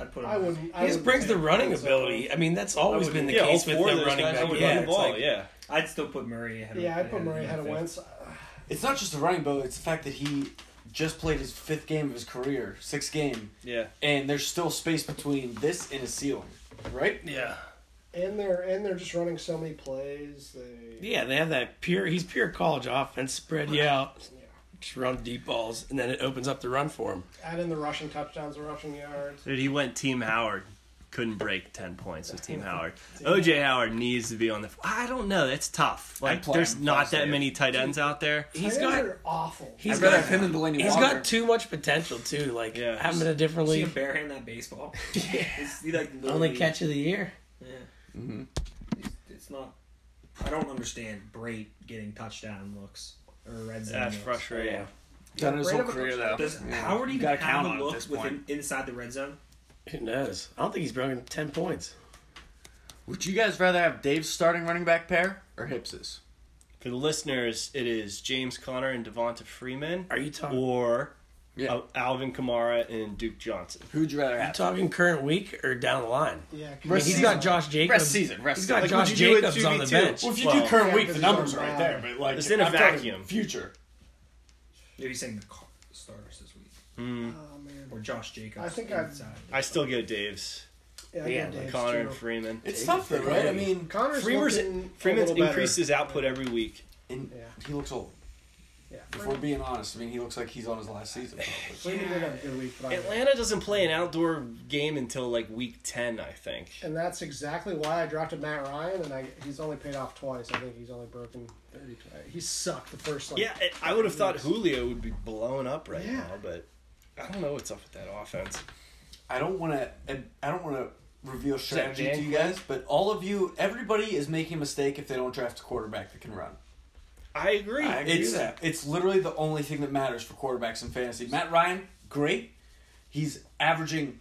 [SPEAKER 5] I'd put him.
[SPEAKER 3] I wouldn't. I
[SPEAKER 4] He just
[SPEAKER 3] wouldn't
[SPEAKER 4] brings
[SPEAKER 3] say
[SPEAKER 4] the running
[SPEAKER 3] Wentz up.
[SPEAKER 4] ability. I mean, that's always been the
[SPEAKER 2] yeah,
[SPEAKER 4] case
[SPEAKER 2] all
[SPEAKER 4] with
[SPEAKER 2] four of
[SPEAKER 4] the
[SPEAKER 2] those
[SPEAKER 4] running
[SPEAKER 2] guys
[SPEAKER 4] back.
[SPEAKER 2] would run
[SPEAKER 4] Yeah,
[SPEAKER 2] the
[SPEAKER 4] it's
[SPEAKER 2] ball.
[SPEAKER 4] like-
[SPEAKER 2] yeah,
[SPEAKER 5] I'd still put Murray ahead.
[SPEAKER 3] Yeah,
[SPEAKER 5] of,
[SPEAKER 3] I put Murray
[SPEAKER 5] him,
[SPEAKER 3] ahead
[SPEAKER 5] I
[SPEAKER 3] of
[SPEAKER 5] think.
[SPEAKER 3] Wentz.
[SPEAKER 6] It's not just the running, but it's the fact that he just played his fifth game of his career, sixth game,
[SPEAKER 2] yeah,
[SPEAKER 6] and there's still space between this and a ceiling, right?
[SPEAKER 2] yeah.
[SPEAKER 3] And they're and they're just running so many plays. They
[SPEAKER 4] yeah, they have that pure. He's pure college offense. Spread you out, just run deep balls, and then it opens up the run for him.
[SPEAKER 3] add in the rushing touchdowns, the rushing yards.
[SPEAKER 2] Dude, he went Team Howard. Couldn't break ten points with Team Howard. OJ Howard needs to be on the. I don't know. That's tough. Like,
[SPEAKER 6] play
[SPEAKER 2] there's
[SPEAKER 6] him
[SPEAKER 2] not
[SPEAKER 6] first,
[SPEAKER 2] that
[SPEAKER 6] Dave.
[SPEAKER 2] many tight ends out there.
[SPEAKER 4] He's
[SPEAKER 3] Tight
[SPEAKER 4] got.
[SPEAKER 3] ends are awful.
[SPEAKER 4] He's
[SPEAKER 1] I'd rather
[SPEAKER 4] got.
[SPEAKER 1] have him than Delaney
[SPEAKER 4] He's
[SPEAKER 1] Walker.
[SPEAKER 4] got too much potential too. Like
[SPEAKER 2] Yeah.
[SPEAKER 4] having it in a different
[SPEAKER 5] Is he a
[SPEAKER 4] league.
[SPEAKER 5] bear hand that baseball? Is he like
[SPEAKER 4] Only
[SPEAKER 5] literally-
[SPEAKER 4] catch of the year.
[SPEAKER 5] Yeah. It's, it's not. I don't understand Brait getting touchdown looks or red zone.
[SPEAKER 2] That's
[SPEAKER 5] looks.
[SPEAKER 2] frustrating.
[SPEAKER 4] Yeah.
[SPEAKER 6] Done his
[SPEAKER 3] Brady
[SPEAKER 6] whole
[SPEAKER 3] was-
[SPEAKER 6] career though.
[SPEAKER 5] Does Howard
[SPEAKER 6] You
[SPEAKER 5] even
[SPEAKER 6] gotta
[SPEAKER 5] have
[SPEAKER 6] count
[SPEAKER 5] a
[SPEAKER 6] on it at
[SPEAKER 5] look
[SPEAKER 6] this point.
[SPEAKER 5] within inside the red zone?
[SPEAKER 4] Who knows? I don't think he's broken ten points.
[SPEAKER 1] Would you guys rather have Dave's starting running back pair or Hips's?
[SPEAKER 2] For the listeners, it is James Conner and Devonta Freeman,
[SPEAKER 4] Are you talking?
[SPEAKER 2] or
[SPEAKER 1] Yeah.
[SPEAKER 2] Al- Alvin Kamara and Duke Johnson.
[SPEAKER 1] Who'd you rather
[SPEAKER 4] Are you
[SPEAKER 1] have?
[SPEAKER 4] talking current week or down the line?
[SPEAKER 3] Yeah,
[SPEAKER 4] I mean, he's got Josh Jacobs.
[SPEAKER 1] Rest season, rest
[SPEAKER 4] he's got
[SPEAKER 1] season.
[SPEAKER 4] Josh
[SPEAKER 6] would you do it
[SPEAKER 4] Jacobs on the
[SPEAKER 6] 2v2?
[SPEAKER 4] bench.
[SPEAKER 6] Um, Well, if you
[SPEAKER 2] Well,
[SPEAKER 6] do current
[SPEAKER 3] yeah,
[SPEAKER 6] week,
[SPEAKER 3] because
[SPEAKER 6] the
[SPEAKER 3] you
[SPEAKER 6] numbers
[SPEAKER 3] don't
[SPEAKER 6] are right
[SPEAKER 3] matter.
[SPEAKER 6] there. But like,
[SPEAKER 2] It's in a
[SPEAKER 6] I'm talking
[SPEAKER 2] vacuum.
[SPEAKER 6] Future.
[SPEAKER 5] Maybe he's saying the car- starters this week
[SPEAKER 3] Oh man.
[SPEAKER 5] or Josh Jacobs.
[SPEAKER 3] I think I'd-
[SPEAKER 5] inside.
[SPEAKER 2] I still go Dave's
[SPEAKER 3] Yeah,
[SPEAKER 4] Yeah,
[SPEAKER 3] yeah
[SPEAKER 4] like
[SPEAKER 2] Connor and Freeman.
[SPEAKER 6] It's tough though, right? I mean,
[SPEAKER 3] Connor's
[SPEAKER 2] Freeman's,
[SPEAKER 3] looking a
[SPEAKER 2] Freeman's
[SPEAKER 3] little better.
[SPEAKER 2] increased his output every week.
[SPEAKER 6] and
[SPEAKER 3] Yeah.
[SPEAKER 6] he looks old.
[SPEAKER 3] Yeah.
[SPEAKER 6] If we're being honest, I mean, he looks like he's on his last season. probably.
[SPEAKER 3] Freeman did have a good week, but I-
[SPEAKER 2] Atlanta doesn't play an outdoor game until like week ten, I think.
[SPEAKER 3] and that's exactly why I drafted Matt Ryan, and I, he's only paid off twice. I think he's only broken thirty twice. He sucked the first. Like,
[SPEAKER 2] Yeah, it, I would have thought Julio would be blown up right
[SPEAKER 3] Yeah.
[SPEAKER 2] now, but I don't know what's up with that offense.
[SPEAKER 6] I don't want to. I don't want to reveal strategy
[SPEAKER 2] Dan
[SPEAKER 6] to you guys, but all of you, everybody is making a mistake if they don't draft a quarterback that can run.
[SPEAKER 2] I agree.
[SPEAKER 4] I agree
[SPEAKER 6] It's
[SPEAKER 4] with that.
[SPEAKER 6] it's literally the only thing that matters for quarterbacks in fantasy. Matt Ryan, great. He's averaging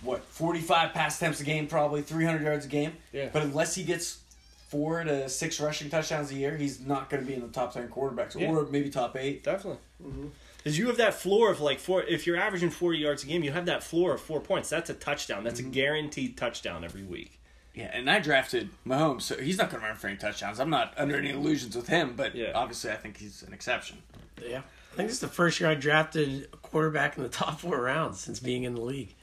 [SPEAKER 6] what forty five pass attempts a game, probably three hundred yards a game.
[SPEAKER 2] Yeah.
[SPEAKER 6] But unless he gets four to six rushing touchdowns a year, he's not going to be in the top ten quarterbacks,
[SPEAKER 2] Yeah.
[SPEAKER 6] or maybe top eight.
[SPEAKER 2] Definitely.
[SPEAKER 4] Mm-hmm.
[SPEAKER 2] Because you have that floor of like four. If you're averaging 40 yards a game, you have that floor of four points. That's a touchdown. That's
[SPEAKER 4] Mm-hmm.
[SPEAKER 2] a guaranteed touchdown every week.
[SPEAKER 6] Yeah, and I drafted Mahomes, so he's not going to run for any touchdowns. I'm not under any illusions with him, but
[SPEAKER 2] Yeah.
[SPEAKER 6] obviously I think he's an exception.
[SPEAKER 4] Yeah. I think this is the first year I drafted a quarterback in the top four rounds since being in the league.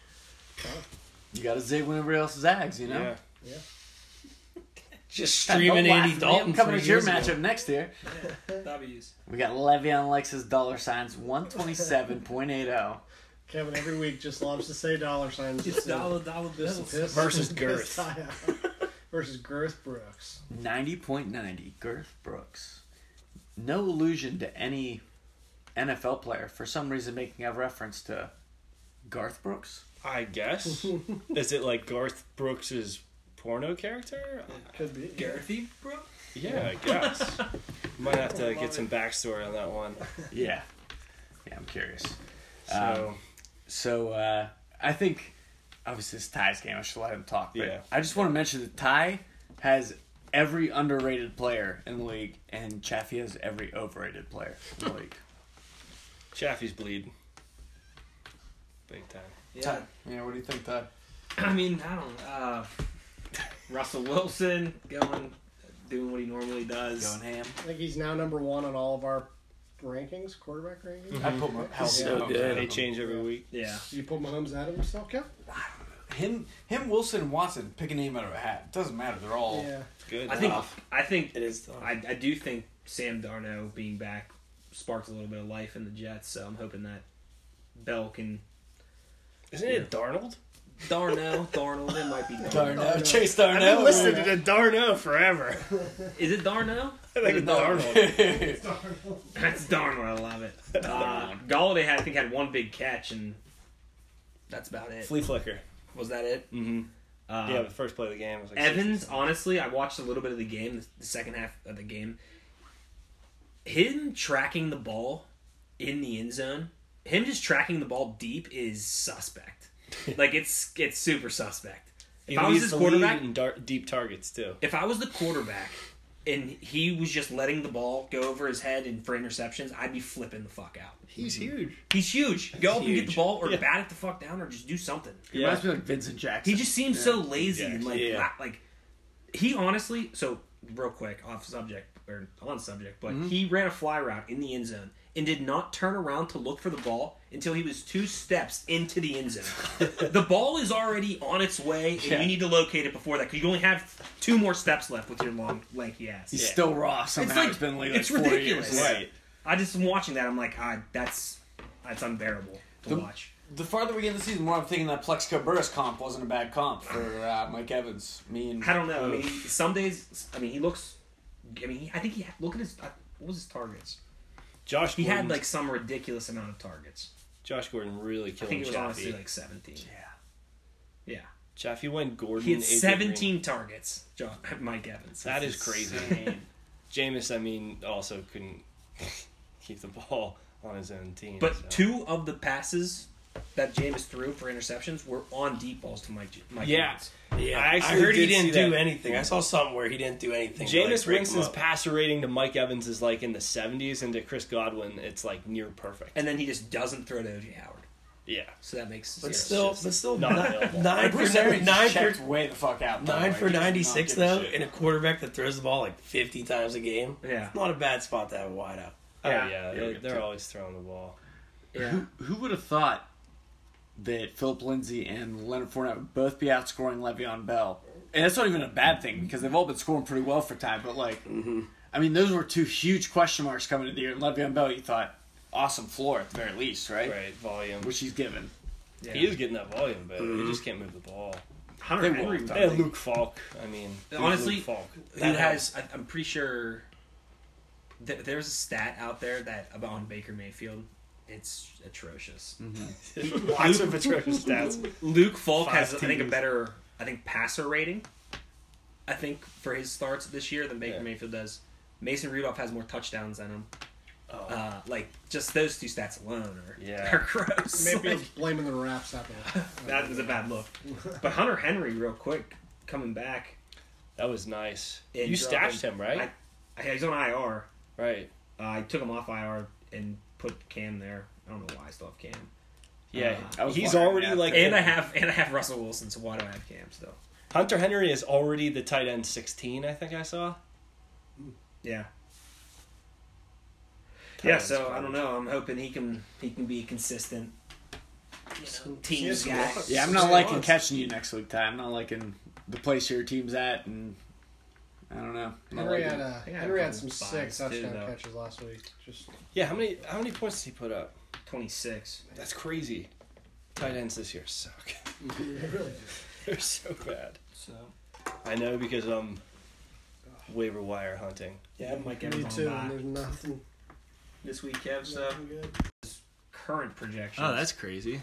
[SPEAKER 1] You got to zig when everybody else zags, you know.
[SPEAKER 2] Yeah.
[SPEAKER 4] Just streaming Andy Dalton.
[SPEAKER 1] I'm coming
[SPEAKER 4] three
[SPEAKER 1] to your
[SPEAKER 4] years ago.
[SPEAKER 1] matchup next year.
[SPEAKER 5] W's.
[SPEAKER 1] We got Le'Veon likes his dollar signs one twenty seven point eight oh, zero.
[SPEAKER 3] Kevin every week just loves to say dollar signs.
[SPEAKER 5] Just
[SPEAKER 3] Just
[SPEAKER 5] dollar dollar bills.
[SPEAKER 3] piss,
[SPEAKER 2] Versus
[SPEAKER 3] piss
[SPEAKER 2] girth.
[SPEAKER 3] tie out. versus Girth Brooks.
[SPEAKER 1] 90.90 Girth Brooks. No allusion to any NFL player for some reason making a reference to Garth Brooks.
[SPEAKER 2] I guess. Is it like Garth Brooks's porno character?
[SPEAKER 3] Could be
[SPEAKER 5] Garthy, bro.
[SPEAKER 2] Yeah, I guess. Might have to get some backstory on that one.
[SPEAKER 1] Yeah. Yeah, I'm curious.
[SPEAKER 2] So
[SPEAKER 4] Um,
[SPEAKER 1] So uh, I think obviously it's Ty's game. I should let him talk. But
[SPEAKER 2] Yeah.
[SPEAKER 1] I just want to mention that Ty has every underrated player in the league, and Chaffee has every overrated player in the league.
[SPEAKER 2] Chaffee's bleeding. Big time.
[SPEAKER 5] Yeah.
[SPEAKER 1] Yeah, what do you think, Ty?
[SPEAKER 5] I mean, I don't. Uh, Russell Wilson going, doing what he normally does.
[SPEAKER 1] Going ham.
[SPEAKER 3] I think he's now number one on all of our rankings, quarterback rankings.
[SPEAKER 1] I put my hell yeah.
[SPEAKER 4] So good.
[SPEAKER 2] They change every week.
[SPEAKER 5] Yeah.
[SPEAKER 3] Do you put Mahomes out of himself, Kev?
[SPEAKER 1] Him, him, Wilson, and Watson. Pick a name out of a hat. doesn't matter. They're all.
[SPEAKER 3] Yeah.
[SPEAKER 2] It's good.
[SPEAKER 5] I think. I think.
[SPEAKER 4] It is. tough.
[SPEAKER 5] I, I do think Sam Darno being back sparked a little bit of life in the Jets. So I'm hoping that Bell can.
[SPEAKER 2] Isn't it Darnold?
[SPEAKER 5] Darno, Darnold. It might be Darno.
[SPEAKER 1] Darnell, Chase
[SPEAKER 2] I've
[SPEAKER 1] Darnell.
[SPEAKER 2] been listening to Darno forever.
[SPEAKER 5] Is it Darno?
[SPEAKER 2] I think it's Darnold.
[SPEAKER 5] That's Darnold. I love it. Uh, Galladay, had, I think, had one big catch, and that's about it.
[SPEAKER 2] Flea flicker.
[SPEAKER 5] Was that it?
[SPEAKER 2] Mm-hmm.
[SPEAKER 4] Um,
[SPEAKER 5] Uh,
[SPEAKER 2] Yeah, the first play of the game was like
[SPEAKER 5] Evans, honestly, I watched a little bit of the game, the second half of the game. Him tracking the ball in the end zone, him just tracking the ball deep is suspect. like it's it's super suspect. If I was his quarterback,
[SPEAKER 2] and dar- deep targets too.
[SPEAKER 5] if I was the quarterback and he was just letting the ball go over his head and for interceptions, I'd be flipping the fuck out.
[SPEAKER 3] Mm-hmm.
[SPEAKER 2] He's huge.
[SPEAKER 5] He's huge. Go up and get the
[SPEAKER 2] huge.
[SPEAKER 5] ball or
[SPEAKER 2] Yeah.
[SPEAKER 5] bat it the fuck down or just do something.
[SPEAKER 1] He
[SPEAKER 2] Yeah.
[SPEAKER 1] reminds me of Vincent Jackson.
[SPEAKER 5] He just seems so lazy and like
[SPEAKER 2] Yeah.
[SPEAKER 5] la- like he honestly. So real quick, off subject or on subject, but he ran a fly route in the end zone and did not turn around to look for the ball until he was two steps into the end zone. the ball is already on its way, and
[SPEAKER 1] Yeah.
[SPEAKER 5] you need to locate it before that because you only have two more steps left with your long lanky ass.
[SPEAKER 1] He's still raw somehow.
[SPEAKER 5] like-
[SPEAKER 1] it's been in the league like
[SPEAKER 5] it's
[SPEAKER 1] four
[SPEAKER 5] ridiculous.
[SPEAKER 1] years.
[SPEAKER 2] Right.
[SPEAKER 5] I just am watching that. I'm like, I that's that's unbearable to
[SPEAKER 1] The-
[SPEAKER 5] watch.
[SPEAKER 1] The farther we get in the season, the more I'm thinking that Plexico Burris comp wasn't a bad comp for uh, Mike Evans. Me and
[SPEAKER 5] I don't know. I mean, some days, I mean, he looks. I mean, he, I think he look at his. I- What was his targets?
[SPEAKER 2] Josh
[SPEAKER 5] He
[SPEAKER 2] Gordon,
[SPEAKER 5] had like some ridiculous amount of targets.
[SPEAKER 2] Josh Gordon really
[SPEAKER 5] I
[SPEAKER 2] killed
[SPEAKER 5] think it was honestly
[SPEAKER 2] Chaffee.
[SPEAKER 5] like seventeen. Yeah,
[SPEAKER 2] Chaffee went Gordon.
[SPEAKER 5] he had
[SPEAKER 2] Adrian
[SPEAKER 5] seventeen
[SPEAKER 2] Green.
[SPEAKER 5] targets. John Mike Evans.
[SPEAKER 2] That
[SPEAKER 5] That's
[SPEAKER 2] is crazy.
[SPEAKER 5] insane.
[SPEAKER 2] Jameis, I mean, also couldn't keep the ball on his own team.
[SPEAKER 5] But
[SPEAKER 2] so.
[SPEAKER 5] two of the passes that Jameis threw for interceptions were on deep balls to Mike. Mike
[SPEAKER 2] Yeah.
[SPEAKER 5] Evans.
[SPEAKER 4] Yeah,
[SPEAKER 2] I
[SPEAKER 4] I,
[SPEAKER 2] actually
[SPEAKER 4] heard he
[SPEAKER 2] did see
[SPEAKER 4] didn't do
[SPEAKER 2] that.
[SPEAKER 4] anything. I saw something where he didn't do anything. to, like,
[SPEAKER 2] Jameis
[SPEAKER 4] break him
[SPEAKER 2] Winston's
[SPEAKER 4] up.
[SPEAKER 2] passer rating to Mike Evans is like in the 70s, and to Chris Godwin, it's like near perfect.
[SPEAKER 5] and then he just doesn't throw to OJ Howard.
[SPEAKER 2] yeah.
[SPEAKER 5] So that makes.
[SPEAKER 4] but
[SPEAKER 5] zero
[SPEAKER 4] still,
[SPEAKER 5] sense.
[SPEAKER 4] but still,
[SPEAKER 2] not
[SPEAKER 4] nine,
[SPEAKER 2] available.
[SPEAKER 4] nine for
[SPEAKER 1] Bruce
[SPEAKER 4] nine,
[SPEAKER 1] Arians
[SPEAKER 4] nine for
[SPEAKER 1] checked way the fuck out. by the
[SPEAKER 4] nine
[SPEAKER 1] way.
[SPEAKER 4] for
[SPEAKER 1] He did
[SPEAKER 4] ninety
[SPEAKER 1] not
[SPEAKER 4] six
[SPEAKER 1] give a
[SPEAKER 4] though,
[SPEAKER 1] shit.
[SPEAKER 4] and a quarterback that throws the ball like fifty times a game.
[SPEAKER 5] Yeah.
[SPEAKER 4] it's not a bad spot to have a wideout.
[SPEAKER 2] Oh,
[SPEAKER 5] Yeah.
[SPEAKER 2] yeah. they, they're always throwing the ball.
[SPEAKER 5] yeah.
[SPEAKER 1] Who would have thought that Philip Lindsay and Leonard Fournette would both be outscoring Le'Veon Bell? And that's not even a bad thing because they've all been scoring pretty well for time. But like, I mean, those were two huge question marks coming into the year. And Le'Veon Bell, you thought, awesome floor at the very least, right?
[SPEAKER 2] Right, volume.
[SPEAKER 1] Which he's given.
[SPEAKER 5] yeah.
[SPEAKER 2] He is getting that volume, but he just can't move the ball.
[SPEAKER 5] Hunter
[SPEAKER 1] They
[SPEAKER 5] Henry
[SPEAKER 1] won't.
[SPEAKER 2] They had Luke Falk. I mean, who's
[SPEAKER 5] Honestly,
[SPEAKER 2] Luke Falk.
[SPEAKER 5] Who has? I, I'm pretty sure. Th- there's a stat out there that about on Baker Mayfield. It's atrocious.
[SPEAKER 2] Lots of atrocious stats.
[SPEAKER 5] Luke Falk
[SPEAKER 2] Five
[SPEAKER 5] has, I think, a
[SPEAKER 2] TDs.
[SPEAKER 5] better, I think, passer rating. I think for his starts this year than Baker
[SPEAKER 2] Yeah.
[SPEAKER 5] Mayfield does. Mason Rudolph has more touchdowns than him. Uh, like just those two stats alone are,
[SPEAKER 2] Yeah.
[SPEAKER 5] are gross.
[SPEAKER 3] Maybe
[SPEAKER 5] Like,
[SPEAKER 3] he's blaming the refs after that.
[SPEAKER 5] that was a bad look. But Hunter Henry, real quick, coming back.
[SPEAKER 2] That was nice.
[SPEAKER 5] and
[SPEAKER 2] you
[SPEAKER 5] dropping-
[SPEAKER 2] stashed him, right?
[SPEAKER 5] I, I, he's on IR.
[SPEAKER 2] Right.
[SPEAKER 5] Uh, I took him off IR and put Cam there. I don't know why I still have Cam.
[SPEAKER 2] Yeah.
[SPEAKER 5] Uh,
[SPEAKER 1] I was
[SPEAKER 2] he's
[SPEAKER 1] wondering
[SPEAKER 2] already
[SPEAKER 1] that.
[SPEAKER 2] like.
[SPEAKER 5] And
[SPEAKER 2] the-
[SPEAKER 5] I have and I have Russell Wilson, so why do I have Cam still?
[SPEAKER 2] Hunter Henry is already the tight end 16, I think I saw.
[SPEAKER 5] Yeah. yeah, so I don't know. I'm hoping he can he can be consistent. You know, teams
[SPEAKER 3] He
[SPEAKER 5] guy.
[SPEAKER 3] is good.
[SPEAKER 1] Yeah, I'm not
[SPEAKER 3] Six
[SPEAKER 1] liking
[SPEAKER 3] months.
[SPEAKER 1] catching you next week, Ty. I'm not liking the place your team's at, and I don't know. I'm not
[SPEAKER 3] Henry
[SPEAKER 1] liking
[SPEAKER 3] had,
[SPEAKER 1] it.
[SPEAKER 3] uh,
[SPEAKER 5] I got
[SPEAKER 3] Henry
[SPEAKER 5] a
[SPEAKER 3] had
[SPEAKER 5] couple
[SPEAKER 3] some sick
[SPEAKER 5] buys, too,
[SPEAKER 3] touchdown
[SPEAKER 5] though.
[SPEAKER 3] catches last week. Just
[SPEAKER 2] Yeah, how many how many points did he put up?
[SPEAKER 5] 26.
[SPEAKER 2] That's crazy. Tight ends this year suck. They're so bad.
[SPEAKER 5] So
[SPEAKER 2] I know because I'm waiver wire hunting.
[SPEAKER 5] yeah, Mike
[SPEAKER 3] me
[SPEAKER 5] Evans
[SPEAKER 3] too.
[SPEAKER 5] on
[SPEAKER 3] And
[SPEAKER 5] bye
[SPEAKER 3] there's nothing.
[SPEAKER 5] this week, Kev. So
[SPEAKER 3] nothing good.
[SPEAKER 5] current projections.
[SPEAKER 7] Oh,
[SPEAKER 2] crazy.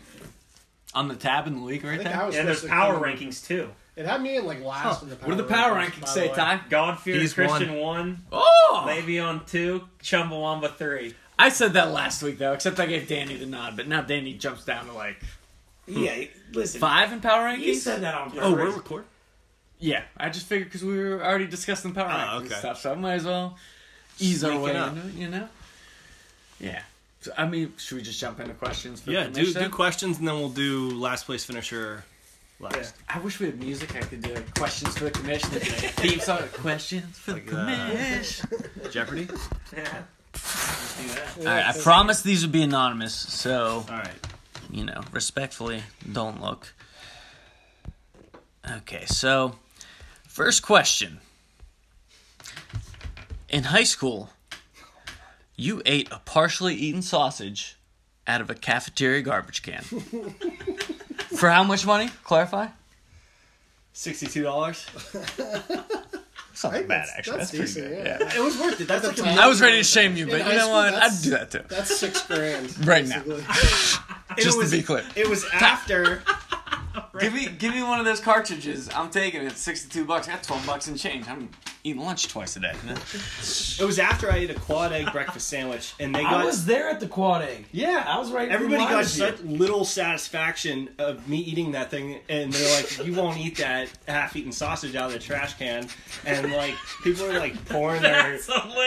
[SPEAKER 1] on the tab in the league
[SPEAKER 3] I
[SPEAKER 1] right
[SPEAKER 3] think
[SPEAKER 1] there.
[SPEAKER 3] I was
[SPEAKER 5] yeah. There's
[SPEAKER 3] supposed to
[SPEAKER 5] power
[SPEAKER 3] come-
[SPEAKER 5] rankings too.
[SPEAKER 3] It had me in like last in the power.
[SPEAKER 1] What did the power
[SPEAKER 3] rankings, by
[SPEAKER 1] rankings say,
[SPEAKER 3] the way.
[SPEAKER 1] Ty?
[SPEAKER 5] Godfear
[SPEAKER 7] He's one.
[SPEAKER 5] Christian one,
[SPEAKER 1] Oh,
[SPEAKER 5] Le'Veon two, Chumbawamba three.
[SPEAKER 1] I said that last week though. Except I gave Danny the nod, but now Danny jumps down to like
[SPEAKER 2] Hmm.
[SPEAKER 4] Yeah, listen.
[SPEAKER 1] five in power rankings.
[SPEAKER 4] You said that on purpose.
[SPEAKER 2] Oh, we're recording.
[SPEAKER 1] Yeah, I just figured because we were already discussing power rankings
[SPEAKER 2] Ah,
[SPEAKER 1] and
[SPEAKER 2] okay.
[SPEAKER 1] stuff, so I might as well ease our
[SPEAKER 2] Sneak it
[SPEAKER 1] way
[SPEAKER 2] up.
[SPEAKER 1] into it, you know? Yeah. So, I mean, should we just jump into questions? For
[SPEAKER 2] Yeah,
[SPEAKER 1] the
[SPEAKER 2] do
[SPEAKER 1] next
[SPEAKER 2] do
[SPEAKER 1] show?
[SPEAKER 2] questions and then we'll do last place finisher. Last.
[SPEAKER 1] I wish we had music. I could do like, questions for the commission. It'd be like, Theme song. Questions for
[SPEAKER 2] Like
[SPEAKER 1] the
[SPEAKER 2] that.
[SPEAKER 1] commission.
[SPEAKER 2] Jeopardy.
[SPEAKER 5] Yeah.
[SPEAKER 1] All right, I promise these would be anonymous, so
[SPEAKER 2] All right.
[SPEAKER 1] you know, respectfully, don't look. Okay, so first question. In high school, you ate a partially eaten sausage out of a cafeteria garbage can. For how much money? Clarify.
[SPEAKER 2] Sixty-two dollars.
[SPEAKER 1] It's not bad, actually.
[SPEAKER 3] That's, decent. yeah.
[SPEAKER 2] It was worth it. That's
[SPEAKER 3] At
[SPEAKER 2] like
[SPEAKER 3] the
[SPEAKER 2] a,
[SPEAKER 3] time,
[SPEAKER 1] I was ready to shame you, but
[SPEAKER 3] In
[SPEAKER 1] you
[SPEAKER 3] high
[SPEAKER 1] know
[SPEAKER 3] school,
[SPEAKER 1] what?
[SPEAKER 3] that's-
[SPEAKER 1] I'd do that too.
[SPEAKER 3] That's six grand.
[SPEAKER 1] Right now.
[SPEAKER 3] basically.
[SPEAKER 1] Just
[SPEAKER 2] was-
[SPEAKER 1] to be clear.
[SPEAKER 2] it was after.
[SPEAKER 1] Give me give me one of those cartridges. I'm taking it. Sixty two bucks. I got twelve bucks in change. I'm eating lunch twice a day.
[SPEAKER 2] It was after I ate a quad egg breakfast sandwich, and they
[SPEAKER 4] I
[SPEAKER 2] got
[SPEAKER 4] was there at the quad egg.
[SPEAKER 2] yeah.
[SPEAKER 4] I was right.
[SPEAKER 2] Everybody
[SPEAKER 4] in line
[SPEAKER 2] got
[SPEAKER 4] with you.
[SPEAKER 2] such little satisfaction of me eating that thing, and they're like, "You won't eat that half-eaten sausage out of the trash can," and like people are like pouring their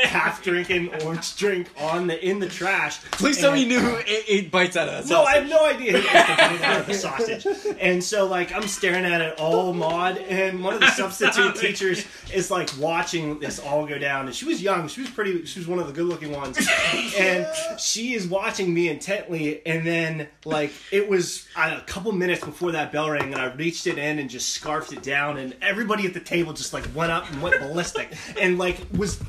[SPEAKER 2] half-drinking orange drink on the in the trash.
[SPEAKER 1] Please tell me you knew who ate eight bites out of that.
[SPEAKER 2] No, I
[SPEAKER 1] sausage.
[SPEAKER 2] have no idea who ate the out of the sausage. And so, like, I'm staring at it all mod, and one of the substitute teachers is like watching this all go down. And she was young; she was pretty. She was one of the good-looking ones, and she is watching me intently. And then, like, it was uh, a couple minutes before that bell rang, and I reached it in and just scarfed it down, and everybody at the table just like went up and went ballistic, and like was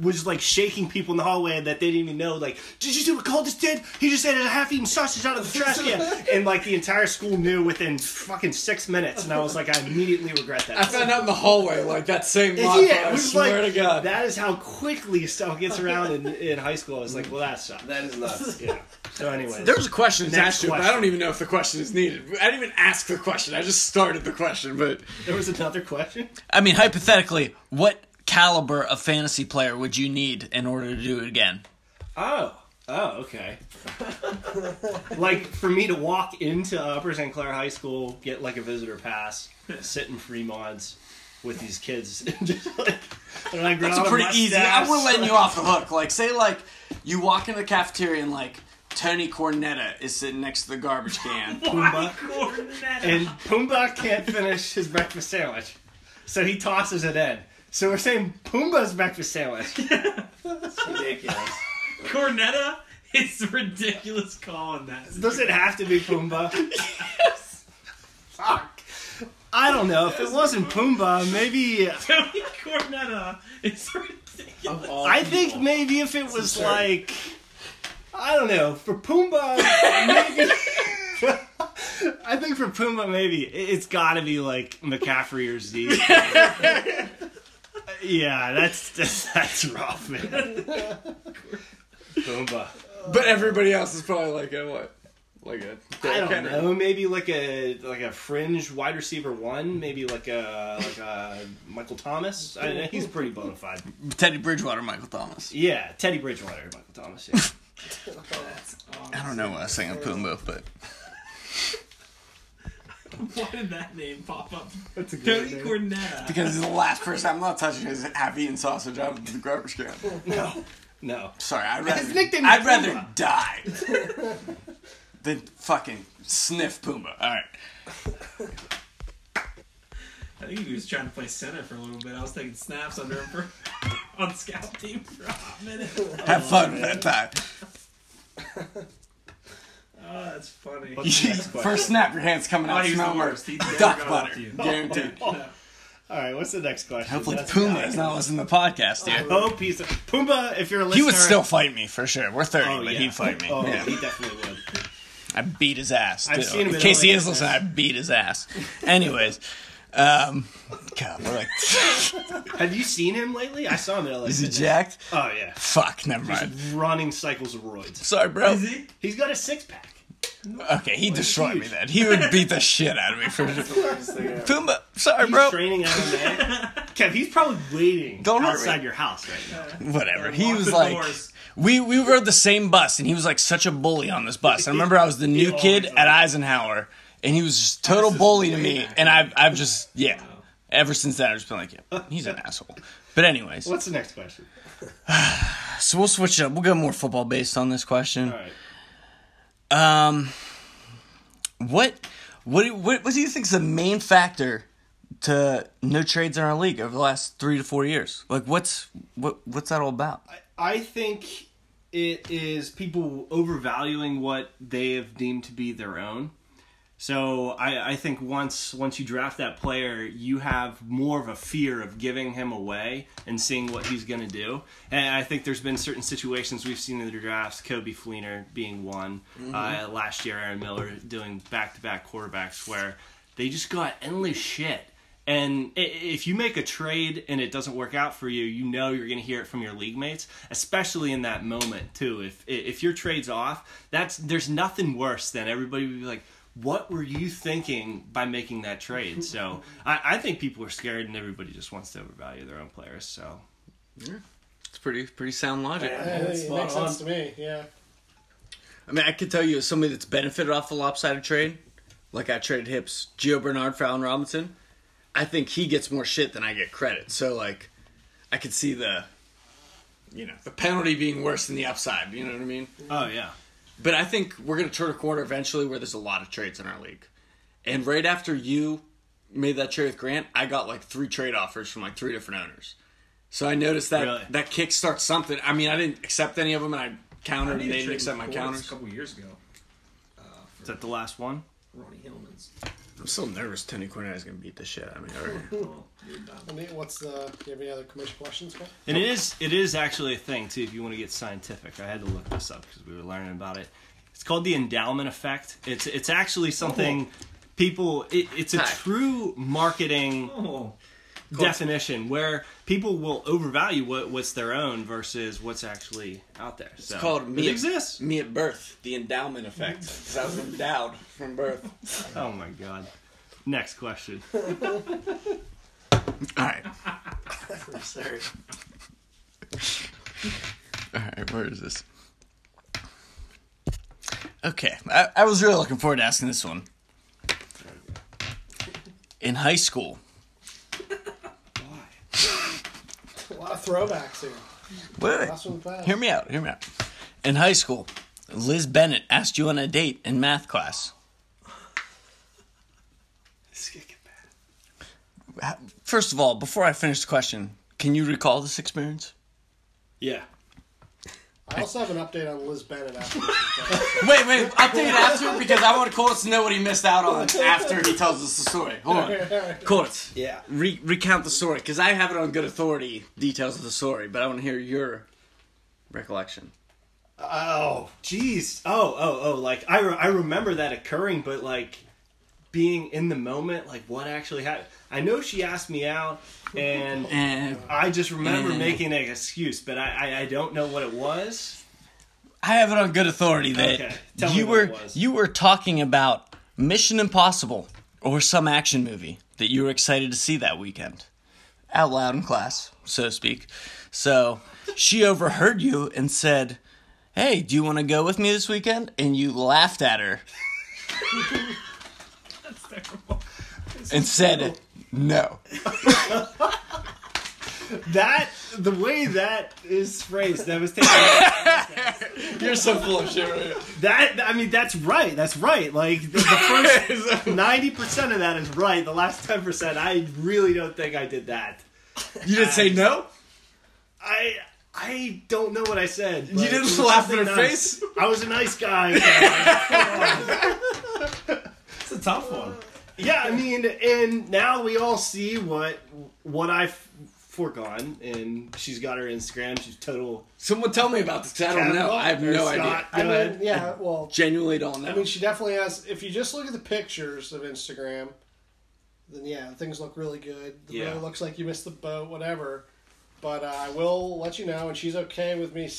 [SPEAKER 2] was like shaking people in the hallway that they didn't even know. Like, did you see what Cole just did? He just ate a half-eaten sausage out of the trash can, and like the entire school knew within fucking six minutes. And I was like, I immediately regret that.
[SPEAKER 1] I found out in the hallway like that same
[SPEAKER 2] And
[SPEAKER 1] month.
[SPEAKER 2] yeah,
[SPEAKER 1] I
[SPEAKER 2] it was
[SPEAKER 1] swear
[SPEAKER 2] like
[SPEAKER 1] to God.
[SPEAKER 2] that is how quickly stuff gets around in, in high school. I was like, well, that sucks.
[SPEAKER 5] That is nuts.
[SPEAKER 2] yeah. So anyway,
[SPEAKER 1] There was a question that's
[SPEAKER 2] Next
[SPEAKER 1] asked you, but I
[SPEAKER 2] question.
[SPEAKER 1] don't even know if the question is needed. I didn't even ask the question. I just started the question. But
[SPEAKER 2] there was another question.
[SPEAKER 1] I mean, hypothetically, what caliber of fantasy player would you need in order to do it again?
[SPEAKER 2] Oh. Oh, okay. like for me to walk into Upper St. Clair High School, get like a visitor pass, sit in Fremonts with these kids, and just like and I grow
[SPEAKER 1] That's
[SPEAKER 2] out a
[SPEAKER 1] pretty easy. I'm
[SPEAKER 2] mustache.
[SPEAKER 1] not letting you off the hook. Like, say, like you walk into the cafeteria and like Tony Cornetta is sitting next to the garbage can.
[SPEAKER 2] Pumbaa.
[SPEAKER 5] Cornetto.
[SPEAKER 2] And Pumbaa can't finish his breakfast sandwich, so he tosses it in. So we're saying Pumbaa's breakfast sandwich.
[SPEAKER 5] ridiculous.
[SPEAKER 7] Cornetta is a ridiculous call on that.
[SPEAKER 2] Does it have to be Pumbaa? yes. Fuck. I don't know. If it wasn't Pumbaa, maybe
[SPEAKER 7] Tony Cornetta is ridiculous.
[SPEAKER 2] I think maybe if it was like, I don't know, for Pumbaa, maybe. I think for Pumbaa, maybe it- it's got to be like McCaffrey or Z. yeah, that's, that's that's rough, man. Pumbaa.
[SPEAKER 1] But everybody else is probably like a what? Like a
[SPEAKER 2] I don't know. Maybe like a like a fringe wide receiver one. Maybe like a like a Michael Thomas. I, he's pretty bona fide.
[SPEAKER 1] Teddy Bridgewater, Michael Thomas.
[SPEAKER 2] Yeah, Teddy Bridgewater, Michael Thomas. Yeah.
[SPEAKER 1] I don't know what I was saying Pumbaa, but
[SPEAKER 7] Why did that name pop up?
[SPEAKER 2] That's a
[SPEAKER 7] Tony Cornetta.
[SPEAKER 1] because it's the last person I'm not touching is happy and sausage out of the garbage can.
[SPEAKER 2] No, no.
[SPEAKER 1] Sorry, I'd rather
[SPEAKER 2] His nickname is
[SPEAKER 1] I'd rather die than fucking sniff Pumbaa. All right.
[SPEAKER 7] I think he was trying to play center for a little bit. I was taking snaps under him for. on scout team for a minute.
[SPEAKER 1] Have fun with that time.
[SPEAKER 7] Oh, that's funny.
[SPEAKER 1] First snap, your hand's coming out.
[SPEAKER 7] he was
[SPEAKER 1] Smell
[SPEAKER 7] the worst. He never
[SPEAKER 1] duck
[SPEAKER 7] got up
[SPEAKER 1] butter.
[SPEAKER 7] to you.
[SPEAKER 1] Guaranteed.
[SPEAKER 2] All right, what's the next question?
[SPEAKER 1] Hopefully,
[SPEAKER 2] That's-
[SPEAKER 1] Puma is not listening to the podcast here.
[SPEAKER 2] Oh, piece of Pumbaa, if you're a listener,
[SPEAKER 1] He would still fight me for sure. We're 30,
[SPEAKER 2] Oh,
[SPEAKER 1] but
[SPEAKER 2] yeah.
[SPEAKER 1] he'd fight me.
[SPEAKER 2] Oh,
[SPEAKER 1] Yeah.
[SPEAKER 2] he definitely would.
[SPEAKER 1] I beat his ass. Too.
[SPEAKER 2] I've seen him
[SPEAKER 1] in
[SPEAKER 2] in
[SPEAKER 1] case he
[SPEAKER 2] LA
[SPEAKER 1] is listening, I beat his ass. Anyways, um, God, we're like,
[SPEAKER 2] Have you seen him lately? I saw him at LA.
[SPEAKER 1] is he
[SPEAKER 2] Fitness.
[SPEAKER 1] jacked?
[SPEAKER 2] Oh yeah,
[SPEAKER 1] Fuck, never mind.
[SPEAKER 2] He's running cycles of roids.
[SPEAKER 1] Sorry, bro.
[SPEAKER 2] He's got a six pack.
[SPEAKER 1] Okay, he destroyed me then. He would beat the shit out of me for
[SPEAKER 8] ever.
[SPEAKER 1] Puma. Sorry,
[SPEAKER 2] He's
[SPEAKER 1] bro.
[SPEAKER 2] training MMA. Kev, he's probably waiting
[SPEAKER 1] Don't hurt
[SPEAKER 2] outside
[SPEAKER 1] me.
[SPEAKER 2] your house right now.
[SPEAKER 1] Whatever. He
[SPEAKER 7] Lock
[SPEAKER 1] was
[SPEAKER 7] the
[SPEAKER 1] like,
[SPEAKER 7] doors.
[SPEAKER 1] we we rode the same bus, and he was like such a bully on this bus. I remember I was the new kid at Eisenhower, and he was just total bully to me. And I've I've just yeah. Ever since then, I've just been like, yeah, he's an asshole. But anyways,
[SPEAKER 2] What's the next question?
[SPEAKER 1] so we'll switch it up. We'll go more football based on this question.
[SPEAKER 2] All right.
[SPEAKER 1] Um, what, what, what, what do you think is the main factor to no trades in our league over the last three to four years? Like, what's what, what's that all about?
[SPEAKER 2] I think it is people overvaluing what they have deemed to be their own. So I, I think once once you draft that player, you have more of a fear of giving him away and seeing what he's going to do. And I think there's been certain situations we've seen in the drafts, Kobe Fleener being one uh, last year, Aaron Miller doing back to back quarterbacks, where they just got endless shit. And i- if you make a trade and it doesn't work out for you, you know you're going to hear it from your league mates, especially in that moment too. If if your trade's off, that's there's nothing worse than everybody would be like, "What were you thinking by making that trade?" So I, I think people are scared, and everybody just wants to overvalue their own players. So
[SPEAKER 4] It's pretty pretty sound logic.
[SPEAKER 3] Yeah, it makes
[SPEAKER 7] Spot on.
[SPEAKER 3] sense to me. Yeah.
[SPEAKER 4] I mean, I could tell you as somebody that's benefited off the lopsided trade, like I traded hips Gio Bernard for Allen Robinson. I think he gets more shit than I get credit. So like, I could see the, you know, the penalty being worse than the upside. You know what I mean?
[SPEAKER 2] oh yeah,
[SPEAKER 4] But I think we're gonna turn a corner eventually where there's a lot of trades in our league. And right after you made that trade with Grant, I got like three trade offers from like three different owners. So I noticed that
[SPEAKER 2] Really?
[SPEAKER 4] that kick starts something. I mean, I didn't accept any of them, and I countered. and
[SPEAKER 7] I
[SPEAKER 4] they
[SPEAKER 7] traded
[SPEAKER 4] didn't accept my
[SPEAKER 7] Forbes
[SPEAKER 4] counters.
[SPEAKER 7] a couple years ago. Uh,
[SPEAKER 2] is
[SPEAKER 7] for
[SPEAKER 2] that the last one?
[SPEAKER 7] Ronnie Hillman's.
[SPEAKER 4] I'm still nervous. Tony Cornett is gonna beat the shit out of me. Already.
[SPEAKER 7] Well, Oh, you're done.
[SPEAKER 3] And the- What's the? Do you have any other commission questions? Cole?
[SPEAKER 2] And it is it is actually a thing too. If you want to get scientific, I had to look this up because we were learning about it. It's called the endowment effect. It's it's actually something people. It, it's a
[SPEAKER 4] Hi.
[SPEAKER 2] true marketing
[SPEAKER 7] Oh,
[SPEAKER 2] definition where people will overvalue what what's their own versus what's actually out there. So,
[SPEAKER 4] It's called me.
[SPEAKER 2] It exists.
[SPEAKER 4] Me at birth, the endowment effect. 'Cause I was endowed from birth.
[SPEAKER 2] Oh my god. Next question.
[SPEAKER 1] All right,
[SPEAKER 9] Sorry.
[SPEAKER 1] all right, where is this? Okay, I, I was really looking forward to asking this one. In high school,
[SPEAKER 3] A lot of throwbacks here.
[SPEAKER 1] wait, wait,
[SPEAKER 3] Last one fast.
[SPEAKER 1] hear me out, hear me out. In high school, Liz Bennett asked you on a date in math class.
[SPEAKER 9] This could get bad.
[SPEAKER 1] First of all, before I finish the question, can you recall this experience?
[SPEAKER 2] Yeah.
[SPEAKER 3] I also have an update on Liz Bennett. After
[SPEAKER 1] Wait, wait, update it after because I want Colts to know what he missed out on after he tells us the story. Hold on.
[SPEAKER 4] Court,
[SPEAKER 2] Yeah.
[SPEAKER 4] re- recount the story because I have it on good authority. Details of the story, but I want to hear your recollection.
[SPEAKER 2] Oh, jeez. Oh, oh, oh. Like I, re- I remember that occurring, but like being in the moment, like what actually happened. I know she asked me out, and
[SPEAKER 1] And
[SPEAKER 2] I just remember
[SPEAKER 1] Mm.
[SPEAKER 2] making an excuse, but I, I, I don't know what it was.
[SPEAKER 1] I have it on good authority that
[SPEAKER 2] Okay, tell
[SPEAKER 1] you
[SPEAKER 2] me what
[SPEAKER 1] were
[SPEAKER 2] it was.
[SPEAKER 1] you were talking about Mission Impossible or some action movie that you were excited to see that weekend. Out loud in class, so to speak. So she overheard you and said, Hey, do you want to go with me this weekend? And you laughed at her
[SPEAKER 7] that's terrible.
[SPEAKER 1] and said no.
[SPEAKER 2] That the way that is phrased, that was taken.
[SPEAKER 1] You're
[SPEAKER 7] Oh.
[SPEAKER 1] so full of shit right
[SPEAKER 2] that I mean, that's right. That's right. Like the, the first ninety percent of that is right. The last ten percent, I really don't think I did that.
[SPEAKER 1] You didn't say no?
[SPEAKER 2] I I don't know what I said.
[SPEAKER 1] You didn't laugh in her face?
[SPEAKER 2] I was a nice guy.
[SPEAKER 7] It's a tough one.
[SPEAKER 2] yeah, I mean, and now we all see what what I've foregone, and she's got her Instagram. She's total.
[SPEAKER 1] Someone tell me about this. 'cause I don't know. I have no
[SPEAKER 2] Scott,
[SPEAKER 1] idea.
[SPEAKER 2] Go
[SPEAKER 3] I mean,
[SPEAKER 2] ahead.
[SPEAKER 3] yeah, well,
[SPEAKER 1] Genuinely don't
[SPEAKER 3] I
[SPEAKER 1] know.
[SPEAKER 3] mean, she definitely has. If you just look at the pictures of Instagram, then yeah, things look really good. The
[SPEAKER 2] Yeah.
[SPEAKER 3] road looks like you missed the boat, whatever. But uh, I will let you know, and she's okay with me s-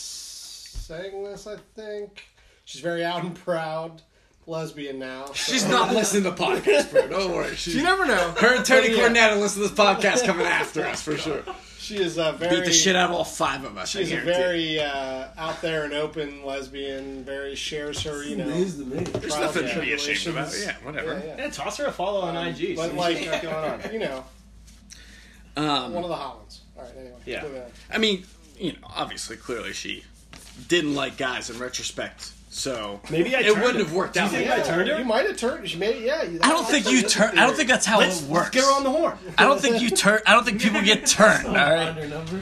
[SPEAKER 3] saying this. I think she's very out and proud lesbian now. so-
[SPEAKER 1] She's not listening to podcasts, bro. Don't worry. She's,
[SPEAKER 3] You never know.
[SPEAKER 1] her and Tony
[SPEAKER 3] But yeah,
[SPEAKER 1] Cornetta listen to this podcast coming after us for sure.
[SPEAKER 3] She is a very.
[SPEAKER 1] Beat the shit out of all five of us.
[SPEAKER 3] She's
[SPEAKER 1] I
[SPEAKER 3] a
[SPEAKER 1] guarantee.
[SPEAKER 3] very uh, out there and open lesbian. Very shares her, you know.
[SPEAKER 5] News to me.
[SPEAKER 3] There's
[SPEAKER 1] nothing to be ashamed about. Yeah, whatever.
[SPEAKER 2] Yeah, toss her a follow on IG.
[SPEAKER 3] But
[SPEAKER 2] see
[SPEAKER 3] like,
[SPEAKER 2] what's going on.
[SPEAKER 3] you know,
[SPEAKER 1] Um,
[SPEAKER 3] one of the Hollands. All right, anyway.
[SPEAKER 2] Yeah.
[SPEAKER 3] moving on.
[SPEAKER 1] I mean, you know, obviously, clearly she didn't like guys in retrospect, so
[SPEAKER 2] Maybe I
[SPEAKER 1] it
[SPEAKER 2] turned
[SPEAKER 1] wouldn't
[SPEAKER 2] it.
[SPEAKER 1] have worked
[SPEAKER 2] Do you
[SPEAKER 1] out.
[SPEAKER 2] think
[SPEAKER 1] like
[SPEAKER 2] I
[SPEAKER 1] that.
[SPEAKER 2] turned her?
[SPEAKER 3] You might have turned. She may. Yeah.
[SPEAKER 10] I don't think you turn. I don't think that's how
[SPEAKER 2] Let's
[SPEAKER 10] it works.
[SPEAKER 2] get her on the horn.
[SPEAKER 10] I don't think you turn. I don't think people get turned. All right.
[SPEAKER 5] Under number.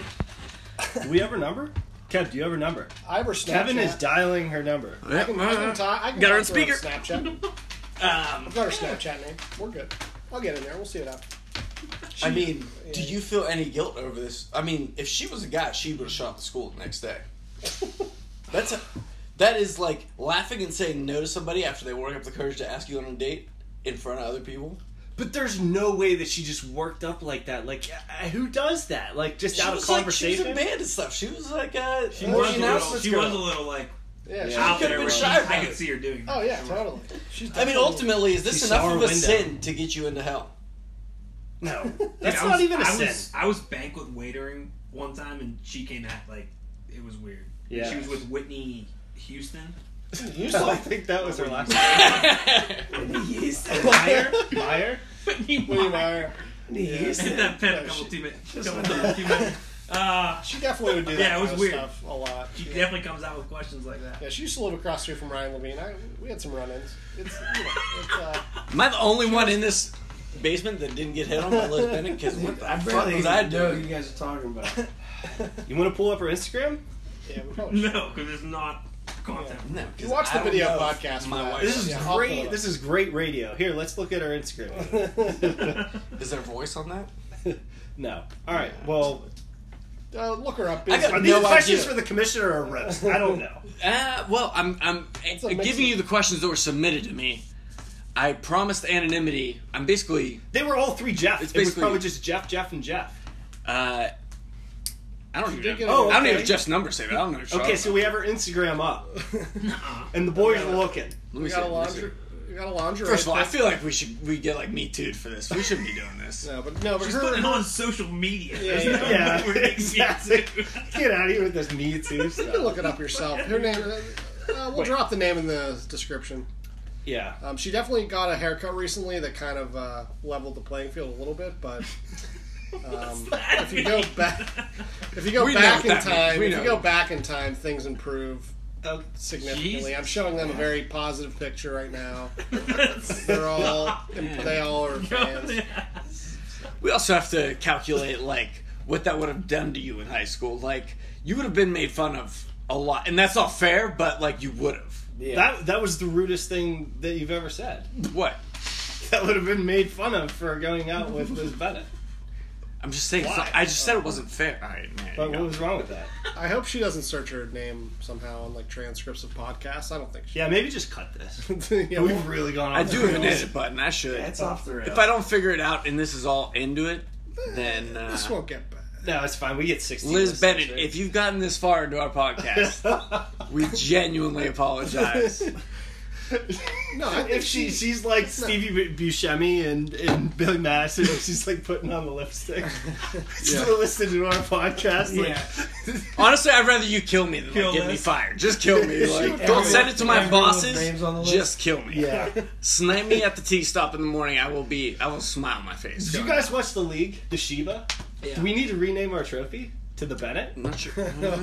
[SPEAKER 2] Do we have her number? Kev, do you have her number?
[SPEAKER 3] I have her Snapchat.
[SPEAKER 2] Kevin is dialing her number.
[SPEAKER 3] I can, I can talk, I can
[SPEAKER 10] Got her on
[SPEAKER 3] talk to
[SPEAKER 10] speaker.
[SPEAKER 3] Snapchat. I've got her Snapchat name. We're good. I'll get in there. We'll see it out.
[SPEAKER 1] I mean, do you feel any guilt over this? I mean, if she was a guy, she would have shot the school the next day. That's a, that is like laughing and saying no to somebody after they work up the courage to ask you on a date in front of other people.
[SPEAKER 2] But there's no way that she just worked up like that. Like, uh, who does that? Like, just
[SPEAKER 1] She
[SPEAKER 2] out of
[SPEAKER 1] was like she was
[SPEAKER 2] conversation.
[SPEAKER 1] in band and stuff. She was like uh, she was
[SPEAKER 3] was a
[SPEAKER 7] little,
[SPEAKER 1] announcements
[SPEAKER 7] she
[SPEAKER 1] girl.
[SPEAKER 7] was a little like
[SPEAKER 3] Yeah. she-
[SPEAKER 7] out
[SPEAKER 1] could've
[SPEAKER 7] there.
[SPEAKER 1] been
[SPEAKER 7] where she-
[SPEAKER 1] shy about
[SPEAKER 7] I could
[SPEAKER 1] it.
[SPEAKER 7] see her doing. that.
[SPEAKER 3] oh yeah, totally.
[SPEAKER 1] I
[SPEAKER 3] She's
[SPEAKER 1] mean,
[SPEAKER 3] definitely-
[SPEAKER 1] ultimately, is this
[SPEAKER 2] She
[SPEAKER 1] enough
[SPEAKER 2] saw
[SPEAKER 1] of a
[SPEAKER 2] her window.
[SPEAKER 1] sin to get you into hell?
[SPEAKER 2] No,
[SPEAKER 7] Dude,
[SPEAKER 2] that's
[SPEAKER 7] I
[SPEAKER 2] not
[SPEAKER 7] was-
[SPEAKER 2] even a
[SPEAKER 7] I
[SPEAKER 2] sin.
[SPEAKER 7] Was, I was banquet waitering one time, and she came at like it was weird.
[SPEAKER 2] Yeah.
[SPEAKER 7] She was with Whitney Houston.
[SPEAKER 3] You
[SPEAKER 2] So I
[SPEAKER 3] saw-
[SPEAKER 2] think that was her last
[SPEAKER 7] Houston.
[SPEAKER 2] Meyer. Meyer.
[SPEAKER 7] Whitney
[SPEAKER 3] Whitney
[SPEAKER 7] Meyer.
[SPEAKER 3] Meyer.
[SPEAKER 7] Hit that pen a couple too many. couple too many. Uh,
[SPEAKER 3] She definitely would do that
[SPEAKER 7] Yeah, it was
[SPEAKER 3] kind of
[SPEAKER 7] weird.
[SPEAKER 3] stuff a lot.
[SPEAKER 7] she
[SPEAKER 3] Yeah.
[SPEAKER 7] definitely comes out with questions like that.
[SPEAKER 3] Yeah, she used to live across the street from Ryan Levine. I, we had some run-ins. It's, you know, it's, uh,
[SPEAKER 1] Am I the only one in this basement that didn't get hit on by Liz Bennett? Because what the fuck was I
[SPEAKER 5] know
[SPEAKER 1] doing?
[SPEAKER 5] you guys are talking about.
[SPEAKER 2] You want to pull up her Instagram?
[SPEAKER 3] yeah, we probably should.
[SPEAKER 7] No, because it's not content.
[SPEAKER 1] No, 'cause
[SPEAKER 3] You watch
[SPEAKER 1] I
[SPEAKER 3] the
[SPEAKER 1] don't
[SPEAKER 3] video
[SPEAKER 1] know if
[SPEAKER 3] podcast.
[SPEAKER 1] my
[SPEAKER 3] for that.
[SPEAKER 1] wife-
[SPEAKER 2] This is
[SPEAKER 3] Yeah, I'll pull it
[SPEAKER 2] great.
[SPEAKER 3] up.
[SPEAKER 2] This is great radio. Here, let's look at her Instagram.
[SPEAKER 1] Is there a voice on that?
[SPEAKER 2] No. All right. Well,
[SPEAKER 3] Uh, look her up.
[SPEAKER 1] I got
[SPEAKER 2] are
[SPEAKER 3] Busy.
[SPEAKER 2] these
[SPEAKER 1] No
[SPEAKER 2] questions
[SPEAKER 1] idea.
[SPEAKER 2] for the commissioner or a roast? I don't know.
[SPEAKER 1] Uh, well, I'm I'm
[SPEAKER 3] a
[SPEAKER 1] giving
[SPEAKER 3] mix of-
[SPEAKER 1] you the questions that were submitted to me. I promised anonymity. I'm basically
[SPEAKER 2] They were all three Jeff.
[SPEAKER 1] It's
[SPEAKER 2] It was
[SPEAKER 1] basically-
[SPEAKER 2] probably just Jeff, Jeff, and Jeff.
[SPEAKER 1] uh, I don't even
[SPEAKER 3] did
[SPEAKER 1] know.
[SPEAKER 3] get a-
[SPEAKER 1] Oh, I don't
[SPEAKER 2] okay.
[SPEAKER 1] even have Jeff's number saved. I don't know. if Sean-
[SPEAKER 2] Okay, so we have her Instagram up, and the boys are looking.
[SPEAKER 1] let me
[SPEAKER 3] We
[SPEAKER 1] see.
[SPEAKER 3] got a
[SPEAKER 1] Let me see.
[SPEAKER 3] laundry. We got a laundry.
[SPEAKER 1] First of all, I feel like we should we get like me too for this. We shouldn't be doing this.
[SPEAKER 3] No, but no, but
[SPEAKER 7] She's
[SPEAKER 3] her,
[SPEAKER 7] putting it on social media. There's
[SPEAKER 3] yeah.
[SPEAKER 7] no
[SPEAKER 2] Yeah,
[SPEAKER 7] way we're getting
[SPEAKER 2] exactly.
[SPEAKER 7] into.
[SPEAKER 2] Get out of here with this Me Too
[SPEAKER 3] You can
[SPEAKER 2] stuff.
[SPEAKER 3] look it up yourself. Her name. Uh, we'll drop the name in the description.
[SPEAKER 2] Yeah.
[SPEAKER 3] Um, she definitely got a haircut recently that kind of uh, leveled the playing field a little bit, but um, if you go back, if you go
[SPEAKER 1] We know what
[SPEAKER 3] back in
[SPEAKER 1] that means.
[SPEAKER 3] time,
[SPEAKER 1] We
[SPEAKER 3] if
[SPEAKER 1] know.
[SPEAKER 3] you go back in time, things improve
[SPEAKER 2] Oh,
[SPEAKER 3] significantly. I'm showing them a very positive picture right now. They're all, they all are fans.
[SPEAKER 1] We also have to calculate like what that would have done to you in high school. Like you would have been made fun of a lot, and that's not fair. But like you would have.
[SPEAKER 2] That that was the rudest thing that you've ever said.
[SPEAKER 1] What?
[SPEAKER 2] That would have been made fun of for going out with Liz Bennett.
[SPEAKER 1] I'm just saying. it's
[SPEAKER 2] Why?
[SPEAKER 1] not- I just said it wasn't fair. All right, man.
[SPEAKER 2] But
[SPEAKER 1] you
[SPEAKER 2] what
[SPEAKER 1] know.
[SPEAKER 2] was wrong with that?
[SPEAKER 3] I hope she doesn't search her name somehow on like transcripts of podcasts. I don't think she.
[SPEAKER 2] Yeah, maybe just cut this.
[SPEAKER 3] yeah, we'll-
[SPEAKER 2] We've really gone.
[SPEAKER 1] I
[SPEAKER 2] off the
[SPEAKER 1] do have an
[SPEAKER 2] rails.
[SPEAKER 1] edit button. I should.
[SPEAKER 5] That's off the rail.
[SPEAKER 1] If I don't figure it out and this is all into it, then uh,
[SPEAKER 3] this won't get bad.
[SPEAKER 2] No, it's fine. We get sixteen.
[SPEAKER 1] Liz
[SPEAKER 2] listeners,
[SPEAKER 1] Bennett,
[SPEAKER 2] right?
[SPEAKER 1] if you've gotten this far into our podcast, we genuinely apologize.
[SPEAKER 3] No, I think
[SPEAKER 2] if she she's like Stevie Bu- Buscemi and and Billy Madison, and she's like putting on the lipstick, still listening to our podcast. Like,
[SPEAKER 5] Yeah.
[SPEAKER 1] Honestly, I'd rather you kill me than like,
[SPEAKER 7] Kill
[SPEAKER 1] get me
[SPEAKER 7] us.
[SPEAKER 1] fired. Just kill me. Like, don't send it to my
[SPEAKER 5] Everyone with
[SPEAKER 1] bosses.
[SPEAKER 5] names on the list.
[SPEAKER 1] Just kill me.
[SPEAKER 2] yeah. Did
[SPEAKER 1] Snipe me at the tea stop in the morning. I will be. I will smile on my face.
[SPEAKER 2] you guys watch the league, the Sheba? Do we need to rename our trophy to the Bennett?
[SPEAKER 1] I'm not sure.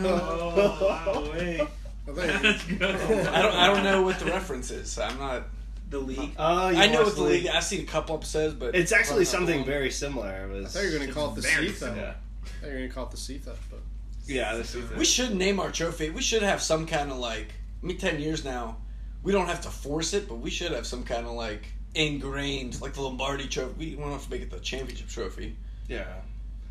[SPEAKER 7] Oh, wow, hey.
[SPEAKER 3] I think-
[SPEAKER 7] That's good.
[SPEAKER 1] I don't. I don't know what the reference is. I'm not.
[SPEAKER 7] The league.
[SPEAKER 2] Oh, you
[SPEAKER 1] I know
[SPEAKER 2] watch
[SPEAKER 1] what the league. I've seen a couple episodes, but
[SPEAKER 2] It's actually something
[SPEAKER 1] very.
[SPEAKER 2] very similar. It was.
[SPEAKER 3] I thought you were going to call it the
[SPEAKER 7] very
[SPEAKER 3] Seatha.
[SPEAKER 7] similar.
[SPEAKER 2] Yeah.
[SPEAKER 3] I thought you were going to call it the Seatha, but
[SPEAKER 2] Yeah, this is
[SPEAKER 6] We should name our trophy. We should have some kind of like. I mean, ten years now, we don't have to force it, but we should have some kind of like ingrained, like the Lombardi trophy. We don't have to make it the championship trophy.
[SPEAKER 2] yeah.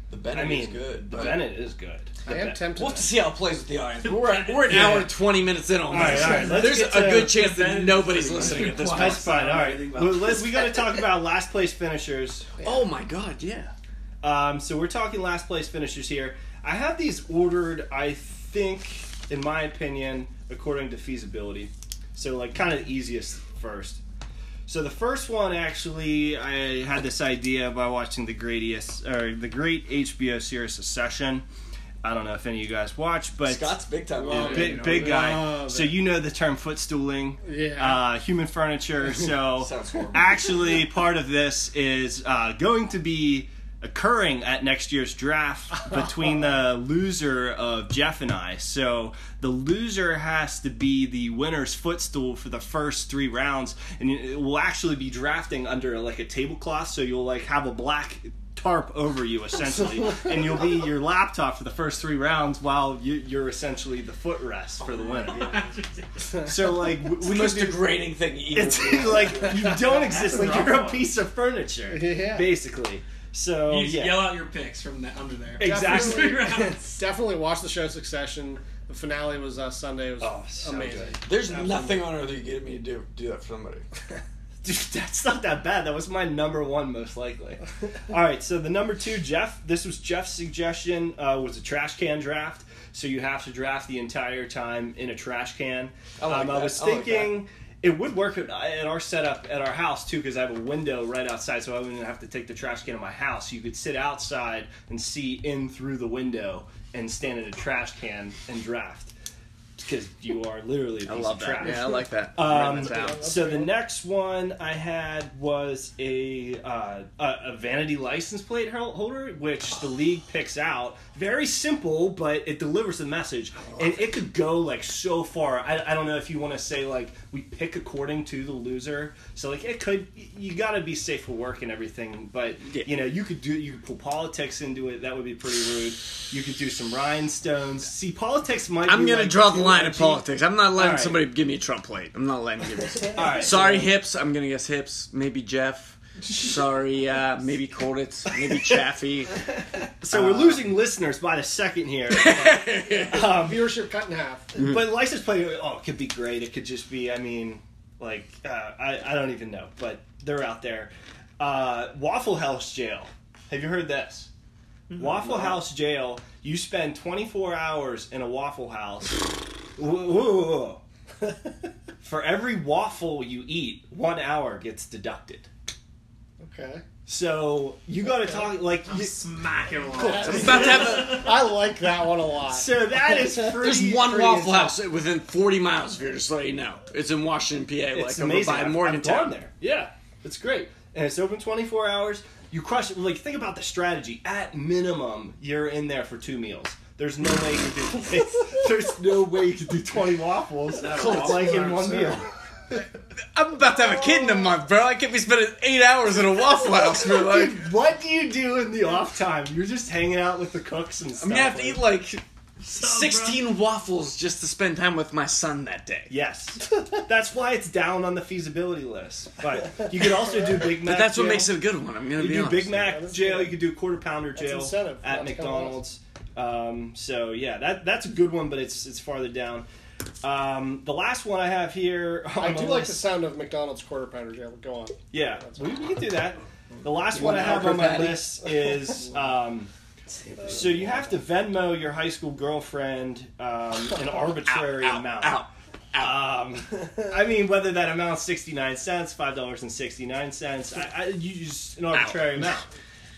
[SPEAKER 6] The Bennett
[SPEAKER 2] I mean,
[SPEAKER 6] is good.
[SPEAKER 2] The
[SPEAKER 6] but
[SPEAKER 2] Bennett is good.
[SPEAKER 3] I am tempted.
[SPEAKER 6] We'll have to see how it plays with the audience. but We're at, we're an hour and twenty minutes in on
[SPEAKER 2] All right,
[SPEAKER 6] this.
[SPEAKER 2] all right, let's
[SPEAKER 6] There's
[SPEAKER 2] get
[SPEAKER 6] a
[SPEAKER 2] to-
[SPEAKER 6] good chance
[SPEAKER 5] the
[SPEAKER 6] that
[SPEAKER 5] Bennett.
[SPEAKER 6] nobody's listening at this point.
[SPEAKER 2] That's fine. All right, well, let's, we got to talk about last place finishers.
[SPEAKER 6] Oh my god, yeah.
[SPEAKER 2] Um, so we're talking last place finishers here. I have these ordered, I think, in my opinion, according to feasibility. So like kind of easiest first. So the first one actually, I had this idea by watching the greatest or the great HBO series Succession. I don't know if any of you guys watch, but
[SPEAKER 6] Scott's big time.
[SPEAKER 2] yeah,
[SPEAKER 6] fan.
[SPEAKER 2] big, big guy.
[SPEAKER 3] Love
[SPEAKER 2] So
[SPEAKER 3] it.
[SPEAKER 2] you know the term footstooling,
[SPEAKER 3] Yeah.
[SPEAKER 2] uh, human furniture. So
[SPEAKER 6] Sounds horrible.
[SPEAKER 2] actually, part of this is uh, going to be occurring at next year's draft between the loser of Jeff and I. So the loser has to be the winner's footstool for the first three rounds, and it will actually be drafting under like a tablecloth. So you'll like have a black tarp over you essentially and you'll be your laptop for the first three rounds while you, you're essentially the footrest for the winner so like w-
[SPEAKER 6] the
[SPEAKER 2] we
[SPEAKER 6] most
[SPEAKER 2] used to
[SPEAKER 6] degrading thing either.
[SPEAKER 2] it's like you don't exist. Like you're a piece of furniture,
[SPEAKER 3] Yeah.
[SPEAKER 2] basically. So
[SPEAKER 5] You just
[SPEAKER 2] yeah,
[SPEAKER 5] yell out your picks from the, under there.
[SPEAKER 2] exactly.
[SPEAKER 5] Three rounds.
[SPEAKER 3] Definitely watch the show Succession. The finale was uh, Sunday. It was
[SPEAKER 2] Oh, so
[SPEAKER 3] amazing.
[SPEAKER 2] good.
[SPEAKER 6] There's nothing on earth you get me to do do that for somebody.
[SPEAKER 2] Dude, that's not that bad. That was my number one, most likely. All right, so the number two, Jeff. This was Jeff's suggestion. Uh, was a trash can draft. So you have to draft the entire time in a trash can.
[SPEAKER 6] I like
[SPEAKER 2] um, I
[SPEAKER 6] that.
[SPEAKER 2] was
[SPEAKER 6] I like
[SPEAKER 2] thinking it would work at, at our setup at our house too, because I have a window right outside, so I wouldn't have to take the trash can in my house. You could sit outside and see in through the window and stand in a trash can and draft. Because you are literally a piece of trash.
[SPEAKER 1] like that.
[SPEAKER 2] Um, so the next one I had was a uh, a, a vanity license plate hel- holder, which the league picks out. Very simple, but it delivers the message, and it could go like so far. I, I don't know if you want to say like we pick according to the loser, so like it could. y- You got to be safe for work and everything, but you know you could do you could pull politics into it. That would be pretty rude. You could do some rhinestones. See, politics might.
[SPEAKER 1] I'm
[SPEAKER 2] be,
[SPEAKER 1] gonna
[SPEAKER 2] like,
[SPEAKER 1] draw the
[SPEAKER 2] too
[SPEAKER 1] line at
[SPEAKER 2] edgy.
[SPEAKER 1] politics. I'm not letting
[SPEAKER 2] All right.
[SPEAKER 1] somebody give me a Trump plate. I'm not letting give me.
[SPEAKER 2] All right,
[SPEAKER 1] Sorry, hips. I'm gonna guess hips. Maybe Jeff. Sorry, uh, maybe Kolditz. Maybe Chaffee.
[SPEAKER 2] So we're losing listeners by the second here.
[SPEAKER 3] Uh, Viewership cut in half.
[SPEAKER 2] but license plate, oh, it could be great. It could just be, I mean, like, uh, I, I don't even know, but they're out there. Uh, Waffle House Jail. Have you heard this? Waffle House Jail, you spend 24 hours in a Waffle House. Whoa, whoa, whoa, whoa. For every waffle you eat, one hour gets deducted.
[SPEAKER 3] Okay.
[SPEAKER 2] So you gotta talk, like, you,
[SPEAKER 5] Smacking one.
[SPEAKER 1] I'm about to have a,
[SPEAKER 3] I like that one a lot.
[SPEAKER 2] so that is pretty.
[SPEAKER 1] There's one
[SPEAKER 2] pretty
[SPEAKER 1] Waffle House within 40 miles. If you're just letting you know, it's in Washington, PA,
[SPEAKER 2] It's
[SPEAKER 1] like over
[SPEAKER 2] amazing.
[SPEAKER 1] by
[SPEAKER 2] I've- I've gone
[SPEAKER 1] Morgantown.
[SPEAKER 2] there. Yeah, it's great, and it's open 24 hours. You crush it. Like think about the strategy. At minimum, you're in there for two meals. There's no way you can do. There's no way you can do 20 waffles like in one meal.
[SPEAKER 1] I'm about to have a kid in a month, bro. I can't be spending eight hours in a Waffle House. For like,
[SPEAKER 2] Dude, what do you do in the off time? You're just hanging out with the cooks and stuff.
[SPEAKER 1] I'm gonna have to eat
[SPEAKER 2] like-
[SPEAKER 1] like 16 waffles just to spend time with my son that day.
[SPEAKER 2] Yes, that's why it's down on the feasibility list. But you could also do Big Mac.
[SPEAKER 1] But that's what
[SPEAKER 2] jail.
[SPEAKER 1] makes it a good one. I'm gonna be
[SPEAKER 2] You could do
[SPEAKER 1] honest.
[SPEAKER 2] Big Mac
[SPEAKER 3] Yeah, that's
[SPEAKER 2] jail.
[SPEAKER 3] good.
[SPEAKER 2] You could do quarter pounder jail
[SPEAKER 3] incentive
[SPEAKER 2] at
[SPEAKER 3] not to come
[SPEAKER 2] McDonald's. Um, so yeah, that that's a good one, but it's it's farther down. Um, the last one I have here. on
[SPEAKER 3] I
[SPEAKER 2] my
[SPEAKER 3] do like the
[SPEAKER 2] list-
[SPEAKER 3] sound of McDonald's quarter pounder jail. Go on.
[SPEAKER 2] Yeah, we, we can do that. The last
[SPEAKER 1] want
[SPEAKER 2] one I
[SPEAKER 1] an
[SPEAKER 2] have on
[SPEAKER 1] Alper
[SPEAKER 2] my
[SPEAKER 1] patty?
[SPEAKER 2] list is. Um, so you have to Venmo your high school girlfriend um, an arbitrary amount.
[SPEAKER 1] Ow.
[SPEAKER 2] Um, I mean, whether that amount's sixty nine cents, five dollars and sixty nine cents, I, I you use an arbitrary amount,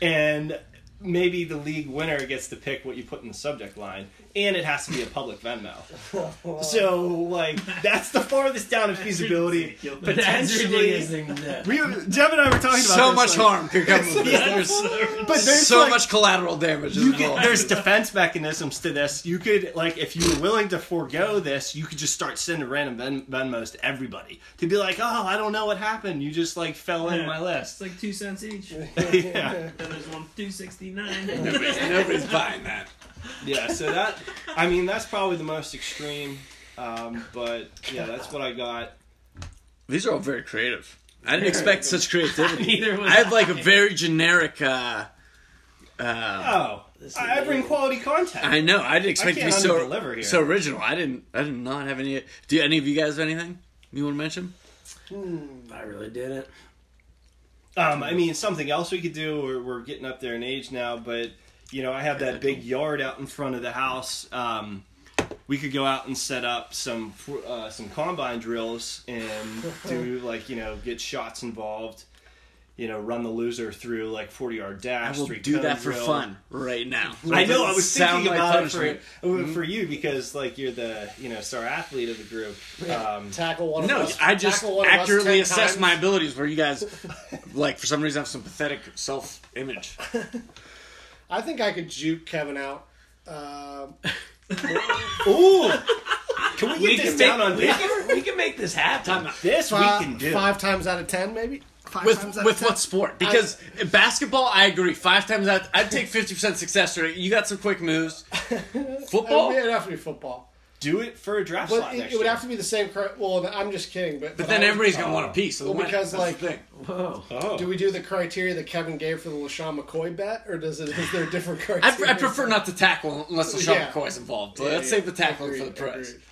[SPEAKER 2] and maybe the league winner gets to pick what you put in the subject line, and it has to be a public Venmo. so, like, that's the farthest down in feasibility. Potentially, we Jeff and I were talking about
[SPEAKER 1] So
[SPEAKER 2] this,
[SPEAKER 1] much
[SPEAKER 2] like,
[SPEAKER 1] harm could come from this. There's
[SPEAKER 2] but there's
[SPEAKER 1] so
[SPEAKER 2] like,
[SPEAKER 1] much collateral damage
[SPEAKER 2] you could-
[SPEAKER 1] involved.
[SPEAKER 2] there's defense mechanisms to this. You could like if you were willing to forego this, you could just start sending random Ven- Venmos to everybody to be like, oh, I don't know what happened. You just like fell in
[SPEAKER 5] Yeah.
[SPEAKER 2] my
[SPEAKER 5] It's
[SPEAKER 2] list.
[SPEAKER 5] like two cents each. Then
[SPEAKER 2] yeah.
[SPEAKER 5] there's one two sixty nine.
[SPEAKER 1] Nobody's buying that.
[SPEAKER 2] yeah, so that I mean that's probably the most extreme. Um, but yeah, that's what I got.
[SPEAKER 1] These are all very creative. I didn't expect such creativity.
[SPEAKER 4] Neither was
[SPEAKER 1] I had like a very generic. Uh,
[SPEAKER 2] Oh, I, I bring quality content.
[SPEAKER 1] I know. I didn't expect it to be
[SPEAKER 2] can't
[SPEAKER 1] so
[SPEAKER 2] under-deliver here.
[SPEAKER 1] so original. I didn't. I did not have any. Do any of you guys have anything you want to mention?
[SPEAKER 4] I really didn't.
[SPEAKER 2] Um, I mean, something else we could do. We're, we're getting up there in age now, but you know, I have that big yard out in front of the house. Um, we could go out and set up some uh, some combine drills and do like you know get shots involved. You know, run the loser through like forty yard
[SPEAKER 1] I
[SPEAKER 2] dash.
[SPEAKER 1] will
[SPEAKER 2] three
[SPEAKER 1] do
[SPEAKER 2] cone
[SPEAKER 1] that for
[SPEAKER 2] drill.
[SPEAKER 1] fun right now.
[SPEAKER 2] I know. I was
[SPEAKER 1] Sound
[SPEAKER 2] thinking
[SPEAKER 1] like
[SPEAKER 2] about
[SPEAKER 1] punishment. Mm-hmm.
[SPEAKER 2] it for, uh, for you because like you're the you know star athlete of the group. Um,
[SPEAKER 3] Tackle one of
[SPEAKER 1] No,
[SPEAKER 3] us.
[SPEAKER 1] I just
[SPEAKER 3] tackle one of us
[SPEAKER 1] accurately
[SPEAKER 3] 10
[SPEAKER 1] assess
[SPEAKER 3] times.
[SPEAKER 1] my abilities. Where you guys, like, for some reason, have some pathetic self-image.
[SPEAKER 3] I think I could juke Kevin out. Um,
[SPEAKER 2] ooh,
[SPEAKER 4] can
[SPEAKER 2] can we get
[SPEAKER 4] make-
[SPEAKER 2] this down on
[SPEAKER 4] we,
[SPEAKER 2] paper?
[SPEAKER 4] can, we can make this happen.
[SPEAKER 2] This
[SPEAKER 3] fi-
[SPEAKER 1] Uh,
[SPEAKER 2] we can do.
[SPEAKER 3] five times out of ten, maybe. Five times
[SPEAKER 1] With
[SPEAKER 3] out
[SPEAKER 1] with
[SPEAKER 3] of
[SPEAKER 1] what sport? Because in basketball, I agree. Five times out, I'd take fifty percent success rate. You got some quick moves.
[SPEAKER 3] ten? It'd
[SPEAKER 1] Football,
[SPEAKER 3] be- It'd have to be football.
[SPEAKER 2] Do it for a draft
[SPEAKER 3] But
[SPEAKER 2] slot
[SPEAKER 3] it,
[SPEAKER 2] next
[SPEAKER 3] it would
[SPEAKER 2] year.
[SPEAKER 3] have to be the same. Cur- well, I'm just kidding. But
[SPEAKER 1] but then
[SPEAKER 3] I-
[SPEAKER 1] everybody's gonna want a piece. So
[SPEAKER 3] Well,
[SPEAKER 1] why-
[SPEAKER 3] because,
[SPEAKER 1] that's
[SPEAKER 3] like-
[SPEAKER 1] the thing.
[SPEAKER 4] Whoa.
[SPEAKER 2] oh.
[SPEAKER 3] Do we do the criteria that Kevin gave for the LaShawn McCoy bet, or does it? Is there a different criteria?
[SPEAKER 1] I, I prefer not to tackle unless the
[SPEAKER 3] Yeah.
[SPEAKER 1] shot McCoy's involved. But
[SPEAKER 3] Yeah,
[SPEAKER 1] let's
[SPEAKER 3] yeah.
[SPEAKER 1] save the tackling
[SPEAKER 3] Agreed,
[SPEAKER 1] for the prize.
[SPEAKER 3] agreed.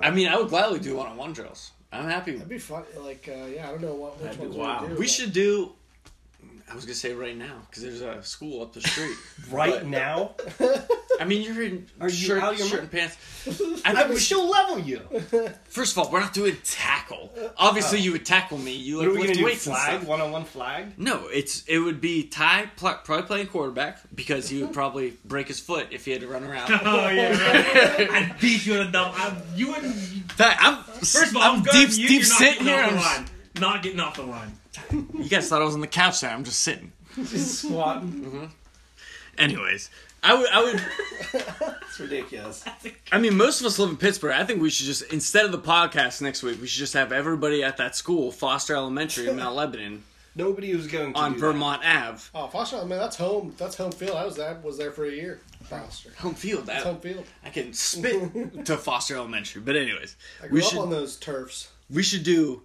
[SPEAKER 1] I mean, I would gladly do one-on-one drills. I'm happy.
[SPEAKER 3] That'd be fun. Like, uh, yeah, I don't know what which
[SPEAKER 4] That'd be
[SPEAKER 3] ones
[SPEAKER 4] wild.
[SPEAKER 3] we do.
[SPEAKER 1] We should do. I was gonna say right now because there's a school up the street.
[SPEAKER 2] right
[SPEAKER 1] But-
[SPEAKER 2] now?
[SPEAKER 1] I mean, you're in
[SPEAKER 2] Are you
[SPEAKER 1] shirt,
[SPEAKER 2] out of your
[SPEAKER 1] shirt
[SPEAKER 2] mi-
[SPEAKER 1] and pants. I think we should,
[SPEAKER 2] still level you. Uh,
[SPEAKER 1] first of all, we're not doing tackle. Obviously, you would tackle me. You
[SPEAKER 2] What are we
[SPEAKER 1] like
[SPEAKER 2] gonna
[SPEAKER 1] lift
[SPEAKER 2] do?
[SPEAKER 1] weights and
[SPEAKER 2] Flag?
[SPEAKER 1] stuff.
[SPEAKER 2] One on one flag?
[SPEAKER 1] No, it's it would be Ty pl- probably playing quarterback because he would probably break his foot if he had to run around.
[SPEAKER 5] Oh yeah, right. I beat you in a double. I'm, you wouldn't.
[SPEAKER 1] Ty, I'm
[SPEAKER 5] First of all,
[SPEAKER 1] I'm,
[SPEAKER 5] I'm,
[SPEAKER 1] deep
[SPEAKER 5] you,
[SPEAKER 1] deep
[SPEAKER 5] you're not
[SPEAKER 1] sitting
[SPEAKER 5] getting
[SPEAKER 1] here.
[SPEAKER 5] off
[SPEAKER 1] I'm
[SPEAKER 5] the
[SPEAKER 1] just-
[SPEAKER 5] line. Not getting off the line.
[SPEAKER 1] you guys thought I was on the couch there. I'm just sitting.
[SPEAKER 2] Squatting.
[SPEAKER 1] Anyways, I would I would.
[SPEAKER 2] That's ridiculous.
[SPEAKER 1] I mean, most of us live in Pittsburgh. I think we should just instead of the podcast next week, we should just have everybody at that school, Foster Elementary in Mount Lebanon,
[SPEAKER 2] Nobody was going to
[SPEAKER 1] on
[SPEAKER 2] do
[SPEAKER 1] Vermont Ave,
[SPEAKER 3] Oh, Foster, man, that's home. That's home field. I was that was there for a year. Foster,
[SPEAKER 1] home field.
[SPEAKER 3] that's
[SPEAKER 1] That,
[SPEAKER 3] home field.
[SPEAKER 1] I can spit to Foster Elementary. But anyways,
[SPEAKER 3] I grew
[SPEAKER 1] we
[SPEAKER 3] up on
[SPEAKER 1] should
[SPEAKER 3] those turfs.
[SPEAKER 1] we should do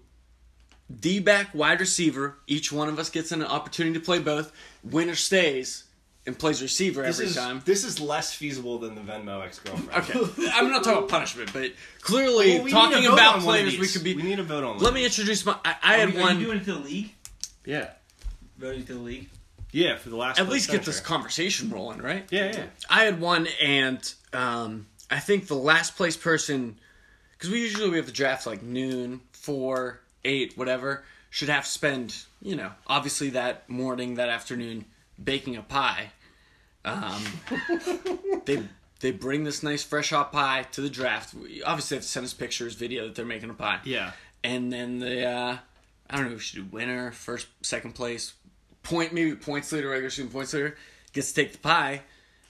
[SPEAKER 1] D back wide receiver. Each one of us gets an opportunity to play both. Winner stays and plays receiver
[SPEAKER 2] That. This
[SPEAKER 1] every
[SPEAKER 2] is
[SPEAKER 1] time.
[SPEAKER 2] this is less feasible than the Venmo ex girlfriend.
[SPEAKER 1] Okay, I'm not talking about punishment, but clearly talking about players, we could be.
[SPEAKER 2] We need a vote on.
[SPEAKER 1] let me introduce my. I, I
[SPEAKER 5] Are,
[SPEAKER 1] had
[SPEAKER 5] we- are
[SPEAKER 1] one.
[SPEAKER 5] you doing it to the league?
[SPEAKER 2] Yeah.
[SPEAKER 5] Voting to the league.
[SPEAKER 2] Yeah. For the last.
[SPEAKER 1] at
[SPEAKER 2] place
[SPEAKER 1] least get
[SPEAKER 2] finisher.
[SPEAKER 1] this conversation rolling, right?
[SPEAKER 2] Yeah, yeah.
[SPEAKER 1] I had one, and um, I think the last place person, because we usually we have the draft like noon, four, eight, whatever, should have to spend you know obviously that morning, that afternoon baking a pie. Um, they they bring this nice fresh hot pie to the draft. We obviously they have to send us pictures, video that they're making a pie.
[SPEAKER 2] Yeah.
[SPEAKER 1] and then the uh, I don't know who should do winner, first, second place, point maybe points leader, regular season points leader gets to take the pie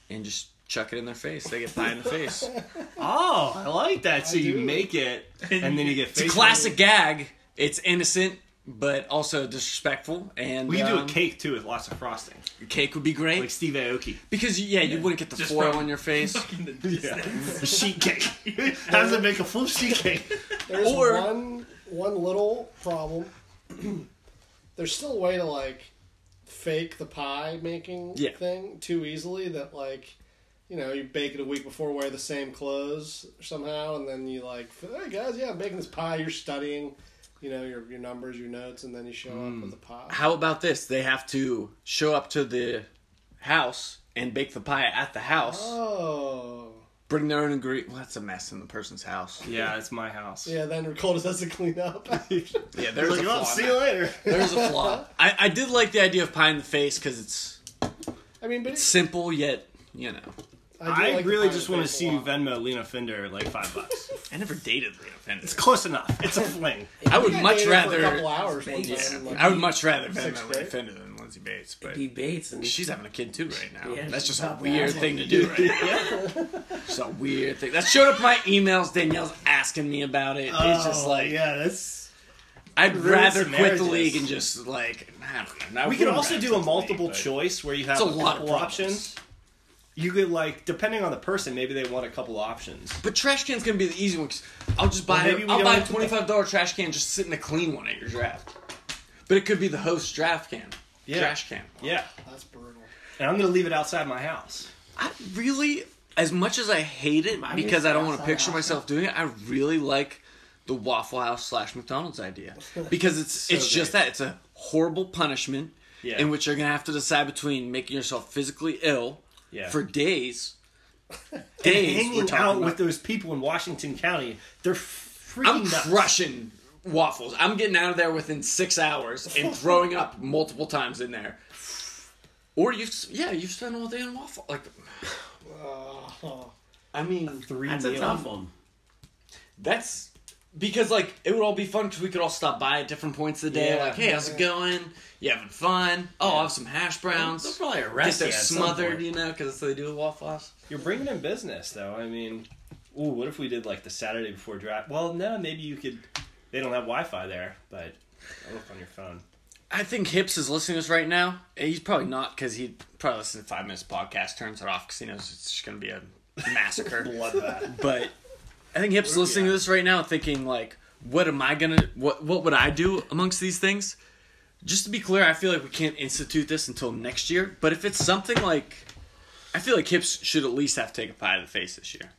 [SPEAKER 1] and just chuck it in their face. They get pie in the face.
[SPEAKER 2] Oh, I like that. So you make it, and then you get.
[SPEAKER 1] It's a classic gag. It's innocent. But also disrespectful, and
[SPEAKER 2] We could do a
[SPEAKER 1] um,
[SPEAKER 2] cake too with lots of frosting,
[SPEAKER 1] Cake would be great
[SPEAKER 2] like Steve Aoki.
[SPEAKER 1] because yeah, you wouldn't get the
[SPEAKER 5] Just
[SPEAKER 1] foil
[SPEAKER 5] from-
[SPEAKER 1] on your face.
[SPEAKER 5] Fucking the distance.
[SPEAKER 2] sheet cake. How does it make a full sheet cake?
[SPEAKER 3] There's
[SPEAKER 1] Or-
[SPEAKER 3] one one little problem. There's still a way to like fake the pie making
[SPEAKER 1] Yeah.
[SPEAKER 3] thing too easily. That like, you know, you bake it a week before, wear the same clothes somehow, and then you like, hey guys, yeah, I'm baking this pie. You're studying, you know, your your numbers, your notes, and then you show up with the
[SPEAKER 2] Hmm.
[SPEAKER 3] pie.
[SPEAKER 1] How about this? They have to show up to the house and bake the pie at the house.
[SPEAKER 3] Oh,
[SPEAKER 1] Bring their own ingredient. Well, that's a mess in the person's house.
[SPEAKER 2] Yeah, it's my house.
[SPEAKER 3] yeah. Then Coldus has to clean up.
[SPEAKER 1] Yeah, there's a flaw. in that.
[SPEAKER 2] later.
[SPEAKER 1] There's a flaw. I, I did like the idea of pie in the face because it's
[SPEAKER 3] I mean, but it,
[SPEAKER 1] simple yet you know.
[SPEAKER 3] do
[SPEAKER 2] I
[SPEAKER 3] like the
[SPEAKER 2] really
[SPEAKER 3] pie
[SPEAKER 2] just
[SPEAKER 3] in
[SPEAKER 2] want to
[SPEAKER 3] the face a
[SPEAKER 2] see you
[SPEAKER 3] lot.
[SPEAKER 2] Venmo Lena Fender like five bucks.
[SPEAKER 1] I never dated Lena Fender.
[SPEAKER 2] It's close enough. It's a fling.
[SPEAKER 1] I would
[SPEAKER 3] Yeah,
[SPEAKER 1] much
[SPEAKER 3] dated for a couple
[SPEAKER 1] rather.
[SPEAKER 3] hours. One time,
[SPEAKER 1] Yeah,
[SPEAKER 3] like,
[SPEAKER 1] I would much rather Venmo
[SPEAKER 3] Sixth
[SPEAKER 1] Lena
[SPEAKER 3] grade?
[SPEAKER 1] Fender than Lindsay Bates, but
[SPEAKER 4] Debates and
[SPEAKER 1] she's having a kid too right now.
[SPEAKER 4] Yeah,
[SPEAKER 1] That's
[SPEAKER 4] she's
[SPEAKER 1] just a
[SPEAKER 4] not
[SPEAKER 1] weird
[SPEAKER 4] bad.
[SPEAKER 1] thing to do right now. It's a weird thing. That showed up in my emails. Danielle's asking me about it. it's just like
[SPEAKER 2] Oh, yeah, that's.
[SPEAKER 1] I'd rather
[SPEAKER 2] ruins
[SPEAKER 1] quit the
[SPEAKER 2] marriages.
[SPEAKER 1] league and just like I don't know.
[SPEAKER 2] We could also do a multiple choice where you have
[SPEAKER 1] It's a
[SPEAKER 2] a,
[SPEAKER 1] lot of
[SPEAKER 2] couple
[SPEAKER 1] problems.
[SPEAKER 2] options, you could like depending on the person, maybe they want a couple options.
[SPEAKER 1] But trash can's gonna be the easy one. Cause I'll just
[SPEAKER 2] Well,
[SPEAKER 1] buy.
[SPEAKER 2] maybe
[SPEAKER 1] a,
[SPEAKER 2] we
[SPEAKER 1] I'll buy a
[SPEAKER 2] don't-
[SPEAKER 1] twenty-five dollar trash can just sit in a clean one at your draft. But it could be the host draft can.
[SPEAKER 2] Yeah.
[SPEAKER 1] Trash can.
[SPEAKER 2] Yeah,
[SPEAKER 3] That's brutal.
[SPEAKER 2] and I'm gonna leave it outside my house.
[SPEAKER 1] I really, as much as I hate it because I don't want to picture myself doing it, I really like the Waffle House slash McDonald's idea because it's it's just that it's a horrible punishment
[SPEAKER 2] Yeah.
[SPEAKER 1] in which you're gonna have to decide between making yourself physically ill
[SPEAKER 2] Yeah.
[SPEAKER 1] for days. Days we're
[SPEAKER 2] Hanging
[SPEAKER 1] talking
[SPEAKER 2] out
[SPEAKER 1] about.
[SPEAKER 2] with those people in Washington County, they're freaking
[SPEAKER 1] I'm
[SPEAKER 2] nuts.
[SPEAKER 1] crushing waffles. I'm getting out of there within six hours and throwing up multiple times in there. Or you, have yeah, you spend all day on waffle. Like,
[SPEAKER 3] Oh.
[SPEAKER 1] I mean,
[SPEAKER 2] Three
[SPEAKER 4] That's a
[SPEAKER 2] meals.
[SPEAKER 4] tough one.
[SPEAKER 1] That's because like it would all be fun because we could all stop by at different points of the day.
[SPEAKER 2] Yeah.
[SPEAKER 1] like, hey, how's it going? You having fun? Oh, I'll have some hash
[SPEAKER 4] They'll
[SPEAKER 1] browns.
[SPEAKER 4] probably
[SPEAKER 1] Get
[SPEAKER 4] arrest you
[SPEAKER 1] those
[SPEAKER 4] at some
[SPEAKER 1] smothered,
[SPEAKER 4] point.
[SPEAKER 1] you know, because that's what they do with Waffle House.
[SPEAKER 2] You're bringing in business, though. I mean, ooh, what if we did like the Saturday before draft? Well, no, maybe you could. They don't have Wi-Fi there, but I'll look on your phone.
[SPEAKER 1] I think Hips is listening to us right now. Eh, He's probably not because he probably listens to five minutes podcast, turns it off because he knows it's just going to be a massacre.
[SPEAKER 2] Bloodbath.
[SPEAKER 1] but I think Hip's listening to this right now, thinking like, "What am I gonna? What what would I do amongst these things?" Just to be clear, I feel like we can't institute this until next year. But if it's something like, I feel like Hips should at least have to take a pie to the face this year.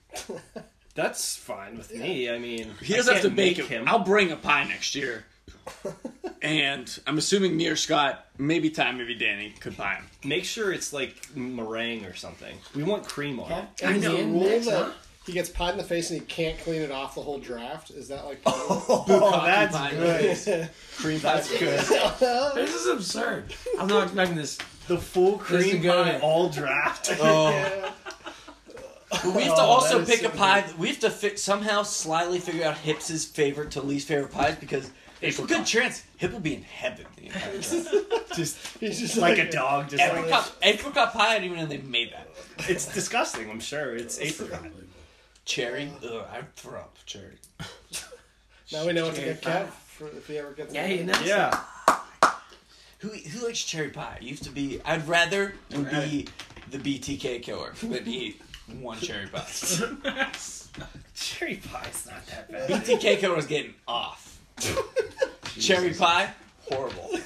[SPEAKER 2] That's fine with me. I mean,
[SPEAKER 1] He
[SPEAKER 2] I
[SPEAKER 1] doesn't have to
[SPEAKER 2] can't
[SPEAKER 1] make
[SPEAKER 2] make
[SPEAKER 1] it. I'll bring a pie next year. and I'm assuming me or Scott, maybe Ty, maybe Danny could buy him.
[SPEAKER 2] Make sure it's like meringue or something. We want cream on it.
[SPEAKER 3] And
[SPEAKER 1] know.
[SPEAKER 3] the
[SPEAKER 1] Yeah,
[SPEAKER 3] rule
[SPEAKER 4] next,
[SPEAKER 3] that
[SPEAKER 4] huh?
[SPEAKER 3] he gets pied in the face and he can't clean it off the whole draft. Is that like?
[SPEAKER 2] Oh, that's
[SPEAKER 1] Pie.
[SPEAKER 2] cream. That's good.
[SPEAKER 4] This is absurd. I'm not expecting this.
[SPEAKER 2] The full
[SPEAKER 4] is
[SPEAKER 2] cream
[SPEAKER 4] good.
[SPEAKER 2] pie all draft.
[SPEAKER 1] But we have to also pick a pie. that- We have to fi- somehow slyly figure out Hip's favorite to least favorite pies because there's a good chance Hip will be in heaven. The entire time.
[SPEAKER 2] just
[SPEAKER 3] He's just
[SPEAKER 2] like a dog. Just like
[SPEAKER 1] apricot, apricot pie, I didn't even know they made that.
[SPEAKER 2] it's disgusting. I'm sure it's apricot.
[SPEAKER 1] Cherry, ugh, I'd throw up cherry.
[SPEAKER 3] Now we know what to get Kev for if he ever gets.
[SPEAKER 4] Yeah,
[SPEAKER 3] it.
[SPEAKER 4] you know.
[SPEAKER 2] Yeah,
[SPEAKER 1] Who who likes cherry pie? You have to be. I'd rather be the BTK killer than eat one cherry pie.
[SPEAKER 2] cherry pie's not that bad.
[SPEAKER 1] BTK killer is getting off. cherry pie, horrible.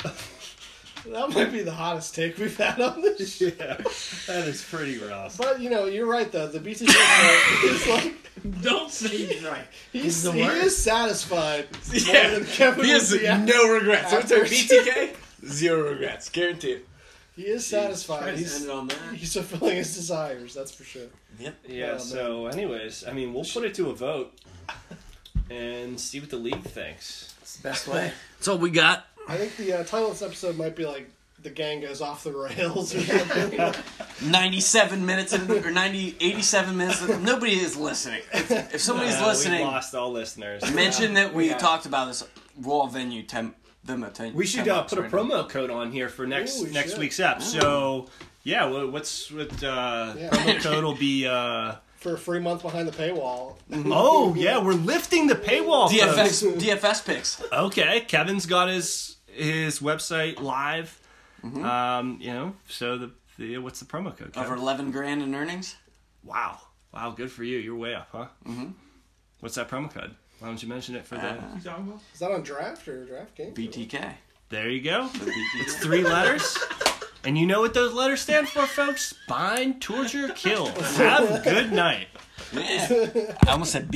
[SPEAKER 3] that might be the hottest take we've had on this. shit.
[SPEAKER 2] Yeah, that is pretty rough.
[SPEAKER 3] But you know, you're right though. The BTJ guy is like
[SPEAKER 4] Don't say he's right.
[SPEAKER 3] he's,
[SPEAKER 4] the
[SPEAKER 3] he
[SPEAKER 4] worst.
[SPEAKER 3] is satisfied.
[SPEAKER 1] Yeah,
[SPEAKER 3] than Kevin
[SPEAKER 1] he has
[SPEAKER 3] would be
[SPEAKER 1] no regrets. So it's a
[SPEAKER 3] after.
[SPEAKER 1] BTK, zero regrets, guaranteed.
[SPEAKER 3] He is satisfied. He's,
[SPEAKER 4] on that.
[SPEAKER 3] he's fulfilling his desires. That's for sure.
[SPEAKER 2] Yeah.
[SPEAKER 3] Oh,
[SPEAKER 2] so, anyways, I mean, we'll put it to a vote and see what the league thinks.
[SPEAKER 4] It's the best way.
[SPEAKER 1] That's all we got.
[SPEAKER 3] I think the uh, title of this episode might be like the gang goes off the rails or something.
[SPEAKER 1] 97 minutes in, or 90, 87 minutes. in- Nobody is listening. If, if somebody's
[SPEAKER 2] Uh, We
[SPEAKER 1] listening,
[SPEAKER 2] lost all listeners.
[SPEAKER 1] mention that we talked about this raw venue temp. Them atten-
[SPEAKER 2] We should
[SPEAKER 1] temp
[SPEAKER 2] uh, put a
[SPEAKER 1] right now.
[SPEAKER 2] promo code on here for next
[SPEAKER 3] Ooh, we
[SPEAKER 2] next
[SPEAKER 3] should.
[SPEAKER 2] week's app. So, yeah, wha- what's what uh,
[SPEAKER 3] Yeah.
[SPEAKER 2] promo code will be? Uh,
[SPEAKER 3] for a free month behind the paywall.
[SPEAKER 2] oh, yeah, we're lifting the paywall. folks.
[SPEAKER 1] DFS, DFS picks.
[SPEAKER 2] Okay, Kevin's got his his website live. Um, you know, so the, the what's the promo code? Kevin?
[SPEAKER 1] Mm-hmm. Over 11 grand in earnings.
[SPEAKER 2] Wow. Wow, good for you. You're way up, huh? Mm-hmm. What's that promo code? Why don't you mention it for the.
[SPEAKER 1] Uh,
[SPEAKER 3] Is that on draft or draft game?
[SPEAKER 1] BTK.
[SPEAKER 2] There you go. It's three letters. And you know what those letters stand for, folks? Bind, torture, kill. Have a good night.
[SPEAKER 1] Yeah. I almost said B.